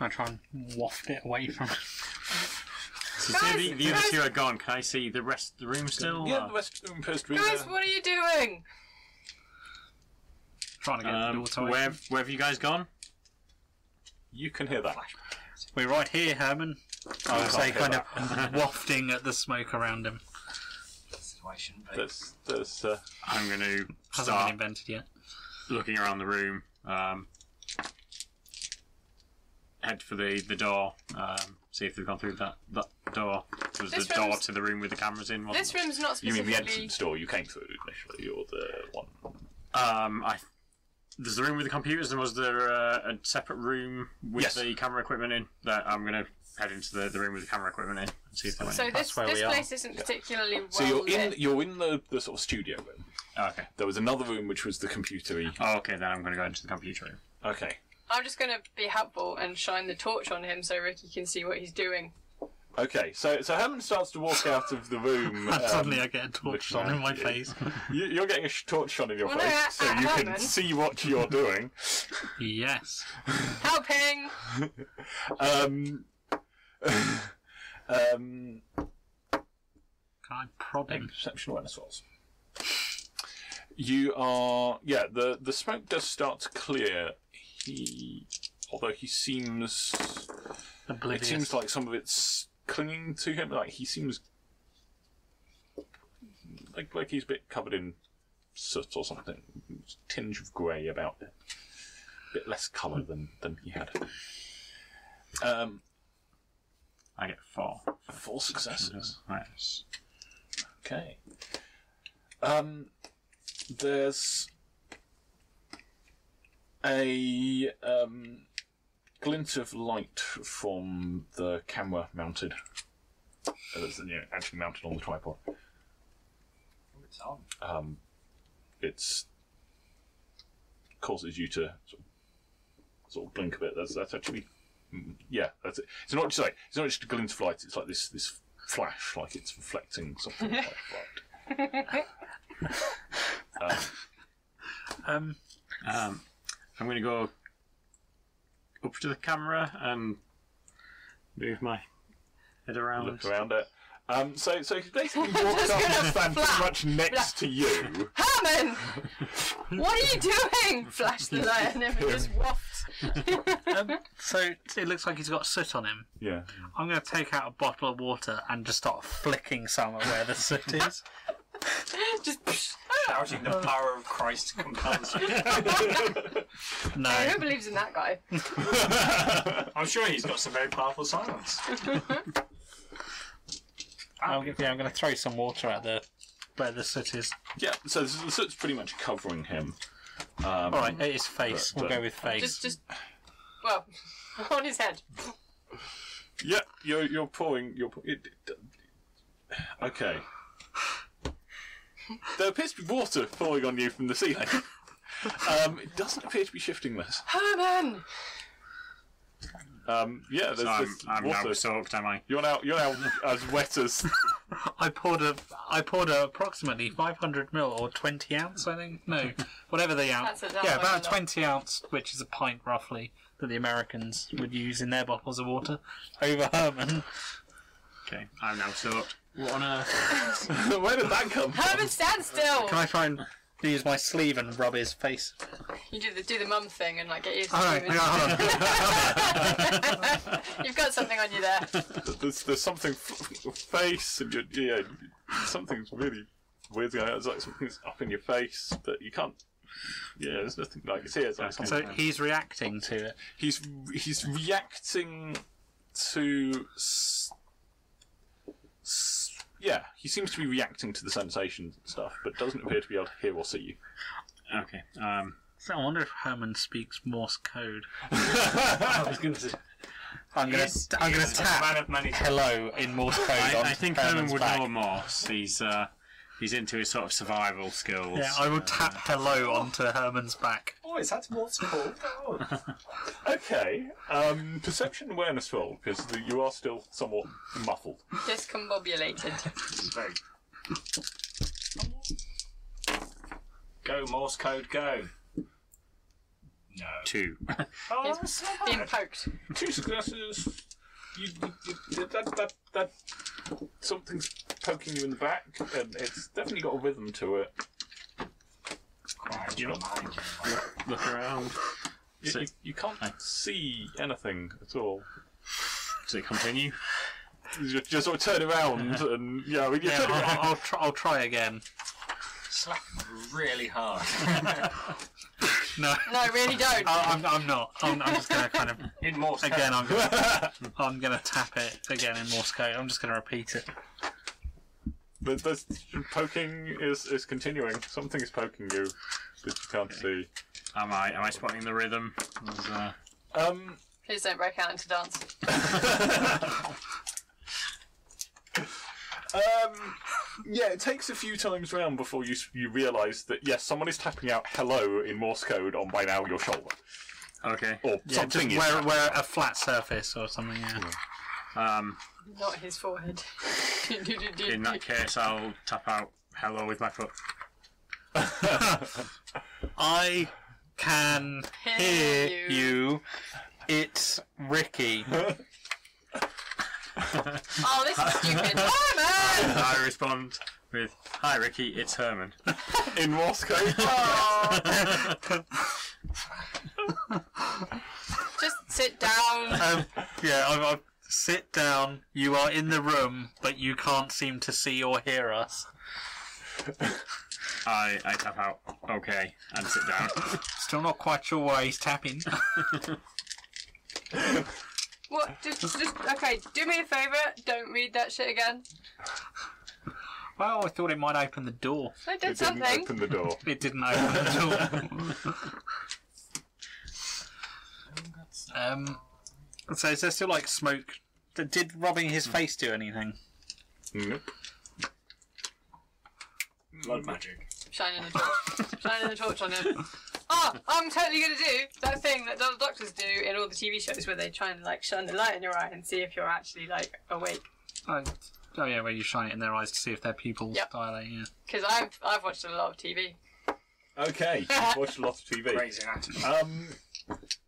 S3: I try and waft it away from.
S6: So see the,
S2: Guys,
S6: the other
S2: guys.
S1: uh,
S6: two are gone. Can I see the rest of the room still?
S1: Yeah,
S6: or-
S1: the rest of them appears to be
S2: Guys,
S1: there.
S2: what are you doing?
S3: trying to get
S6: Um,
S3: the door to
S6: where,
S3: open.
S6: where have you guys gone?
S1: You can hear that.
S3: We're right here, Herman. I would
S1: can't
S3: say,
S1: hear
S3: kind of wafting at the smoke around him.
S4: Situation, but
S1: There's, there's, uh,
S6: I'm going to
S3: Hasn't been
S6: start
S3: invented yet.
S6: looking around the room. Um, head for the, the door. Um, see if they've gone through that, that door. It was
S2: This
S6: the door
S2: room's-
S6: to the room with the cameras in. Wasn't
S2: This room's not
S1: Um, you mean
S2: specifically.
S1: the entrance door you came through initially, or the one
S6: it? Um, I. There's the room with the computers, and was there uh, a separate room with
S1: Yes.
S6: the camera equipment in? That I'm going to head into the, the room with the camera equipment in and see if they went.
S2: so
S6: in.
S2: this,
S3: That's where
S2: this
S3: we are.
S2: place isn't particularly well
S1: So you're in
S2: lit.
S1: you're in the, the sort of studio room.
S6: Oh, okay.
S1: There was another room which was the computery.
S6: Oh, okay, then I'm going to go into the computer room.
S1: Okay.
S2: I'm just going to be helpful and shine the torch on him so Ricky can see what he's doing.
S1: Okay. So so Herman starts to walk out of the room.
S3: And
S1: um,
S3: suddenly I get a torch
S1: which
S3: on in my
S1: one?
S3: face.
S1: you, you're getting a sh- torch shone in your
S2: Well, no,
S1: face,
S2: at-
S1: so
S2: at
S1: you
S2: Herman.
S1: can see what you're doing.
S3: yes.
S2: Helping!
S1: Um, um,
S3: Can I prod him?
S1: perception awareness rolls. You are yeah. The the smoke does start to clear. He although he seems It
S3: Oblivious.
S1: seems like some of it's clinging to him. Like he seems like like he's a bit covered in soot or something, tinge of grey about it, bit less colour than than he had. Um,
S6: I get four.
S1: four successes.
S6: Nice.
S1: Okay. Um, there's a um, glint of light from the camera mounted. uh, That's you know, actually mounted on the tripod.
S4: It's on.
S1: Um, it's causes you to sort of, sort of blink a bit. That's that's actually mm, yeah. That's it. It's not just like it's not just a glint of light. It's like this this flash, like it's reflecting something. like light.
S3: Um,
S6: Um, I'm going to go up to the camera and move my head around.
S1: look around it. Um, so, so he basically walks up and stands pretty much next to you.
S2: Herman! what are you doing? Flash the light and then we just waft.
S3: um, so it looks like he's got soot on him.
S1: Yeah.
S3: I'm going to take out a bottle of water and just start flicking some at where the soot is.
S2: just.
S4: Shouting the power of Christ compels you.
S3: No,
S2: Who believes in that guy?
S4: I'm sure he's got some very powerful silence.
S3: I'm, yeah, I'm going to throw some water at the where the soot is.
S1: Yeah. So this is, the soot's pretty much covering him.
S5: Um,
S3: All right, it is face. We'll go with face.
S2: Just, just. Well, on his head.
S1: Yeah. You're you're pouring. You're. pou- It, it, okay. There appears to be water falling on you from the ceiling. Um, it doesn't appear to be shifting this.
S2: Herman!
S1: Um, yeah, there's,
S6: So I'm,
S1: there's
S6: I'm now
S1: water.
S6: soaked, am I?
S1: You're now you're now as wet as
S3: I poured a I poured a approximately 500 mil or 20 ounce, I think. No, whatever the ounce.
S2: That's it, that
S3: yeah,
S2: one,
S3: about
S2: yeah.
S3: 20 ounce, which is a pint roughly, that the Americans would use in their bottles of water over Herman.
S6: Okay, I'm now soaked.
S3: What on earth?
S1: where did that come from?
S2: Herman, stand still!
S3: Can I try and use my sleeve and rub his face?
S2: You do the, do the mum thing and like get used to
S3: All right,
S2: it.
S3: hang on, hold on.
S2: You've got something on you there.
S1: There's, there's something f- your face and your yeah, something's really weird going on. It's like something's up in your face that you can't. Yeah, there's nothing like it's here. It's like something.
S3: So he's reacting to it.
S1: He's he's reacting to. S- s- yeah, he seems to be reacting to the sensations and stuff, but doesn't appear to be able to hear or see you.
S6: Okay, um,
S3: So I wonder if Herman speaks Morse code.
S5: I was going to say.
S3: I'm gonna
S4: He's-
S3: I'm gonna
S4: he's a man
S3: tap
S4: of many
S3: hello in Morse code
S6: I,
S3: on
S6: I think Herman
S3: Herman's
S6: would
S3: back.
S6: know Morse. He's uh, he's into his sort of survival skills.
S3: Yeah, I will tap hello onto Herman's back.
S5: Oh, is that Morse code? Oh.
S1: Okay, um, perception awareness roll because you are still somewhat muffled.
S2: Discombobulated.
S4: very. Go Morse code, go. No.
S6: two.
S4: Oh,
S2: He's
S4: that's
S2: Being
S4: not bad.
S2: poked.
S1: two successes. You, you, you- that, that, that, something's poking you in the back, and it's definitely got a rhythm to it.
S4: Quiet your mind.
S6: Look around.
S1: You,
S6: So-
S1: you, you can't see anything at all.
S6: Does it continue?
S1: You just, just sort of turn around, and yeah, I mean, you
S3: Yeah,
S1: turn around.
S3: I'll, I'll, I'll, try, I'll try again.
S4: Slap really hard.
S3: No,
S2: No, really don't.
S3: I, I'm, I'm not. I'm, I'm just gonna kind of
S4: In Morse code.
S3: again. I'm gonna, I'm gonna tap it again in Morse code. I'm just gonna repeat it.
S1: But this poking is, is continuing. Something's poking you that you can't see.
S6: Am I am I spotting the rhythm? Is, uh,
S1: Um,
S2: Please don't break out into dance.
S1: um, yeah, it takes a few times round before you s- you realise that yes, someone is tapping out "hello" in Morse code on by now your shoulder
S6: okay.
S1: or
S3: Yeah,
S1: something.
S3: just
S1: Oh, is
S3: where, where a flat surface or something. Yeah.
S6: Um,
S2: Not his forehead. Do, do, do, do,
S6: in that
S2: do.
S6: case, I'll tap out hello with my foot.
S3: I can
S2: Hear
S3: hear you. It's Ricky.
S2: Oh, this is stupid. Herman!
S6: I respond with hi Ricky, it's Herman.
S1: in Morse code.
S2: Just sit down.
S3: um, yeah, I've, I've sit down. You are in the room, but you can't seem to see or hear us.
S6: I I tap out okay and sit down.
S3: Still not quite sure why he's tapping.
S2: What? Just, just, okay, do me a favour. Don't read that shit again.
S3: Well, I thought it might open the door.
S2: I
S1: It
S2: did
S1: didn't
S2: something.
S1: open the door.
S3: It didn't open at all. um, so is there still like smoke? Did- Did rubbing his face do anything?
S1: Nope.
S4: Blood magic.
S2: Shining the torch. Shining the torch on him. Oh, I'm totally gonna do that thing that the doctors do in all the TV shows where they try and like shine the light in your eye and see if you're actually like awake.
S3: Oh, oh yeah, where you shine it in their eyes to see if their pupils
S2: Yep.
S3: dilate. Yeah.
S2: Because I've I've watched a lot of TV.
S1: Okay, you've watched a lot of TV.
S4: Crazy anatomy.
S1: Um,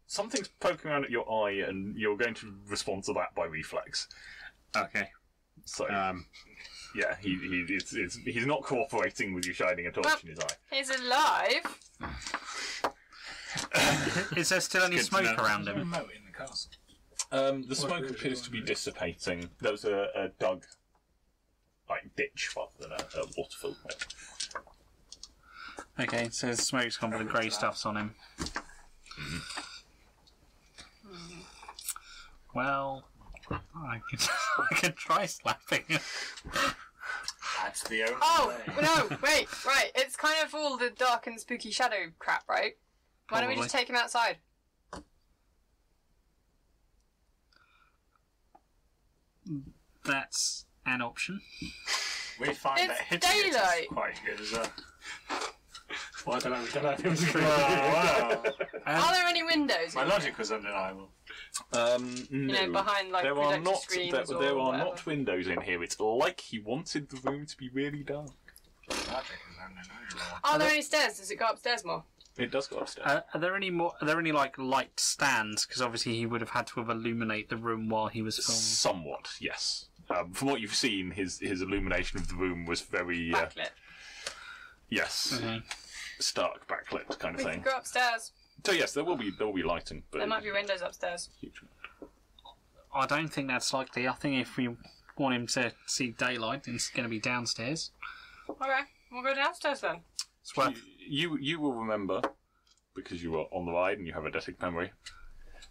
S1: something's poking around at your eye, and you're going to respond to that by reflex.
S6: Okay.
S1: So
S6: Um,
S1: yeah, he, he it's, it's, he's not cooperating with you shining a torch
S2: Well,
S1: in his eye.
S2: He's alive.
S3: Is there still any
S6: good to
S3: smoke
S6: know.
S3: around him?
S4: Remote in the castle.
S1: Um, the
S5: What
S1: smoke
S5: really
S1: appears
S5: going
S1: to be
S5: on?
S1: dissipating. There was a, a dug, like ditch rather than a, a waterfall.
S3: Okay, so the smoke's gone, but the grey stuff's on him. Well, I could, I could try slapping.
S4: That's the only
S2: Oh
S4: way.
S2: no! Wait, right. It's kind of all the dark and spooky shadow crap, right? Why don't we just
S3: Probably.
S2: take him outside?
S3: That's an option.
S4: We find
S2: It's
S4: that hitting it is
S2: daylight.
S4: quite good as well.
S5: Well, Oh, I don't know. I don't know if it was good.
S4: Oh, wow.
S2: Are there any windows?
S4: My logic was undeniable.
S1: Um,
S2: You know, behind like
S1: there are
S2: projector
S1: not
S2: screens
S1: there,
S2: or
S1: there are
S2: whatever.
S1: not windows in here. It's like he wanted the room to be really dark.
S4: Logic is undeniable.
S2: Are Oh, there any stairs? Does it go upstairs more?
S1: It does go upstairs.
S3: Uh, are there any more? Are there any like light stands? Because obviously he would have had to have illuminate the room while he was filming.
S1: Somewhat, yes. Um, from what you've seen, his his illumination of the room was very uh,
S2: Backlit.
S1: yes,
S3: Okay.
S1: stark backlit kind of
S2: We can
S1: thing.
S2: go upstairs.
S1: So yes, there will be there will be lighting, but
S2: There might be windows upstairs.
S3: I don't think that's likely. I think if we want him to see daylight, then it's going to be downstairs.
S2: Okay, we'll go downstairs then.
S3: It's worth.
S1: you you will remember because you were on the ride and you have a detic memory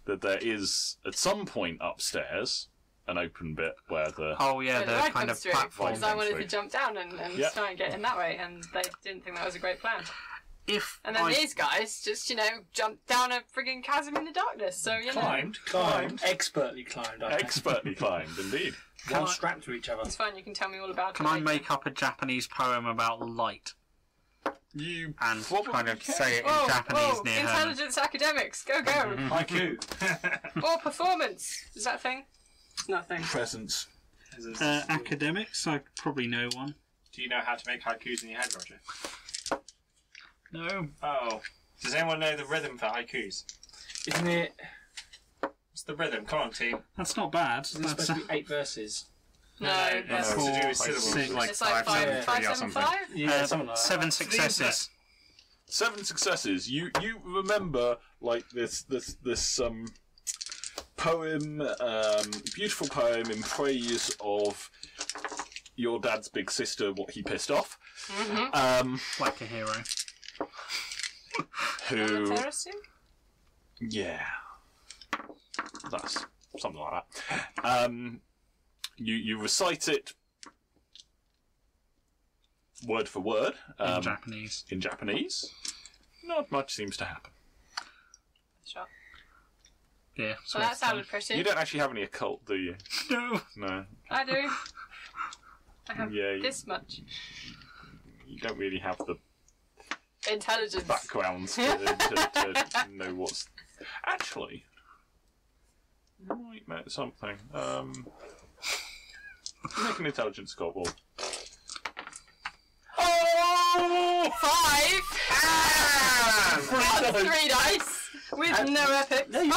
S1: that there is at some point upstairs an open bit where the
S3: Oh yeah,
S2: Where the
S3: the
S2: light
S3: kind
S2: comes
S3: of
S2: through,
S3: platform.
S2: Because I
S1: comes
S2: wanted
S1: through.
S2: to jump down and, and
S1: Yeah.
S2: try and get in that way, and they didn't think that was a great plan.
S3: If
S2: And then
S3: I-
S2: these guys just, you know, jumped down a frigging chasm in the darkness. So you know,
S5: Climbed, climbed, expertly climbed. I think.
S1: expertly climbed indeed.
S5: One strapped to each other.
S2: it's fine. You can tell me all about
S3: Can
S2: it.
S3: I
S2: later.
S3: make up a Japanese poem about light
S1: You
S3: and
S1: probably
S3: kind of
S1: can.
S3: say it in
S2: Whoa,
S3: Japanese
S2: whoa,
S3: near her?
S2: intelligence academics, go go!
S5: IQ.
S2: or performance, is that a thing? It's not a thing.
S1: presence.
S3: Uh, academics, I probably know one.
S4: Do you know how to make haikus in your head, Roger?
S3: No.
S4: Oh. Does anyone know the rhythm for haikus?
S5: Isn't it?
S4: What's the rhythm? Come on, team.
S3: That's not bad.
S5: Isn't it supposed
S3: That's-
S5: to be eight verses?
S2: No,
S4: it's
S2: that's-
S4: to do
S6: four,
S4: with syllables.
S6: six, like
S2: it's like
S6: five, seven,
S2: five, five,
S6: three or
S2: seven,
S6: something.
S2: five.
S5: Yeah,
S3: uh,
S5: something like
S3: seven
S4: internet.
S3: successes.
S1: seven successes. You you remember like this this this um poem, um, beautiful poem in praise of your dad's big sister, what he pissed off, um,
S3: Like a hero.
S2: On the
S1: who
S2: terrace, too?
S1: yeah, that's something like that. Um, you you recite it word for word
S3: In
S1: um,
S3: Japanese.
S1: in Japanese. Not much seems to happen.
S2: Sure.
S3: Yeah.
S2: Well, that
S3: um,
S2: sounded pretty.
S1: You don't actually have any occult, do you?
S3: No.
S1: No.
S2: I do. I have
S1: Yeah, you-
S2: Um, this much
S1: you don't really have the
S2: intelligence.
S1: background to, to, to know what's actually you might know something. Um, make an intelligence score roll. Oh!
S2: Five.
S1: Ah!
S2: That's three dice with no epic. oh no,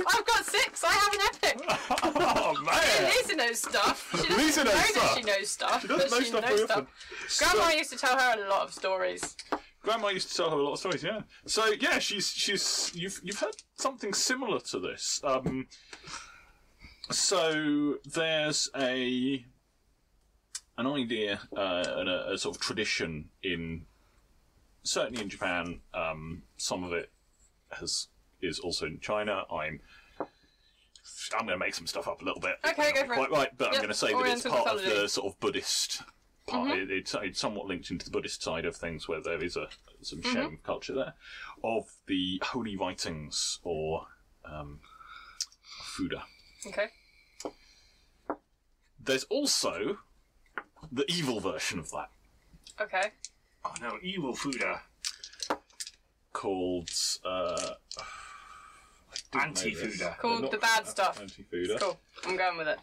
S2: look, I've got six. I have an epic.
S1: oh
S2: Yeah,
S1: man!
S2: Lisa knows stuff. She doesn't
S1: Lisa
S2: know
S1: knows
S2: that
S1: stuff.
S2: she knows stuff.
S1: She doesn't
S2: but
S1: know
S2: she
S1: stuff
S2: knows
S1: very
S2: stuff.
S1: often.
S2: Grandma used to tell her a lot of stories.
S1: Grandma used to tell her a lot of stories. Yeah. So yeah, she's she's you've you've heard something similar to this. Um, so there's a an idea uh, and a, a sort of tradition in certainly in Japan. Um, some of it has is also in China. I'm I'm going to make some stuff up a little bit. It
S2: Okay,
S1: may not
S2: go
S1: be
S2: for it.
S1: quite right, but I'm
S2: Yep,
S1: going to say that it's
S2: Oriental
S1: part of the
S2: mythology. Mm-hmm.
S1: sort of Buddhist part. It, it's, it's somewhat linked into the Buddhist side of things, where there is a some
S2: Mm-hmm.
S1: sharing of culture there of the holy writings or um, Fuda.
S2: Okay.
S1: There's also the evil version of that
S2: Okay.
S4: Oh no, evil Fuda.
S1: called uh, I didn't know this.
S4: Anti-Fuda.
S2: Called
S1: They're not
S2: the bad stuff.
S1: Anti-Fuda.
S2: Cool. I'm going with it.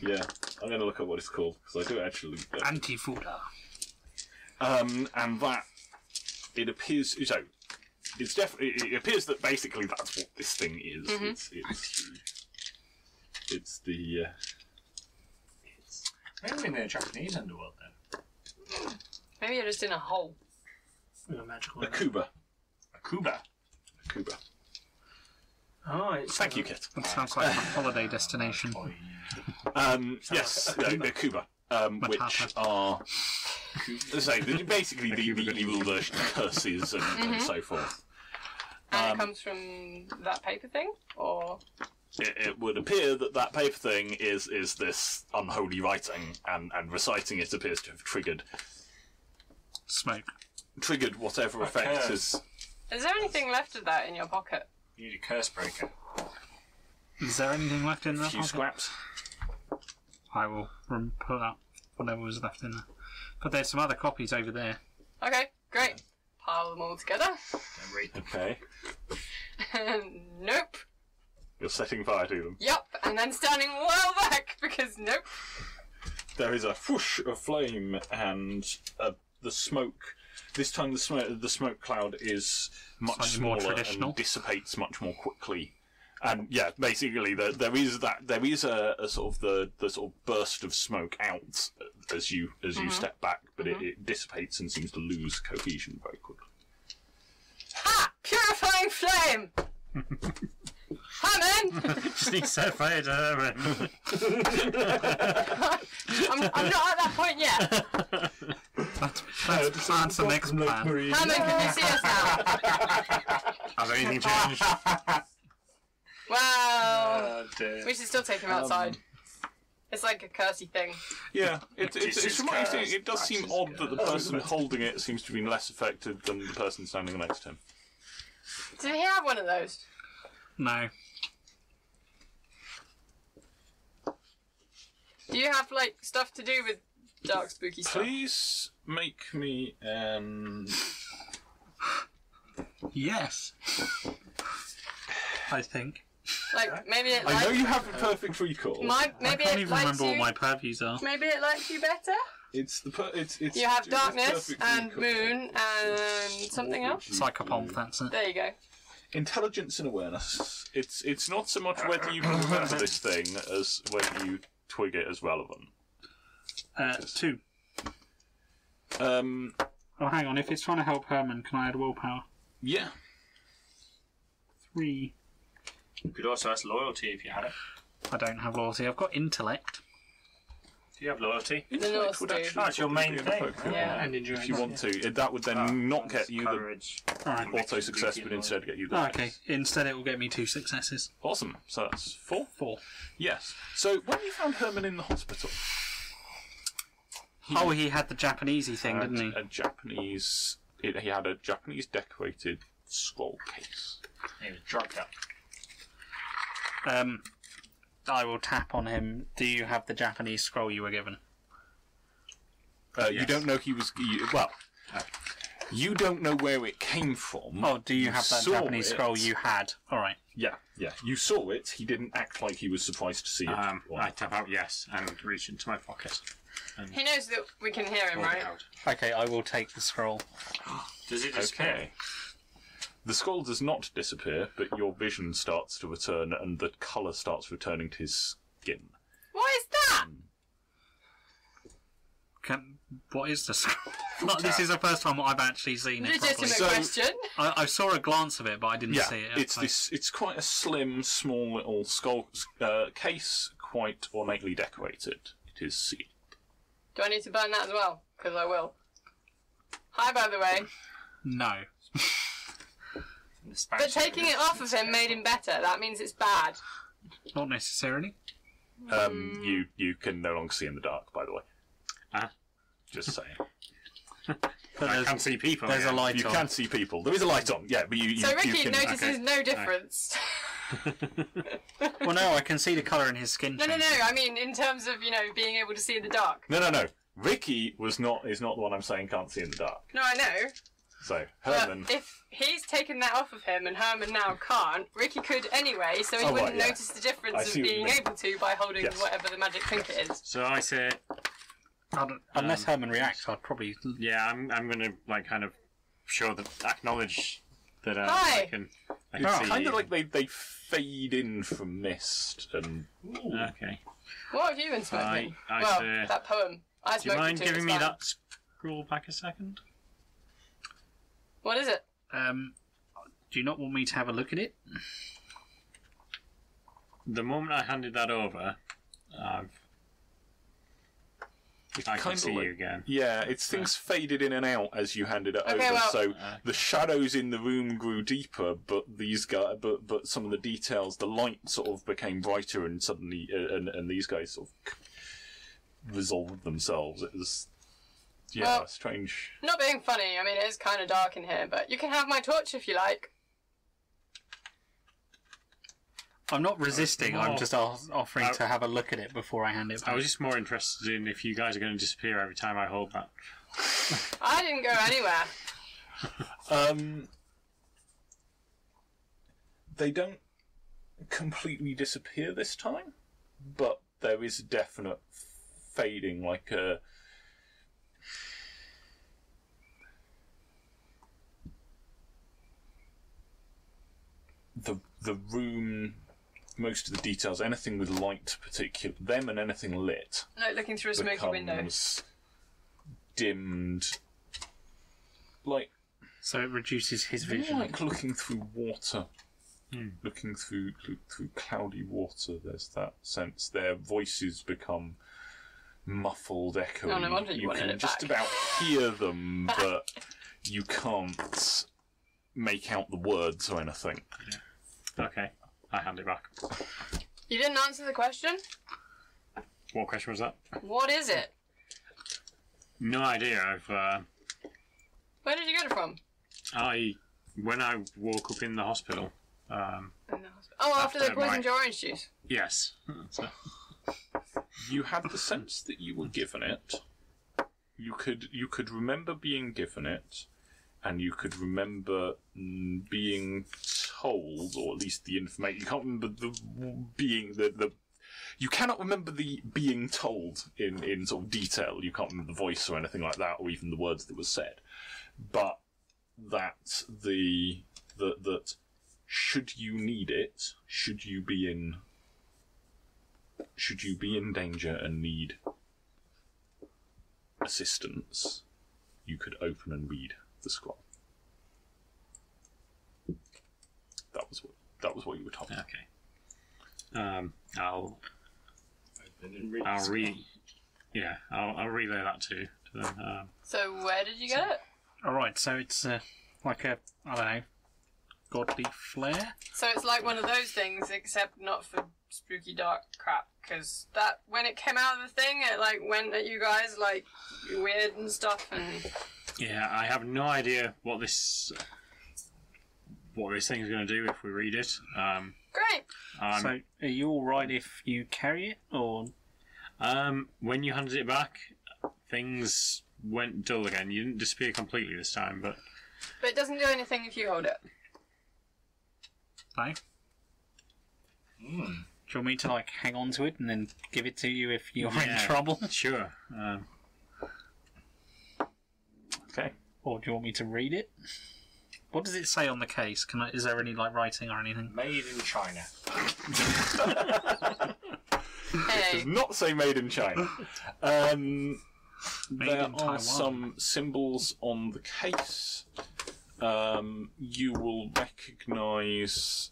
S1: Yeah, I'm going to look at what it's called because I do actually.
S3: Anti Fuda.
S1: Um, and that it appears so. It's definitely. It appears that basically that's what this thing is. It's, it's the. It's the uh,
S4: Maybe in the Japanese underworld then.
S2: Maybe you're just in a hole.
S5: With a magical.
S1: Akuba.
S4: Akuba.
S1: Akuba.
S5: Oh, it's,
S1: Thank you, Kit.
S3: That sounds like a holiday destination.
S1: Um, yes, no, they're Kuba, um,
S3: Matata.
S1: which are so they're basically the, the evil version of curses and, and so forth.
S2: And
S1: Um,
S2: it comes from that paper thing? Or.
S1: It, it would appear that that paper thing is is this unholy writing, and, and reciting it appears to have triggered
S3: Smoke.
S1: triggered whatever effect
S4: Okay.
S1: is.
S2: Is there anything left of that in your pocket?
S4: You need a curse breaker.
S3: Is there anything left in that?
S1: Few
S3: pocket?
S1: scraps.
S3: I will rem- put up whatever was left in there. But there's some other copies over there.
S2: Okay, great. Pile them all together.
S4: Don't read them.
S1: Okay,
S2: nope.
S1: you're setting fire to them.
S2: Yep. And then standing well back because nope.
S1: There is a whoosh of flame and uh, the smoke. This time, the smoke the smoke cloud is much
S3: Slightly more
S1: smaller
S3: traditional.
S1: and dissipates much more quickly. And yeah, basically, there, there is that there is a, a sort of the, the sort of burst of smoke out as you as you step back, but it, it dissipates and seems to lose cohesion very quickly.
S2: Ha! Purifying flame! Hi, man!
S6: Just need to set fire to her.
S4: eh?
S2: I'm, I'm not at that point yet.
S3: That's, that's, that's the next plan.
S2: Hammond, can you see us now?
S6: Has anything changed?
S2: Well,
S4: Oh dear.
S2: we should still take
S3: Um,
S2: him outside. it's like a cursey thing.
S1: Yeah, it, it's,
S4: Jesus
S1: it's reminding,
S4: Christ,
S1: it does seem
S4: Jesus
S1: odd that the person holding it seems to be less affected than the person standing next to him.
S2: Did he have one of those?
S3: No.
S2: Do you have like stuff to do with dark spooky stuff?
S1: Please make me um
S3: Yes. I think.
S2: Like maybe it
S1: I know
S2: likes
S1: you have a perfect recall.
S2: my maybe
S3: I can't
S2: it
S3: even
S2: likes
S3: remember
S2: you.
S3: what my purviews are.
S2: Maybe it likes you better.
S1: It's the per- it's it's
S2: You have
S1: it's
S2: darkness
S1: perfect
S2: and
S1: recall.
S2: moon and something else.
S3: Psychopomp, that's it.
S2: There you go.
S1: Intelligence and awareness. It's it's not so much whether you can remember this thing as whether you twig it as relevant.
S3: Uh, two.
S1: Um
S3: Oh, hang on. If it's trying to help Herman, can I add willpower?
S1: yeah.
S3: Three.
S4: You could also ask loyalty if you had it.
S3: I don't have loyalty. I've got intellect.
S4: Do you have loyalty?
S1: Intellect would
S2: Norse
S1: actually
S2: do.
S4: That's your
S1: probably
S4: main
S1: be an
S4: thing. Ah,
S1: appropriate
S2: Yeah.
S1: one
S5: And endurance.
S1: If you want to, it, that would then not get you the
S4: courage.
S3: All right.
S1: auto success, but
S4: Conviction,
S1: instead get you the
S3: Oh,
S4: Ah,
S3: okay. Instead, it will get me two successes.
S1: Awesome. So that's four.
S3: Four.
S1: Yes. So when you found Herman in the hospital,
S3: Oh, he had the Japanesey thing,
S1: had
S3: didn't he?
S1: a Japanese. It, he had a Japanese decorated scroll case.
S4: He was drugged up.
S3: Um, I will tap on him. Do you have the Japanese scroll you were given?
S1: Uh, You don't know he was you, well. uh, You don't know where it came from.
S3: Oh, do you have that
S1: saw
S3: Japanese
S1: it.
S3: scroll you had? All right.
S1: Yeah, yeah. You saw it. He didn't act like he was surprised to see it.
S6: Um,
S1: Or-
S6: I tap out yes and reach into my pocket.
S2: He knows that we can hear
S1: Oh,
S2: him,
S6: Pull it
S2: right?
S6: out.
S3: Okay, I will take the scroll.
S4: Does it disappear?
S1: Okay. The scroll does not disappear, but your vision starts to return, and the color starts returning to his skin.
S2: What is that?
S1: Mm.
S3: Can, what is the scroll? Like, this is the first time I've actually seen it. properly.
S2: Legitimate
S1: So-
S2: question.
S3: I, I saw a glance of it, but I didn't
S1: Yeah,
S3: see it.
S1: it's
S3: I-
S1: this. It's quite a slim, small little skull uh, case, quite ornately decorated. It is sealed.
S2: Do I need to burn that as well? Because I will. Hi, by the way.
S3: No.
S4: The Spanish
S2: But taking it off of him made him better. That means it's bad.
S3: Not necessarily.
S2: Mm.
S1: Um, you you can no longer see in the dark, by the way.
S6: Ah.
S1: Just saying.
S6: I can see people.
S3: There's a
S6: yeah.
S3: light
S1: you
S3: on.
S1: can see people. There is a light on. Yeah, but you. you
S2: So
S1: you
S2: Ricky
S1: can-
S2: notices
S6: okay.
S2: no difference.
S3: Well, no, I can see the colour in his skin.
S2: No, no, no.
S3: changes.
S2: I mean, in terms of you know being able to see in the dark.
S1: No, no, no. Ricky was not is not the one I'm saying can't see in the dark.
S2: No, I know.
S1: So
S2: But
S1: Herman.
S2: if he's taken that off of him and Herman now can't, Ricky could anyway, so he
S1: Oh, right,
S2: wouldn't
S1: yeah.
S2: notice the
S1: I
S2: difference of
S1: see what you
S2: being
S1: mean.
S2: able to by holding
S1: Yes.
S2: whatever the magic trinket is.
S6: So I say,
S3: I don't-
S6: Um,
S3: unless Herman reacts, I'd probably.
S6: yeah, I'm, I'm going to like kind of show that acknowledge that uh,
S2: Hi.
S6: I can. I can
S3: Oh,
S6: see
S1: Kind
S6: you.
S1: of like they, they fade in from mist and
S6: Okay.
S2: What have you been
S6: I,
S2: smoking?
S6: I
S2: well,
S6: say,
S2: that poem. I
S6: do you
S2: smoked it
S6: mind
S2: too, it's
S6: giving me
S2: fine.
S6: that scroll back a second?
S2: What is it?
S3: Um, do you not want me to have a look at it?
S6: The moment I handed that over, I've, I can
S1: kinda
S6: see
S1: like-
S6: you again.
S1: Yeah, it's things faded in and out as you handed it
S2: Okay,
S1: over.
S2: well-
S1: so the shadows in the room grew deeper, but these guys, but but some of the details, the light sort of became brighter, and suddenly, uh, and and these guys sort of resolved themselves. It was yeah,
S2: Well-
S1: strange.
S2: Not being funny, I mean, it is kind of dark in here, but you can have my torch if you like.
S3: I'm not resisting. I'm
S6: more-
S3: just ask, offering
S6: I-
S3: to have a look at it before I hand it.
S6: Uh, I
S3: Back.
S6: was just more interested in if you guys are going to disappear every time I hold that.
S2: I didn't go anywhere.
S1: Um, they don't completely disappear this time, but there is definite fading, like a. The, the room, most of the details, anything with light, particular them and anything lit,
S2: Like looking through a smoky window.
S1: becomes dimmed, like
S3: So it reduces his
S1: it's
S3: vision.
S1: like looking through water, looking through look through cloudy water. There's that sense. Their voices become muffled, echoing.
S2: no wonder you wanted
S1: can
S2: it
S1: just
S2: back.
S1: about hear them, but you can't make out the words or anything.
S6: Okay, I hand it back.
S2: You didn't answer the question?
S6: What question was that?
S2: What is it?
S6: No idea. I've uh,
S2: Where did you get it from?
S6: I when I woke up in the hospital. Um,
S2: In the hospital. Oh, after,
S6: After
S2: they poisoned
S6: my-
S2: your orange juice.
S6: yes. So,
S1: You had the sense that you were given it. You could you could remember being given it, and you could remember mm, being told, or at least the information. You can't remember the w- being the the. You cannot remember the being told in in sort of detail. You can't remember the voice or anything like that, or even the words that were said. But that the that that should you need it, should you be in should you be in danger and need assistance, you could open and read the scroll. That was what that was what you were told.
S6: okay. Um, I'll
S5: didn't read
S6: I'll re yeah I'll, I'll relay that to to them. Um,
S2: So where did you get it?
S3: All right, so it's uh, like a I don't know, godly flare.
S2: So it's like one of those things, except not for spooky dark crap. Because that when it came out of the thing, it like went at you guys like weird and stuff. And
S6: yeah, I have no idea what this what this thing is going to do if we read it. Um,
S2: great.
S6: I'm-
S3: so are you all right if you carry it, or
S6: Um, when you handed it back, things went dull again. You didn't disappear completely this time, but
S2: But it doesn't do anything if you hold it.
S3: no? Do
S6: Hmm.
S3: you want me to like hang on to it and then give it to you if you're in
S6: Yeah.
S3: trouble,
S6: sure. Um,
S1: Okay.
S3: or do you want me to read it? What does it say on the case? Can I, is there any like writing or anything?
S4: Made in China.
S2: Hey,
S1: Does not say made in China. Um,
S3: Made
S1: there
S3: in
S1: are
S3: Taiwan.
S1: some symbols on the case. Um, you will recognise.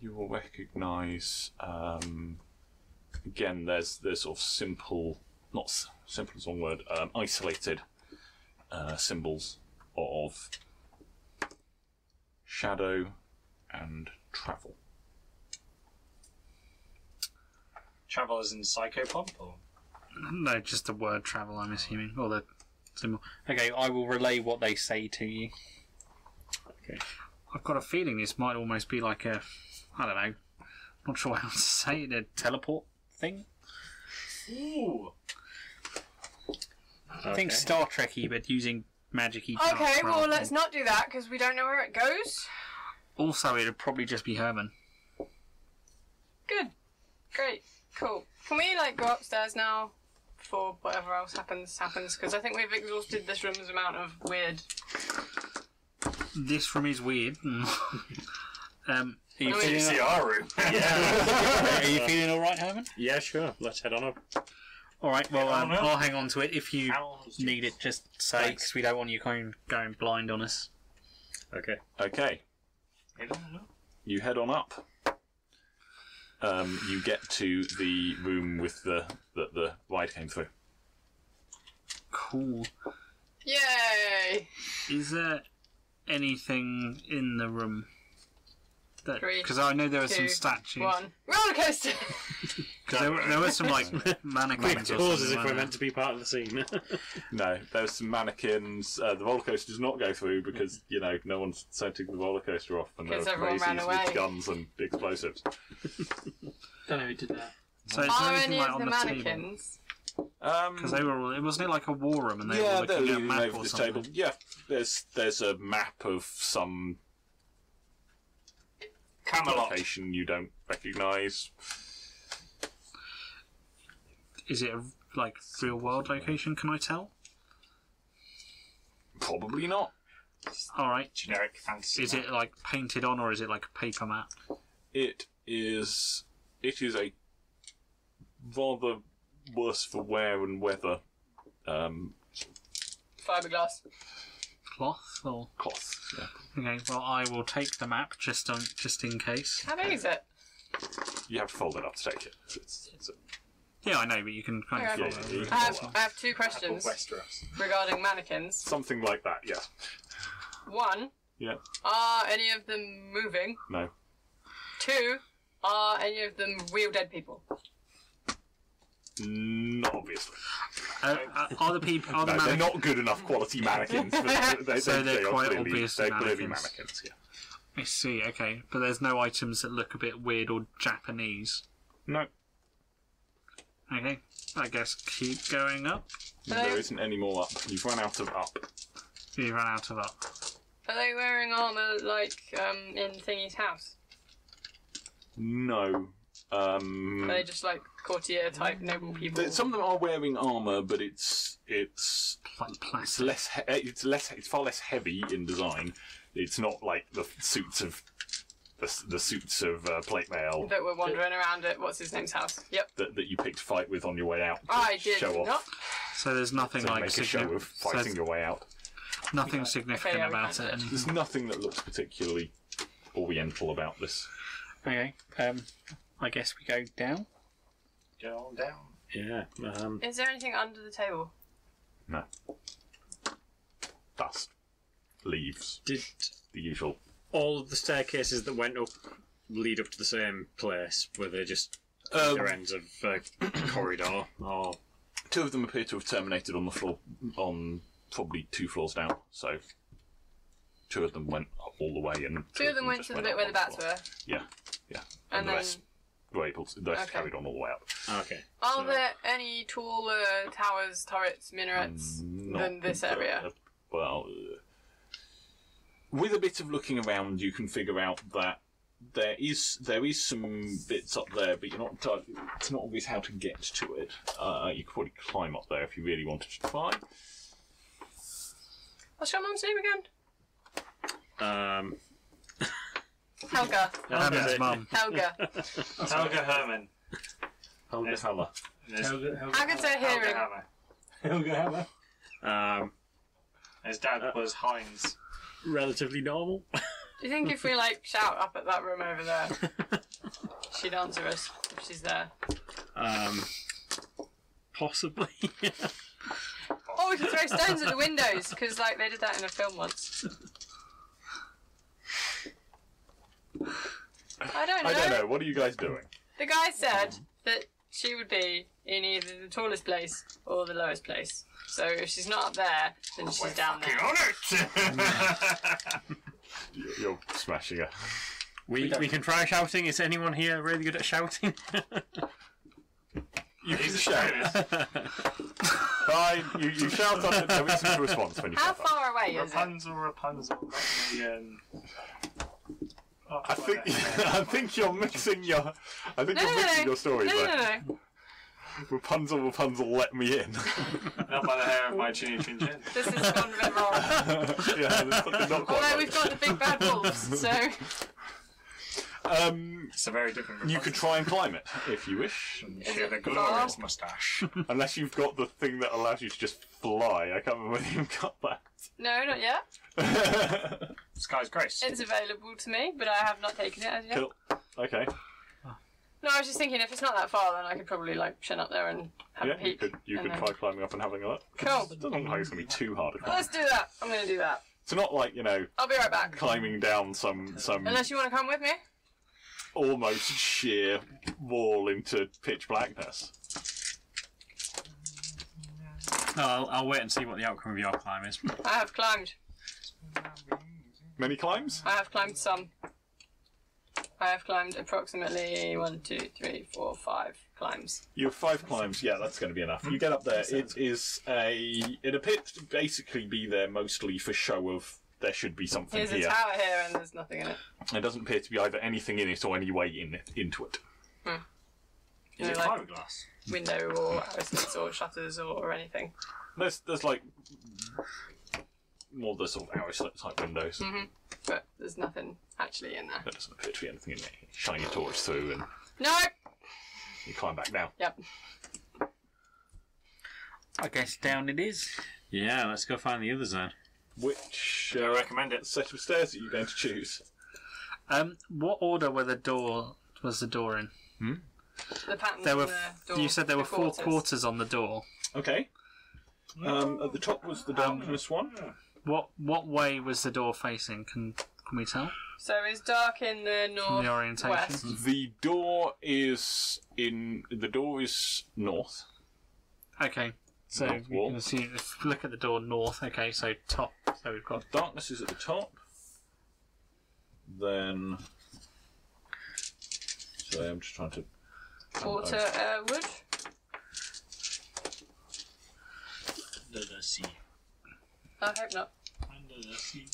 S1: You will recognise. Um, again, there's there's sort of simple, not s- simple is one word, um, isolated uh, symbols of shadow and travel.
S4: Travel as in psychopomp or
S3: No, just the word travel, I'm assuming, or the symbol. Okay, I will relay what they say to you.
S6: Okay.
S3: I've got a feeling this might almost be like a, I don't know, not sure how to say it, a teleport thing.
S4: Ooh.
S3: I think
S6: Okay.
S3: Star Trekky, but using magic-y.
S2: Okay,
S3: powers
S2: well,
S3: rather
S2: let's
S3: than-
S2: not do that because we don't know where it goes.
S3: Also, it'd probably just be Herman.
S2: Good. Great. Cool. Can we, like, go upstairs now before whatever else happens happens? Because I think we've exhausted this room's amount of weird.
S3: This room is weird. um, are you
S2: I mean-
S3: feeling?
S4: See our room.
S3: Are you feeling all right, Herman?
S6: Yeah, sure. Let's head on up.
S3: All right. Well, um,
S4: Herman.
S3: I'll hang on to it if you
S4: Owls.
S3: need it. Just say because we don't want you going going blind on us.
S6: Okay.
S1: Okay,
S4: Hello.
S1: you head on up. Um, you get to the room with the that the light came through.
S3: Cool.
S2: Yay!
S3: Is there anything in the room?
S2: Three,
S3: Because I know there were some
S2: two,
S3: statues.
S2: One. Roller coaster!
S3: 'Cause there, were- there were some like mannequins. or something
S6: Pauses if
S3: like
S6: we're
S3: that.
S6: meant to be part of the scene.
S1: No, there's some mannequins. Uh, the roller coaster does not go through because you know no one's setting the roller coaster off, and there are
S2: 'Cause everyone ran
S1: crazies
S2: away.
S1: with guns and explosives.
S5: Don't know who did that.
S3: So is there
S2: Are
S3: anything
S2: any
S3: like
S2: of
S3: on
S2: the
S3: the table?
S2: mannequins?
S1: Um,
S3: Because they were all. It wasn't it like a war room and they
S1: yeah,
S3: were
S1: they're
S3: looking at a
S1: leaning
S3: map
S1: over
S3: or
S1: this
S3: something.
S1: table. Yeah, there's there's a map of some
S4: Camelot.
S1: location you don't recognise.
S3: Is it a, like real world location? Can I tell?
S1: Probably not.
S3: All right.
S4: Generic fantasy.
S3: Is it like painted on or is it like a paper map?
S1: It is it is a rather worse for wear and weather um,
S2: Fiberglass.
S3: Cloth or
S1: cloth. Yeah.
S3: okay. Well, I will take the map just on just in case.
S2: How big is it?
S1: You have to fold it up to take it. It's, it's a-
S3: Yeah, I know, but you can kind of.
S2: Okay.
S1: yeah, yeah, you can fold
S2: I
S3: Um,
S2: have,
S1: it up.
S2: I have two
S4: Apple
S2: questions
S4: Westeros?
S2: regarding mannequins.
S1: Something like that. Yeah.
S2: One,
S1: Yeah.
S2: are any of them moving?
S1: No.
S2: Two, are any of them real dead people?
S1: Not obviously.
S3: Uh, uh, are the people? Are the
S1: No, they're
S3: mannequins?
S1: not good enough quality mannequins. but they,
S3: So they're
S1: are
S3: quite
S1: clearly,
S3: obviously
S1: They're clearly
S3: mannequins.
S1: mannequins. Yeah.
S3: I see. Okay, but there's no items that look a bit weird or Japanese.
S6: no.
S3: Okay, I guess keep going up.
S2: Hello?
S1: There isn't any more up. You've run out of up.
S3: You run out of up.
S2: Are they wearing armour like um, in Thingy's house?
S1: No. Um,
S2: Are they just like courtier type noble people?
S1: th- Mm. some of them are wearing armor, but it's it's
S3: Like
S1: it's
S3: plastic.
S1: less he- eh, it's less it's far less heavy in design. It's not like the suits of the, s- the suits of uh, plate mail
S2: That were wandering around at what's his name's house. Yep.
S1: that, that you picked fight with on your way out. to
S2: I did
S1: show off.
S2: not.
S3: So there's nothing
S1: to
S3: like
S1: make a
S3: signi-
S1: show of
S3: so
S1: fighting your way out.
S3: nothing significant
S2: Okay, yeah, we
S3: about
S2: can.
S3: it. And,
S1: There's nothing that looks particularly oriental about this.
S3: okay, um, I guess we go down.
S4: Get on down.
S6: Yeah. Um,
S2: Is there anything under the table?
S1: No. Dust, leaves,
S6: did
S1: the usual.
S6: all of the staircases that went up lead up to the same place? Were they just
S1: Um,
S6: other ends of a corridor? Or oh,
S1: Two of them appear to have terminated on the floor, on probably two floors down. So two of them went up all the way, and
S2: Two of them went
S1: just
S2: to the bit
S1: up
S2: where
S1: on
S2: the bats
S1: floor.
S2: were.
S1: Yeah, yeah, and,
S2: And
S1: the
S2: then-
S1: rest were able. To, the rest
S2: Okay.
S1: carried on all the way up.
S6: okay.
S2: Are
S6: so-
S2: there any taller towers, turrets, minarets
S1: Mm, Not
S2: than this
S1: the-
S2: area?
S1: well, uh, with a bit of looking around, you can figure out that there is there is some bits up there, but you're not. entirely- It's not obvious how to get to it. Uh, you could probably climb up there if you really wanted to try.
S2: What's your mum's name again?
S6: Um,
S2: Helga.
S3: Herman's mum.
S2: Helga.
S4: Helga Herman.
S1: Helga Hammer.
S4: There's Helga
S5: Helga, Helga,
S2: Helga's her hearing.
S4: Hammer.
S5: Helga Hammer.
S6: um, uh,
S4: His dad was Heinz.
S6: relatively normal.
S2: Do you think if we like shout up at that room over there, she'd answer us if she's there?
S6: Um, possibly.
S2: Or we could throw stones at the windows because like they did that in a film once. I don't know.
S1: I don't know. What are you guys doing?
S2: The guy said that she would be in either the tallest place or the lowest place. So if she's not up there, then she's down there.
S4: on it!
S1: You're smashing her.
S6: We, we can try shouting. Is anyone here really good at shouting?
S1: You can shout. Fine. You, you shout on it. There is a response when you
S2: How
S1: shout up.
S2: far away is it?
S7: Rapunzel, Rapunzel.
S4: um,
S1: I think I think you're mixing your I think
S2: No,
S1: you're
S2: no,
S1: mixing
S2: no.
S1: your stories
S2: no, no,
S1: there.
S2: no, no.
S1: Rapunzel, Rapunzel, let me in.
S4: Not by the hair of my chinny chin chin.
S2: This has gone a bit wrong.
S1: yeah, that's something not quite
S2: Although
S1: right.
S2: we've got the big bad wolves, so
S1: Um,
S4: It's a very different
S1: you could try and climb it if you wish,
S4: She had a glorious moustache.
S1: unless you've got the thing that allows you to just fly. I can't remember whether you've got
S2: no, not yet.
S1: that.
S4: Sky's Grace.
S2: It's available to me, but I have not taken it as yet.
S1: cool. Okay.
S2: No, I was just thinking if it's not that far, then I could probably like shin up there and have a
S1: Yeah, you
S2: peek.
S1: could you
S2: and
S1: could
S2: then-
S1: try climbing up and having a look.
S2: Cool.
S1: It doesn't look like it's gonna be too hard. to climb.
S2: Let's do that. I'm gonna do that.
S1: It's not like you know
S2: I'll be right back.
S1: climbing down some some
S2: Unless you want to come with me.
S1: almost sheer wall into pitch blackness.
S6: no, I'll, I'll wait and see what the outcome of your climb is.
S2: I have climbed.
S1: Many climbs.
S2: I have climbed some. I have climbed approximately one, two, three, four, five climbs.
S1: You have five climbs. Yeah, that's going to be enough. You get up there. It is a. It appears to basically be there mostly for show of. There should be something
S2: Here's a
S1: here.
S2: tower here, and there's nothing in it.
S1: There doesn't appear to be either anything in it or any way in it, into it.
S2: You
S4: Is it
S2: know, like
S4: fiberglass?
S2: window or arrowslits or shutters or, or anything.
S1: There's there's like more the sort of arrow slit type windows.
S2: Mm-hmm. But there's nothing actually in there.
S1: There doesn't appear to be anything in it. You shine your torch through and
S2: No.
S1: you climb back down.
S2: Yep.
S3: I guess down it is.
S6: Yeah, let's go find the other zone.
S1: Which
S4: I
S1: uh,
S4: recommend it.
S1: set of stairs are you going to choose?
S3: Um, what order were the door? Was the door in?
S2: The pattern.
S3: There
S2: on
S3: were.
S2: The door,
S3: You said there
S2: the
S3: were four quarters on the door.
S1: Okay.
S2: Mm.
S1: Um, at the top was the darkness one.
S3: What what way was the door facing? Can can we tell?
S2: So it's dark in the north.
S3: The orientation.
S2: West.
S1: The door is in the door is north.
S3: Okay, so
S1: North
S3: we
S1: wall.
S3: can assume, if we look at the door north. Okay, so top. So we've got
S1: Darkness is at the top. Then, so I'm just trying to.
S2: Quarter uh, wood.
S4: Under the sea.
S2: I hope not.
S4: Under the sea.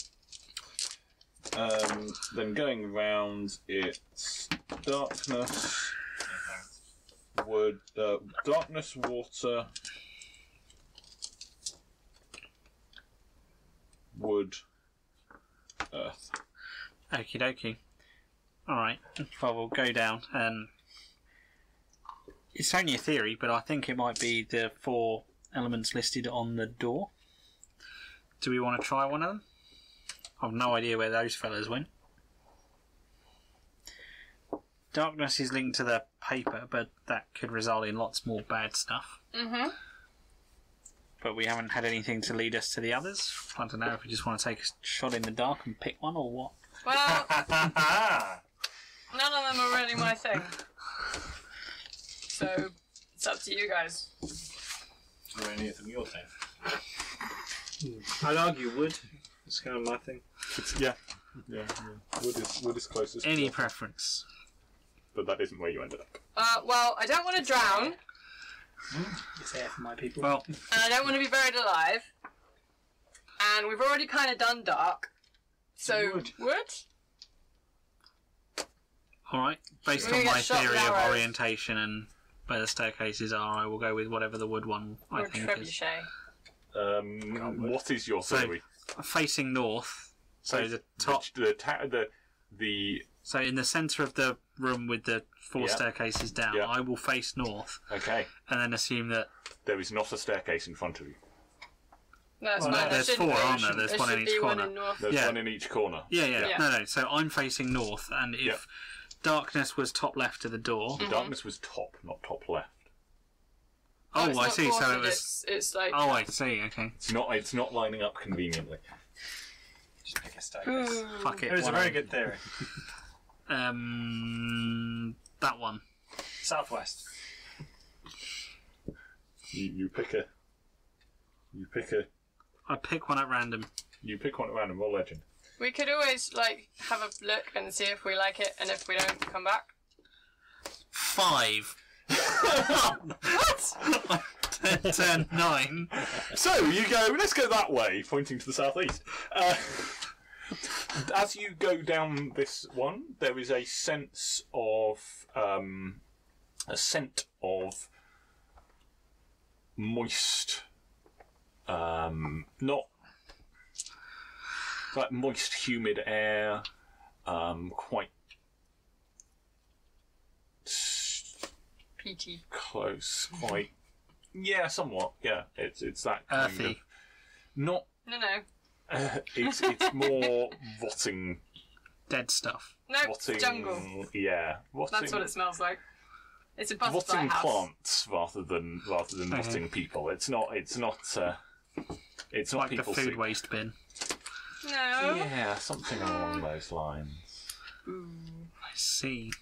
S1: Um, then going round, it's darkness, wood, uh, darkness, water, wood, earth.
S3: okie dokie. All right. Well, we'll go down and. It's only a theory, but I think it might be the four elements listed on the door. Do we want to try one of them? I've no idea where those fellas went. Darkness is linked to the paper, but that could result in lots more bad stuff.
S2: Mm-hmm.
S3: But we haven't had anything to lead us to the others. I don't know if we just want to take a shot in the dark and pick one or what.
S2: Well,
S4: Ah!
S2: none of them are really my thing. So it's up to you guys.
S1: Or anything your thing.
S5: I'd argue wood. It's kind of my thing.
S1: Yeah. Yeah, yeah. Wood is wood is closest.
S3: Any preference?
S1: but that isn't where you ended up.
S2: Uh, well, I don't want to drown, and
S5: It's air for my people.
S3: Well,
S2: I don't want to be buried alive. And we've already kind of done dark. So
S5: Wood.
S2: wood?
S3: all right. Based
S2: We're
S3: on
S2: gonna
S3: my
S2: get shot
S3: theory
S2: with
S3: of
S2: arrows.
S3: orientation and where the staircases are, I will go with whatever the wood one I
S2: or
S3: think is.
S2: trebuchet.
S1: Um, what is your
S3: So,
S1: theory?
S3: Facing north, so the top.
S1: the the, ta- the the
S3: So in the centre of the room with the four
S1: Yeah.
S3: staircases down,
S1: Yeah.
S3: I will face north
S1: okay.
S3: and then assume that
S1: There is not a staircase in front of you.
S2: No, it's
S5: Well,
S2: fine.
S5: no,
S3: there's
S2: it shouldn't
S3: four,
S2: be.
S3: aren't there?
S2: It
S3: There's
S2: should-
S3: one
S2: it
S3: in
S2: should
S3: each
S2: be
S3: corner.
S2: One in north.
S1: There's
S3: Yeah.
S1: one in each corner.
S3: Yeah, yeah,
S2: Yeah.
S3: No, no. So I'm facing north, and if
S1: Yeah.
S3: darkness was top left of the door.
S1: The darkness was top, not top left.
S2: No,
S3: Oh,
S2: it's
S3: I
S2: not
S3: see. So
S2: quartered,
S3: it was.
S2: It's, it's like.
S3: Oh, I see. Okay.
S1: It's not. It's not lining up conveniently.
S4: Just pick a staircase.
S3: Fuck it.
S4: It was a
S3: why
S4: very
S3: not?
S4: good theory.
S3: Um, that one.
S4: Southwest.
S1: You, you pick a. You pick a.
S3: I pick one at random.
S1: You pick one at random. Roll legend.
S2: We could always like have a look and see if we like it, and if we don't, come back.
S3: Five. what? Turn nine.
S1: So you go. Let's go that way, pointing to the southeast. Uh, as you go down this one, there is a sense of um, a scent of moist, um, not like moist, humid air, um, quite s-
S2: PT.
S1: close, quite yeah, somewhat yeah. It's it's that kind of
S3: Earthy.
S1: not
S2: No, no,
S1: it's it's more rotting,
S3: Dead stuff.
S2: no.
S1: rotting.
S2: Jungle.
S1: Yeah, rotting,
S2: That's what it smells like. It's a butterfly
S1: rotting
S2: house.
S1: plants rather than rather than
S3: Okay.
S1: rotting people. It's not. It's not. Uh, it's not
S3: Like the
S1: people.
S3: food
S1: soup.
S3: waste bin.
S2: No.
S1: Yeah, something along those lines.
S3: I see.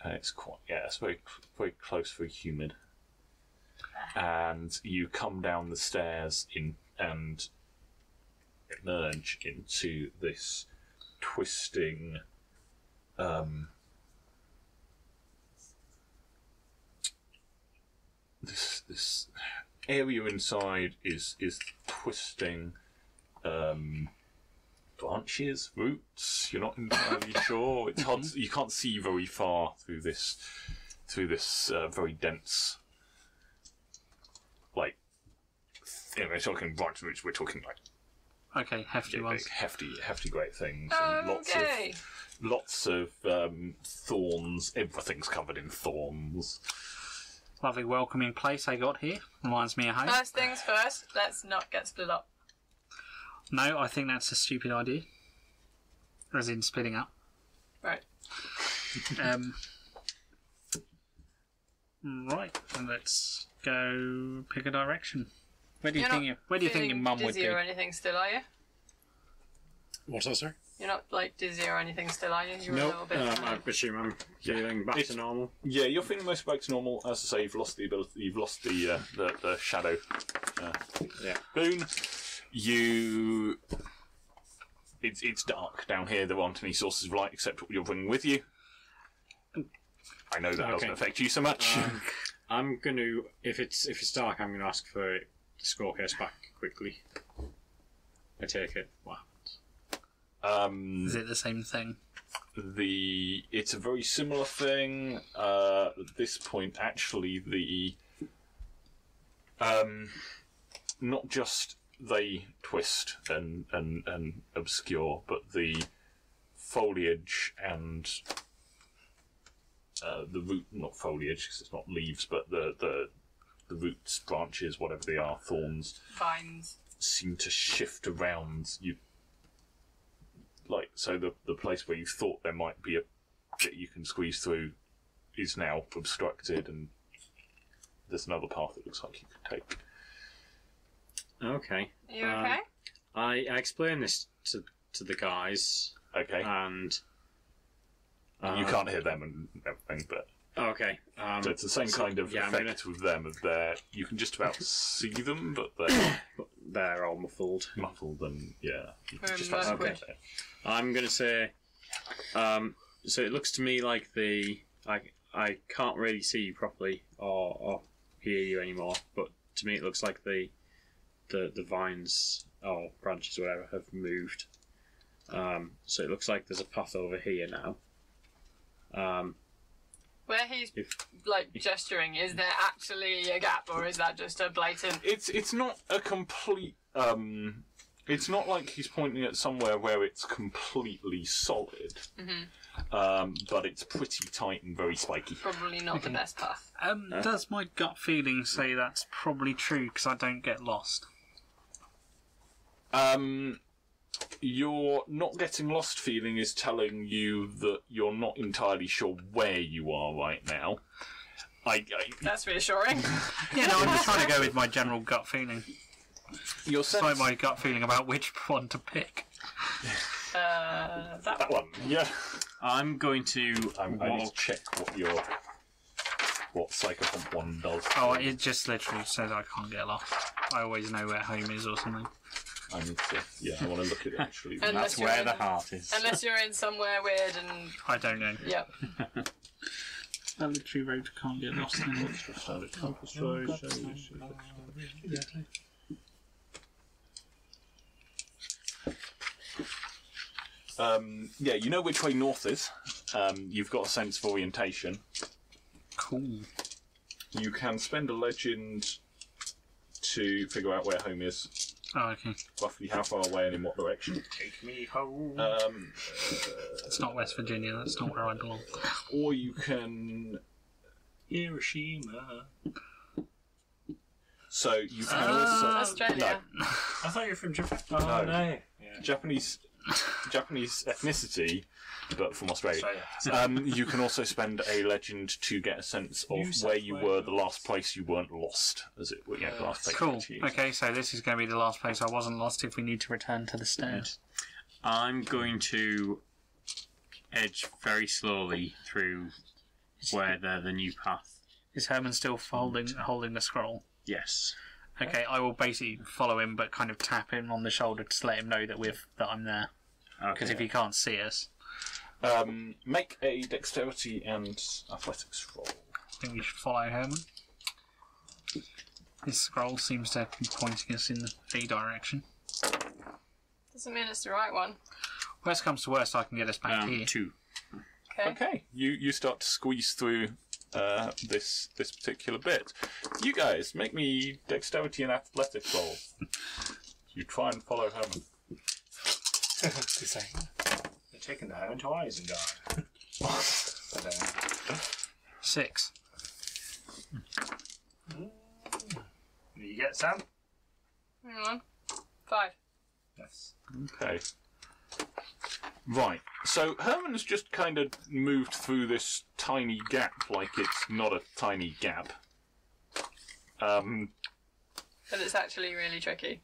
S1: And it's quite yeah, it's very very close, very humid. And you come down the stairs in and emerge into this twisting, um, this this area inside is is twisting, um, branches, roots. You're not entirely sure. It's hard. You can't see very far through this, through this uh, very dense, like. You know, we're talking branch roots. We're talking like
S3: Okay, hefty
S1: big,
S3: ones.
S1: hefty, hefty, great things. and lots
S2: Okay.
S1: of lots of um, thorns. Everything's covered in thorns.
S3: Lovely welcoming place I got here. Reminds me of home.
S2: First things first. Let's not get split up.
S3: no, I think that's a stupid idea. As in splitting up.
S2: Right.
S3: Um, right, let's go pick a direction. Where do you
S2: You're
S3: think
S2: not
S3: your, where do you think your
S2: feeling
S3: mum would
S2: dizzy
S3: be?
S2: or anything still, are you?
S6: What's that, sir?
S2: You're not like dizzy or anything still, are you? You're a little
S6: Nope.
S2: bit.
S6: Um, I
S2: tired.
S6: assume I'm feeling back
S1: It's-
S6: to normal.
S1: Yeah, you're feeling most back to normal. As I say, you've lost the ability. You've lost the uh, the, the shadow. Uh,
S6: Yeah.
S1: Boon, you. It's it's dark down here. There aren't any sources of light except what you're bringing with you. I know that doesn't
S6: Okay.
S1: affect you so much.
S6: Um, I'm going to, if it's if it's dark, I'm going to ask for it, the score case back quickly. I take it. Wow.
S1: Um,
S3: Is it the same thing?
S1: the it's a very similar thing. Uh, at this point, actually, the um, not just they twist and and and obscure, but the foliage and uh, the root not foliage because it's not leaves, but the the the roots, branches, whatever they are, thorns
S2: Vines.
S1: seem to shift around you like so the the place where you thought there might be a that you can squeeze through is now obstructed and there's another path that looks like you could take
S6: Okay.
S2: Are you
S6: Um,
S2: okay?
S6: I, I explained this to to the guys,
S1: okay
S6: and
S1: you can't hear them and everything but
S6: Okay. Um,
S1: so it's the same kind of
S6: yeah, I'm
S1: effect with them of their you can just about see them but they're
S6: they're all muffled.
S1: muffled and yeah you can
S2: Um,
S1: just about see
S2: Okay.
S1: them.
S6: I'm gonna say. Um, so it looks to me like the I I can't really see you properly or, or hear you anymore. But to me, it looks like the the the vines or branches, or whatever, have moved. Um, so it looks like there's a path over here now. Um,
S2: Where he's
S6: if
S2: like gesturing, is there actually a gap, or is that just a blatant?
S1: it's it's not a complete um it's not like he's pointing at somewhere where it's completely solid um but it's pretty tight and very spiky
S2: Probably not the best path.
S3: Um, does my gut feeling say that's probably true because I don't get lost?
S1: um your not getting lost feeling is telling you that you're not entirely sure where you are right now I, I
S2: That's reassuring.
S3: Yeah, no, I'm just trying to go with my general gut feeling.
S1: your
S3: It's like
S1: sense
S3: my gut feeling about which one to pick.
S2: uh, that
S1: that one yeah
S6: I'm going to
S1: I'm, I need to
S6: walk
S1: check what your what Psychopomp 1 does.
S3: Oh, it just literally says I can't get lost. I always know where home is or something.
S1: I need to, yeah, I want to look at it actually.
S2: And
S6: That's
S2: Unless you're
S6: where the
S2: in-
S6: heart is.
S2: Unless you're in somewhere weird and
S3: I don't know.
S2: yeah.
S3: I literally wrote can't get lost. in it.
S1: Um, yeah, you know which way north is. Um, you've got a sense of orientation.
S3: cool.
S1: You can spend a legend to figure out where home is,
S3: Oh, okay.
S1: roughly how far away and in what direction.
S4: Take me home.
S1: Um,
S3: It's not West Virginia. That's not where I belong.
S1: or you can.
S4: Hiroshima.
S1: So you can also.
S2: Australia.
S4: I thought you were from Japan. Oh,
S1: No.
S4: Yeah.
S1: Japanese. Japanese ethnicity, but from Australia.
S4: Australia.
S1: Um, you can also spend a legend to get a sense of
S4: New South
S1: where you were the
S4: Wales.
S1: last place you weren't lost, as it were. Yeah, the last place.
S3: Cool.
S1: you-
S3: Okay, so this is going to be the last place I wasn't lost if we need to return to the stairs.
S6: I'm going to edge very slowly through where the, the new path.
S3: Is Herman still folding, holding the scroll?
S6: Yes.
S3: Okay, I will basically follow him, but kind of tap him on the shoulder to let him know that we've that I'm there. Because
S6: Okay.
S3: if he can't see us,
S1: Um, make a dexterity and athletics roll.
S3: I think we should follow Herman. This scroll seems to be pointing us in the direction.
S2: Doesn't mean it's the right one.
S3: Worst comes to worst, I can get us back
S6: um,
S3: here.
S6: two.
S2: Okay.
S1: Okay, you you start to squeeze through uh, this this particular bit. You guys make me dexterity and athletics rolls. You try and follow Herman.
S4: They're taking that home to Isengard. uh, I don't know.
S3: Six.
S4: What do you get, Sam?
S2: Hang on. Five.
S4: Yes.
S1: Okay. Right. So Herman's just kind of moved through this tiny gap, like it's not a tiny gap. Um,
S2: But it's actually really tricky.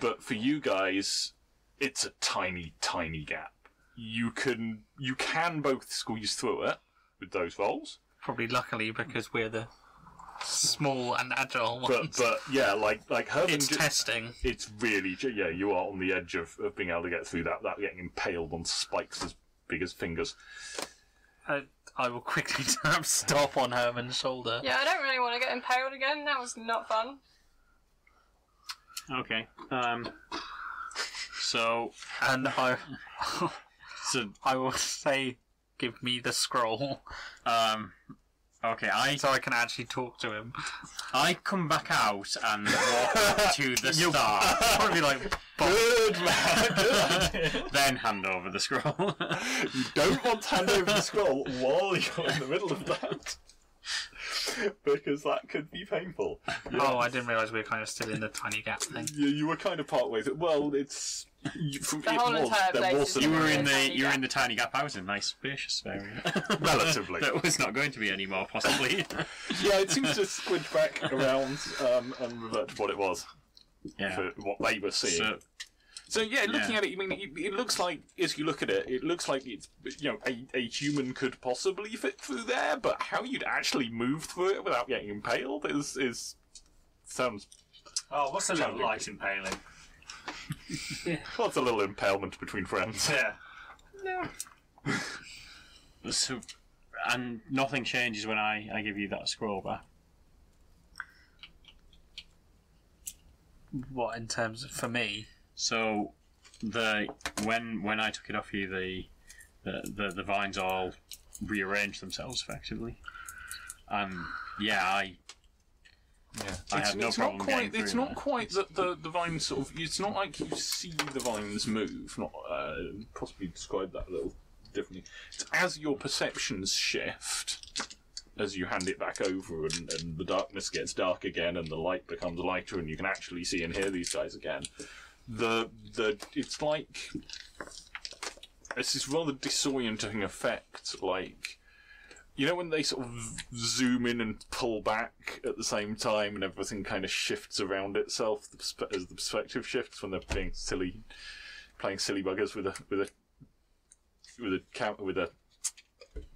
S1: but for you guys, it's a tiny, tiny gap. You can you can both squeeze through it with those rolls,
S3: Probably luckily because we're the small and agile
S1: but
S3: ones.
S1: but yeah, like like Herman,
S3: it's
S1: ju-
S3: testing.
S1: it's really ju- yeah, you are on the edge of, of being able to get through that without getting impaled on spikes as big as fingers.
S3: I, I will quickly tap stop on Herman's shoulder.
S2: Yeah, I don't really want to get impaled again. That was not fun.
S6: Okay. Um, so,
S3: And I,
S6: so
S3: I will say, give me the scroll
S6: um, okay, I
S3: so I can actually talk to him.
S6: I come back out and walk up to the star,
S3: Probably like,
S1: Good man,
S6: then hand over the scroll.
S1: You don't want to hand over the scroll while you're in the middle of that. Because that could be painful.
S3: oh, I didn't realise we were kind of still in the tiny gap thing.
S1: You, you were kind of part way through. Well, it's. You, from,
S2: The
S1: it
S2: whole
S1: was,
S2: entire
S1: there
S2: place
S1: was
S2: is
S1: some-
S6: you were
S2: Yeah,
S6: in the
S2: tiny
S6: you were
S2: gap.
S6: in the tiny gap. I was in a nice spacious area.
S1: Relatively.
S6: that was not going to be any more possibly.
S1: Yeah, it seems to squidge back around um, and revert to what it was,
S6: yeah.
S1: for what they were seeing.
S6: So
S1: So yeah, looking
S6: Yeah.
S1: at it, you mean it, it looks like as you look at it, it looks like it's you know a, a human could possibly fit through there, but how you'd actually move through it without getting impaled is is sounds
S4: Oh, what's the little
S1: Challenging.
S4: light impaling?
S1: well, it's a little impalement between friends.
S4: Yeah.
S6: So, and nothing changes when I, I give you that scroll back.
S3: What in terms of for me?
S6: So, the when when I took it off you, the the the, the vines all rearranged themselves effectively. And yeah, I I
S1: it's,
S6: have no
S1: it's
S6: problem
S1: not
S6: getting
S1: quite. It's
S6: through
S1: not
S6: there.
S1: quite that the the vines sort of. It's not like you see the vines move. Not uh, possibly describe that a little differently. It's as your perceptions shift, as you hand it back over, and, and the darkness gets dark again, and the light becomes lighter, and you can actually see and hear these guys again. The the it's like it's this rather disorienting effect, like you know when they sort of zoom in and pull back at the same time, and everything kind of shifts around itself the perspe- as the perspective shifts when they're being silly, playing silly buggers with a with a with a cam- with a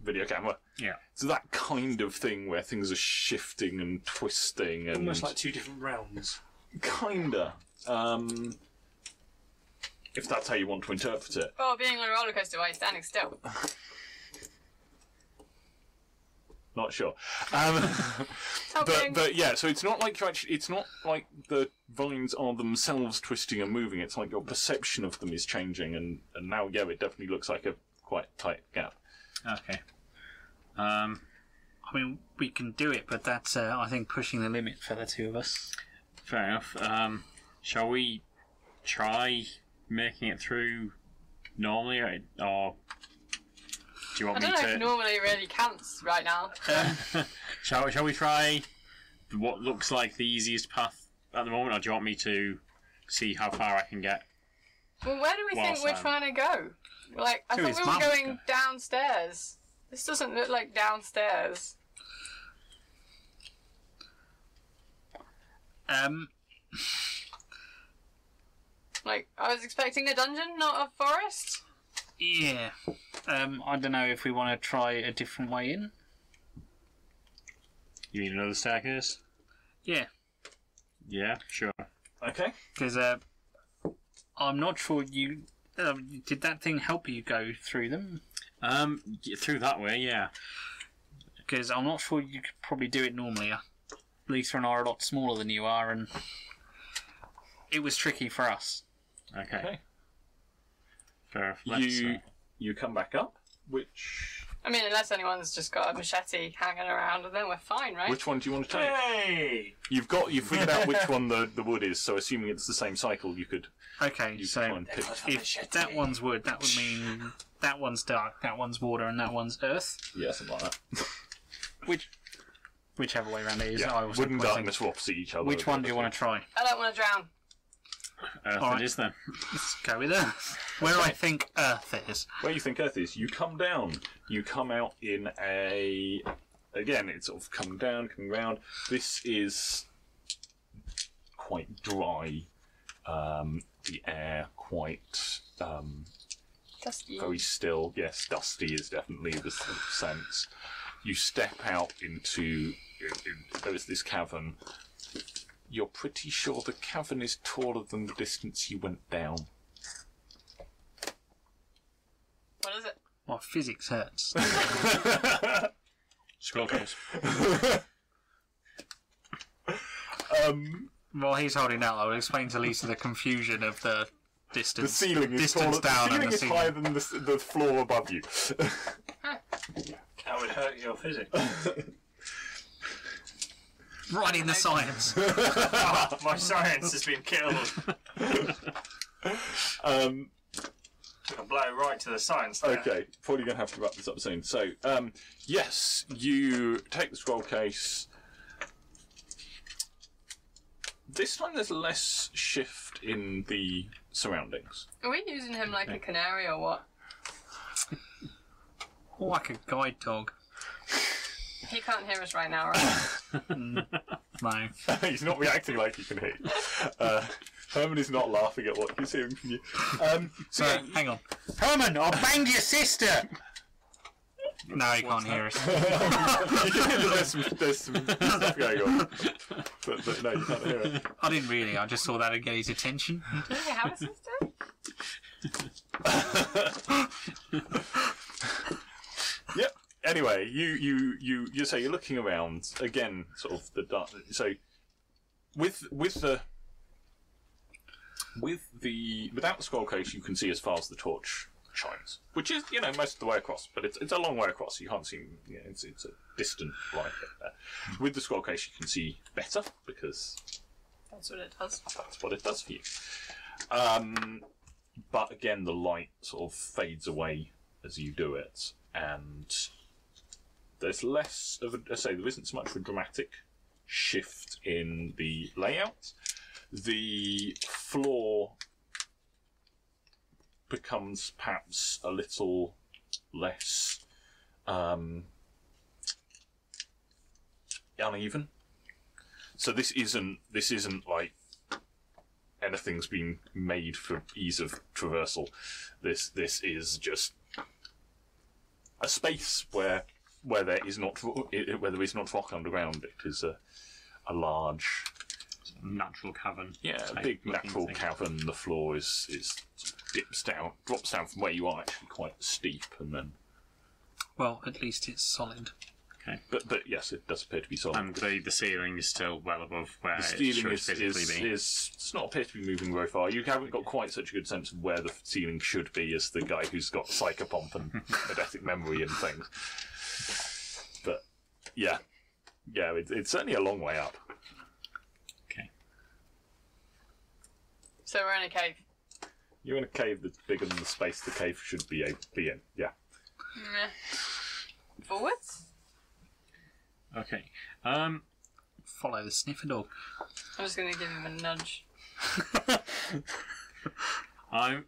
S1: video camera.
S3: Yeah.
S1: It's that kind of thing where things are shifting and twisting and
S5: Almost like two different realms.
S1: kinda. Um, if that's how you want to interpret it.
S2: Oh, being on a roller coaster while you're standing still.
S1: Not sure. Um,
S2: Helping.
S1: but but yeah, so it's not like you actually. It's not like the vines are themselves twisting and moving. It's like your perception of them is changing, and and now yeah, it definitely looks like a quite tight gap.
S3: Okay.
S6: Um,
S3: I mean, we can do it, but that's, uh, I think, pushing the limit for the two of us.
S6: fair enough. Um, shall we try making it through normally, or, or do you
S2: I
S6: want me
S2: don't know
S6: to?
S2: if normally really counts right now.
S6: Shall Shall we try what looks like the easiest path at the moment, or do you want me to see how far I can get?
S2: Well, where do we
S6: Well,
S2: think we're
S6: Sam.
S2: trying to go? Like, I
S3: To
S2: thought
S3: his
S2: we
S3: mum.
S2: were going downstairs. This doesn't look like downstairs.
S3: Um,
S2: Like, I was expecting a dungeon, not a forest.
S3: yeah. Um, I don't know if we want to try a different way in.
S6: You mean another staircase?
S3: Yeah,
S6: Yeah, sure.
S1: Okay.
S3: because uh, I'm not sure you. Um, did that thing help you go through them?
S6: Um, y- through that way, yeah.
S3: Because I'm not sure you could probably do it normally. Uh, Lisa and I are a lot smaller than you are, and it was tricky for us.
S6: Okay.
S1: Okay.
S6: Fair enough. Let's,
S1: you
S6: uh,
S1: you come back up. Which
S2: I mean, unless anyone's just got a machete hanging around, and then we're fine, right?
S1: which one do you want to take?
S4: Hey!
S1: You've got you figured out which one the, the wood is. So assuming it's the same cycle, you could
S3: Okay,
S1: you could
S3: so
S1: try and pick.
S3: if that one's wood, that would mean that one's dark, that one's water, and that one's earth.
S1: Yeah, something like that.
S3: Which, whichever way around it is,
S1: Yeah.
S3: I was
S1: Wooden
S3: pointing.
S1: darkness will opposite each other.
S3: Which one do you want to try?
S2: I don't want to drown.
S6: Earth
S3: Alright.
S6: it is then.
S3: Let's go with Earth. Where I think Earth is.
S1: Where you think Earth is, you come down. You come out in a. Again, it's sort of coming down, coming round. This is quite dry. Um, the air quite um,
S2: Dusty.
S1: very still. Yes, dusty is definitely the sort of sense. You step out into there is this cavern. You're pretty sure the cavern is taller than the distance you went down.
S2: What is it?
S3: Well, physics hurts.
S6: Scroll case.
S1: Um,
S3: While he's holding out, I will explain to Lisa the confusion of the
S1: the
S3: distance.
S1: ceiling is
S3: distance
S1: taller.
S3: down
S1: the ceiling
S3: and the
S1: is
S3: ceiling.
S1: higher than the, s- the floor above you.
S4: That would hurt your physics.
S3: Right in the science.
S4: My science has been killed.
S1: um,
S4: Took a blow right to the science there.
S1: Okay, probably going to have to wrap this up soon. So, um, yes, you take the scroll case. This time there's less shift in the surroundings.
S2: Are we using him like a canary or what?
S3: More like a guide dog.
S2: He can't hear us right now, right?
S3: No.
S1: He's not reacting like he can hear. you. Uh, Herman is not laughing at what he's hearing from you. Um, so,
S3: So,
S1: yeah,
S3: hang on.
S6: Herman, I banged your sister!
S3: No, he can't hear us.
S1: you can hear that there's some, there's some stuff going on. But, but no, you can't hear it.
S3: I didn't really. I just saw that and get his attention.
S2: Do you have a sister?
S1: Yep. Anyway, you you you you say you're looking around again, sort of the dark. So with with the with the without the scroll case, you can see as far as the torch shines, which is you know most of the way across, but it's it's a long way across. You can't see. You know, it's it's a distant light. There. With the scroll case, you can see better because
S2: That's what it does.
S1: that's what it does for you. Um, but again, the light sort of fades away as you do it, and there's less of a, I say there isn't so much of a dramatic shift in the layout. The floor becomes perhaps a little less um, uneven. So this isn't this isn't like anything's been made for ease of traversal. This this is just a space where where there is not where there is not rock underground. It is a a large
S6: Natural cavern.
S1: yeah a
S6: type
S1: big
S6: looking
S1: natural
S6: thing.
S1: cavern. The floor is is dips down drops down from where you are actually quite steep and then
S3: Well, at least it's solid.
S1: but but yes it does appear to be solid.
S6: And the, the ceiling is still well above where
S1: the
S6: it should
S1: ceiling is,
S6: physically
S1: is,
S6: be.
S1: is it's not appear to be moving very far. You haven't got quite such a good sense of where the ceiling should be as the guy who's got psychopomp and eidetic memory and things. But yeah, yeah, it, it's certainly a long way up.
S2: So we're in a cave.
S1: You're in a cave that's bigger than the space the cave should be a, be in. Yeah,
S2: Meh. Forwards?
S6: Okay. Um,
S3: Follow the sniffer dog.
S2: I'm just going to give him a nudge.
S6: I'm.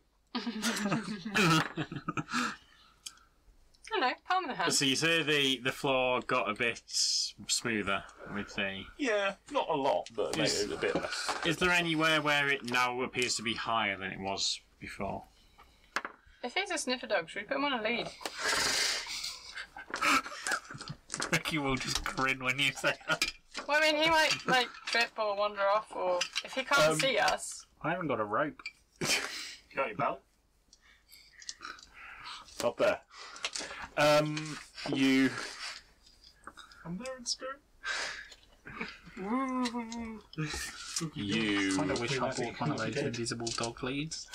S2: Hello, palm in the hand.
S6: So you say the the floor got a bit smoother with the.
S1: yeah, not a lot, but maybe
S6: Yes.
S1: a bit less.
S6: Is there anywhere where it now appears to be higher than it was before?
S2: If he's a sniffer dog, should we put him on a lead?
S3: Ricky will just grin when you say that.
S2: Well, I mean, he might like trip or wander off, or if he can't see us,
S3: I haven't got a rope.
S4: You got your belt?
S1: Up there. Um, you
S4: I'm there in spirit.
S1: you
S3: I wish I
S5: might be
S3: bought one of those
S5: dead.
S3: invisible dog leads.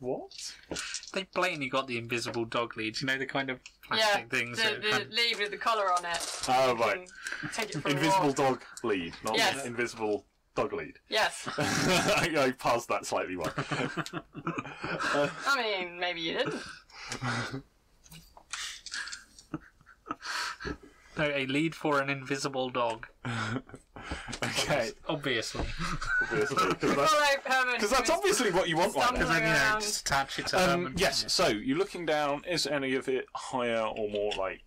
S1: what?
S3: They blatantly got the invisible dog leads. You know the kind of
S2: yeah,
S3: plastic things.
S2: the,
S3: that
S2: the
S3: kind of-
S2: lead with the collar on it.
S1: Oh right.
S2: can Take it for a
S1: Invisible
S2: walk.
S1: dog lead, not
S2: Yes.
S1: invisible dog lead.
S2: Yes,
S1: I I paused that slightly wrong.
S2: I mean maybe you didn't.
S3: No, a lead for an invisible dog.
S1: okay,
S3: Obviously.
S1: because
S2: Follow Herman.
S1: that's
S2: who is
S1: obviously what you want right
S2: stumbling
S1: now.
S3: You know,
S2: around.
S3: just attach it to them.
S1: Um,
S3: and-
S1: yes, so you're looking down. Is any of it higher or more like?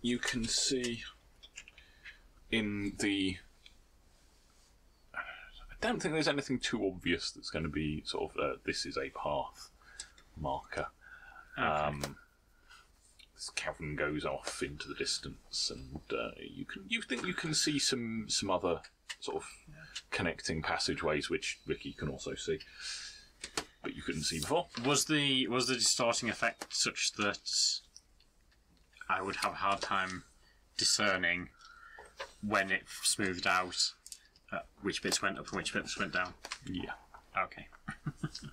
S1: You can see in the. I don't think there's anything too obvious that's going to be sort of uh, this is a path marker. Um, this cavern goes off into the distance, and uh, you can you think you can see some some other sort of connecting passageways, which Ricky can also see, but you couldn't see before.
S6: Was the was the distorting effect such that I would have a hard time discerning when it smoothed out uh, which bits went up and which bits went down?
S1: Yeah.
S6: Okay.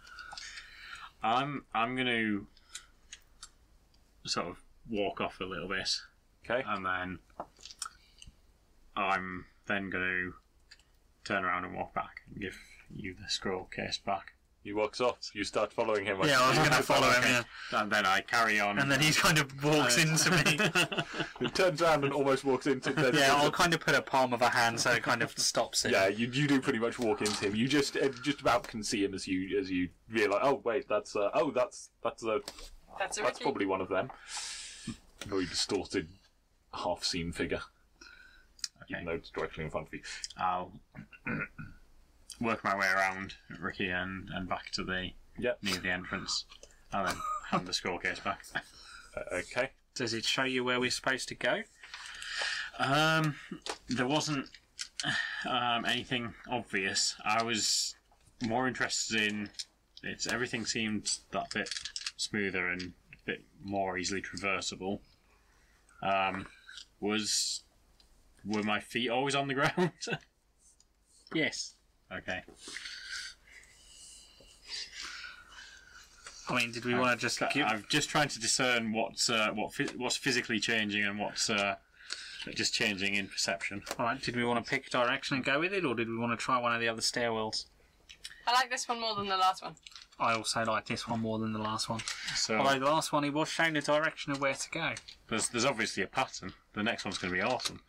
S6: I'm I'm gonna sort of walk off a little bit
S1: Okay.
S3: Um,
S6: and then I'm then gonna turn around and walk back and give you the scroll case back.
S1: he walks off. You start following him.
S3: Yeah, I was going to follow him,
S6: Okay.
S3: Um, yeah.
S6: And then I carry on
S3: And then he kind of walks into me.
S1: He turns around and almost walks into. there's-
S3: Yeah, I'll kind of put a palm of a hand so it kind of stops it.
S1: Yeah, you, you do pretty much walk into him. You just uh, just about can see him as you as you realize. Oh wait, that's uh, oh that's that's a
S2: That's a
S1: that's
S2: Ricky.
S1: probably one of them. Very distorted, half seen figure. Even though it's directly in front of you.
S6: I'll work my way around Ricky and, and back to the
S1: Yeah.
S6: near the entrance, and then hand the scroll case back.
S1: Uh, okay.
S3: Does it show you where we're supposed to go?
S6: Um, there wasn't um, anything obvious. I was more interested in it's everything seemed that bit smoother and a bit more easily traversable. Um, was were my feet always on the ground?
S3: Yes.
S6: okay.
S3: I mean, did we want to just
S6: But
S3: give...
S6: I'm just trying to discern what's uh, what phy- what's physically changing and what's uh, just changing in perception.
S3: All right, did we want to pick a direction and go with it, or did we want to try one of the other stairwells?
S2: I like this one more than the last one.
S3: I also like this one more than the last one. Although
S6: So
S3: the last one, he was shown the direction of where to go.
S6: there's, there's obviously a pattern. The next one's going to be awesome.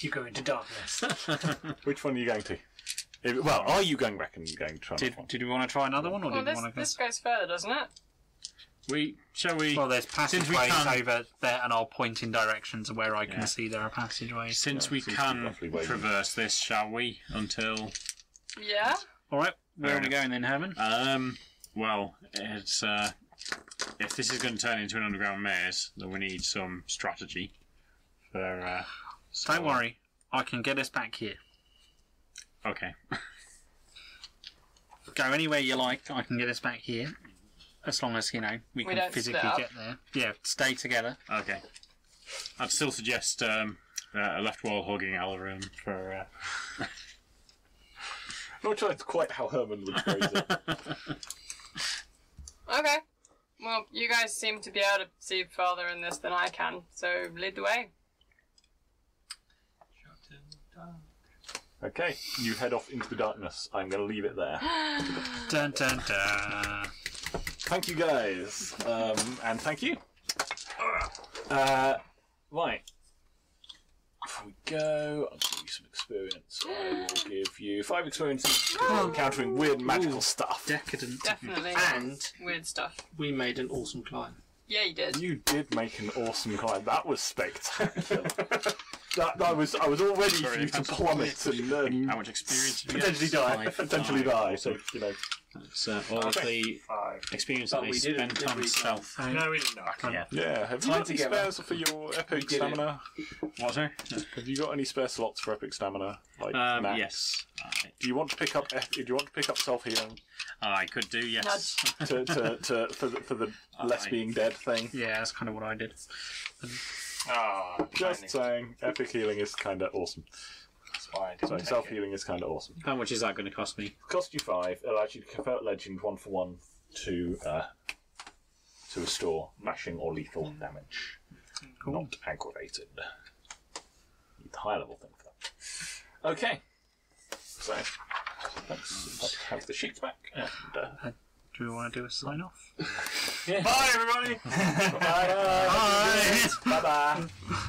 S5: You go into darkness.
S1: Which one are you going to? If- well, are you going back and going to try? and
S3: Did
S1: find-
S3: did we want to try another one, or
S2: Well,
S3: did we
S2: this
S3: want to go?
S2: this goes further, doesn't it?
S6: We shall we
S3: Well, there's
S6: Since we
S3: passageways
S6: can't-
S3: over there, and I'll point in directions of where I can
S6: Yeah.
S3: see there are passageways.
S6: since we
S1: seems
S6: can
S1: roughly where you-
S6: traverse this, shall we? Until
S2: Yeah?
S3: All right, where
S6: Fair
S3: are we
S6: enough.
S3: going then, Herman?
S6: um, well, it's uh, if this is going to turn into an underground maze, then we need some strategy. For uh, so-
S3: Don't worry, I can get us back here.
S6: Okay.
S3: Go anywhere you like, I can get us back here. As long as, you know, we,
S2: We
S3: can
S2: don't split
S3: physically
S2: up.
S3: get there. Yeah, stay together.
S6: Okay. I'd still suggest um, uh, a left wall hugging Alarum for. Uh,
S1: Not sure that's quite how Herman would phrase it.
S2: Okay. Well, you guys seem to be able to see further in this than I can, so lead the way.
S1: Okay, you head off into the darkness. I'm going to leave it there.
S3: Dun dun dun.
S1: Thank you guys, um, and thank you. Uh, right, Off we go. I'll give you some experience. I will give you five experiences for encountering weird magical stuff.
S5: Decadent.
S2: Definitely.
S5: And
S2: Weird stuff.
S5: we made an awesome climb.
S2: Yeah, you did.
S1: You did make an awesome climb. That was spectacular. that, I was I was all ready for
S6: Sorry,
S1: you to
S6: that's-
S1: plummet and
S6: how
S1: um,
S6: much experience? Did you get?
S1: potentially die.
S6: Five.
S1: Potentially
S6: Five.
S1: die. So you know.
S6: So all of the experience
S5: But
S6: that they
S5: we didn't,
S6: spent
S5: did
S6: on
S5: we?
S6: stealth.
S4: No, we didn't know.
S6: Yeah.
S1: Yeah. Have you got any
S5: together.
S1: spares for your epic
S5: did it.
S1: stamina?
S6: Was there?
S1: Have you got any spare slots for epic stamina? Like
S6: Um,
S1: max?
S6: yes. I,
S1: Do you want to pick up? ep- Do you want to pick up self healing
S6: I could do yes.
S1: to, to, to for the, for the less
S6: I-
S1: being dead thing?
S3: Yeah, that's kind of what I did.
S4: Ah,
S1: Just saying, epic healing is kind of awesome. Sorry, self
S4: self
S1: healing is kind of awesome.
S6: How much is that going to cost me?
S1: Cost you five. Allows you to convert legend one for one to uh, to restore mashing or lethal damage, not aggravated. Need the high level thing for that. Okay. So let's have the sheets back and. Uh,
S3: Do we want to do a sign off?
S4: Bye, everybody.
S1: bye bye. Bye bye.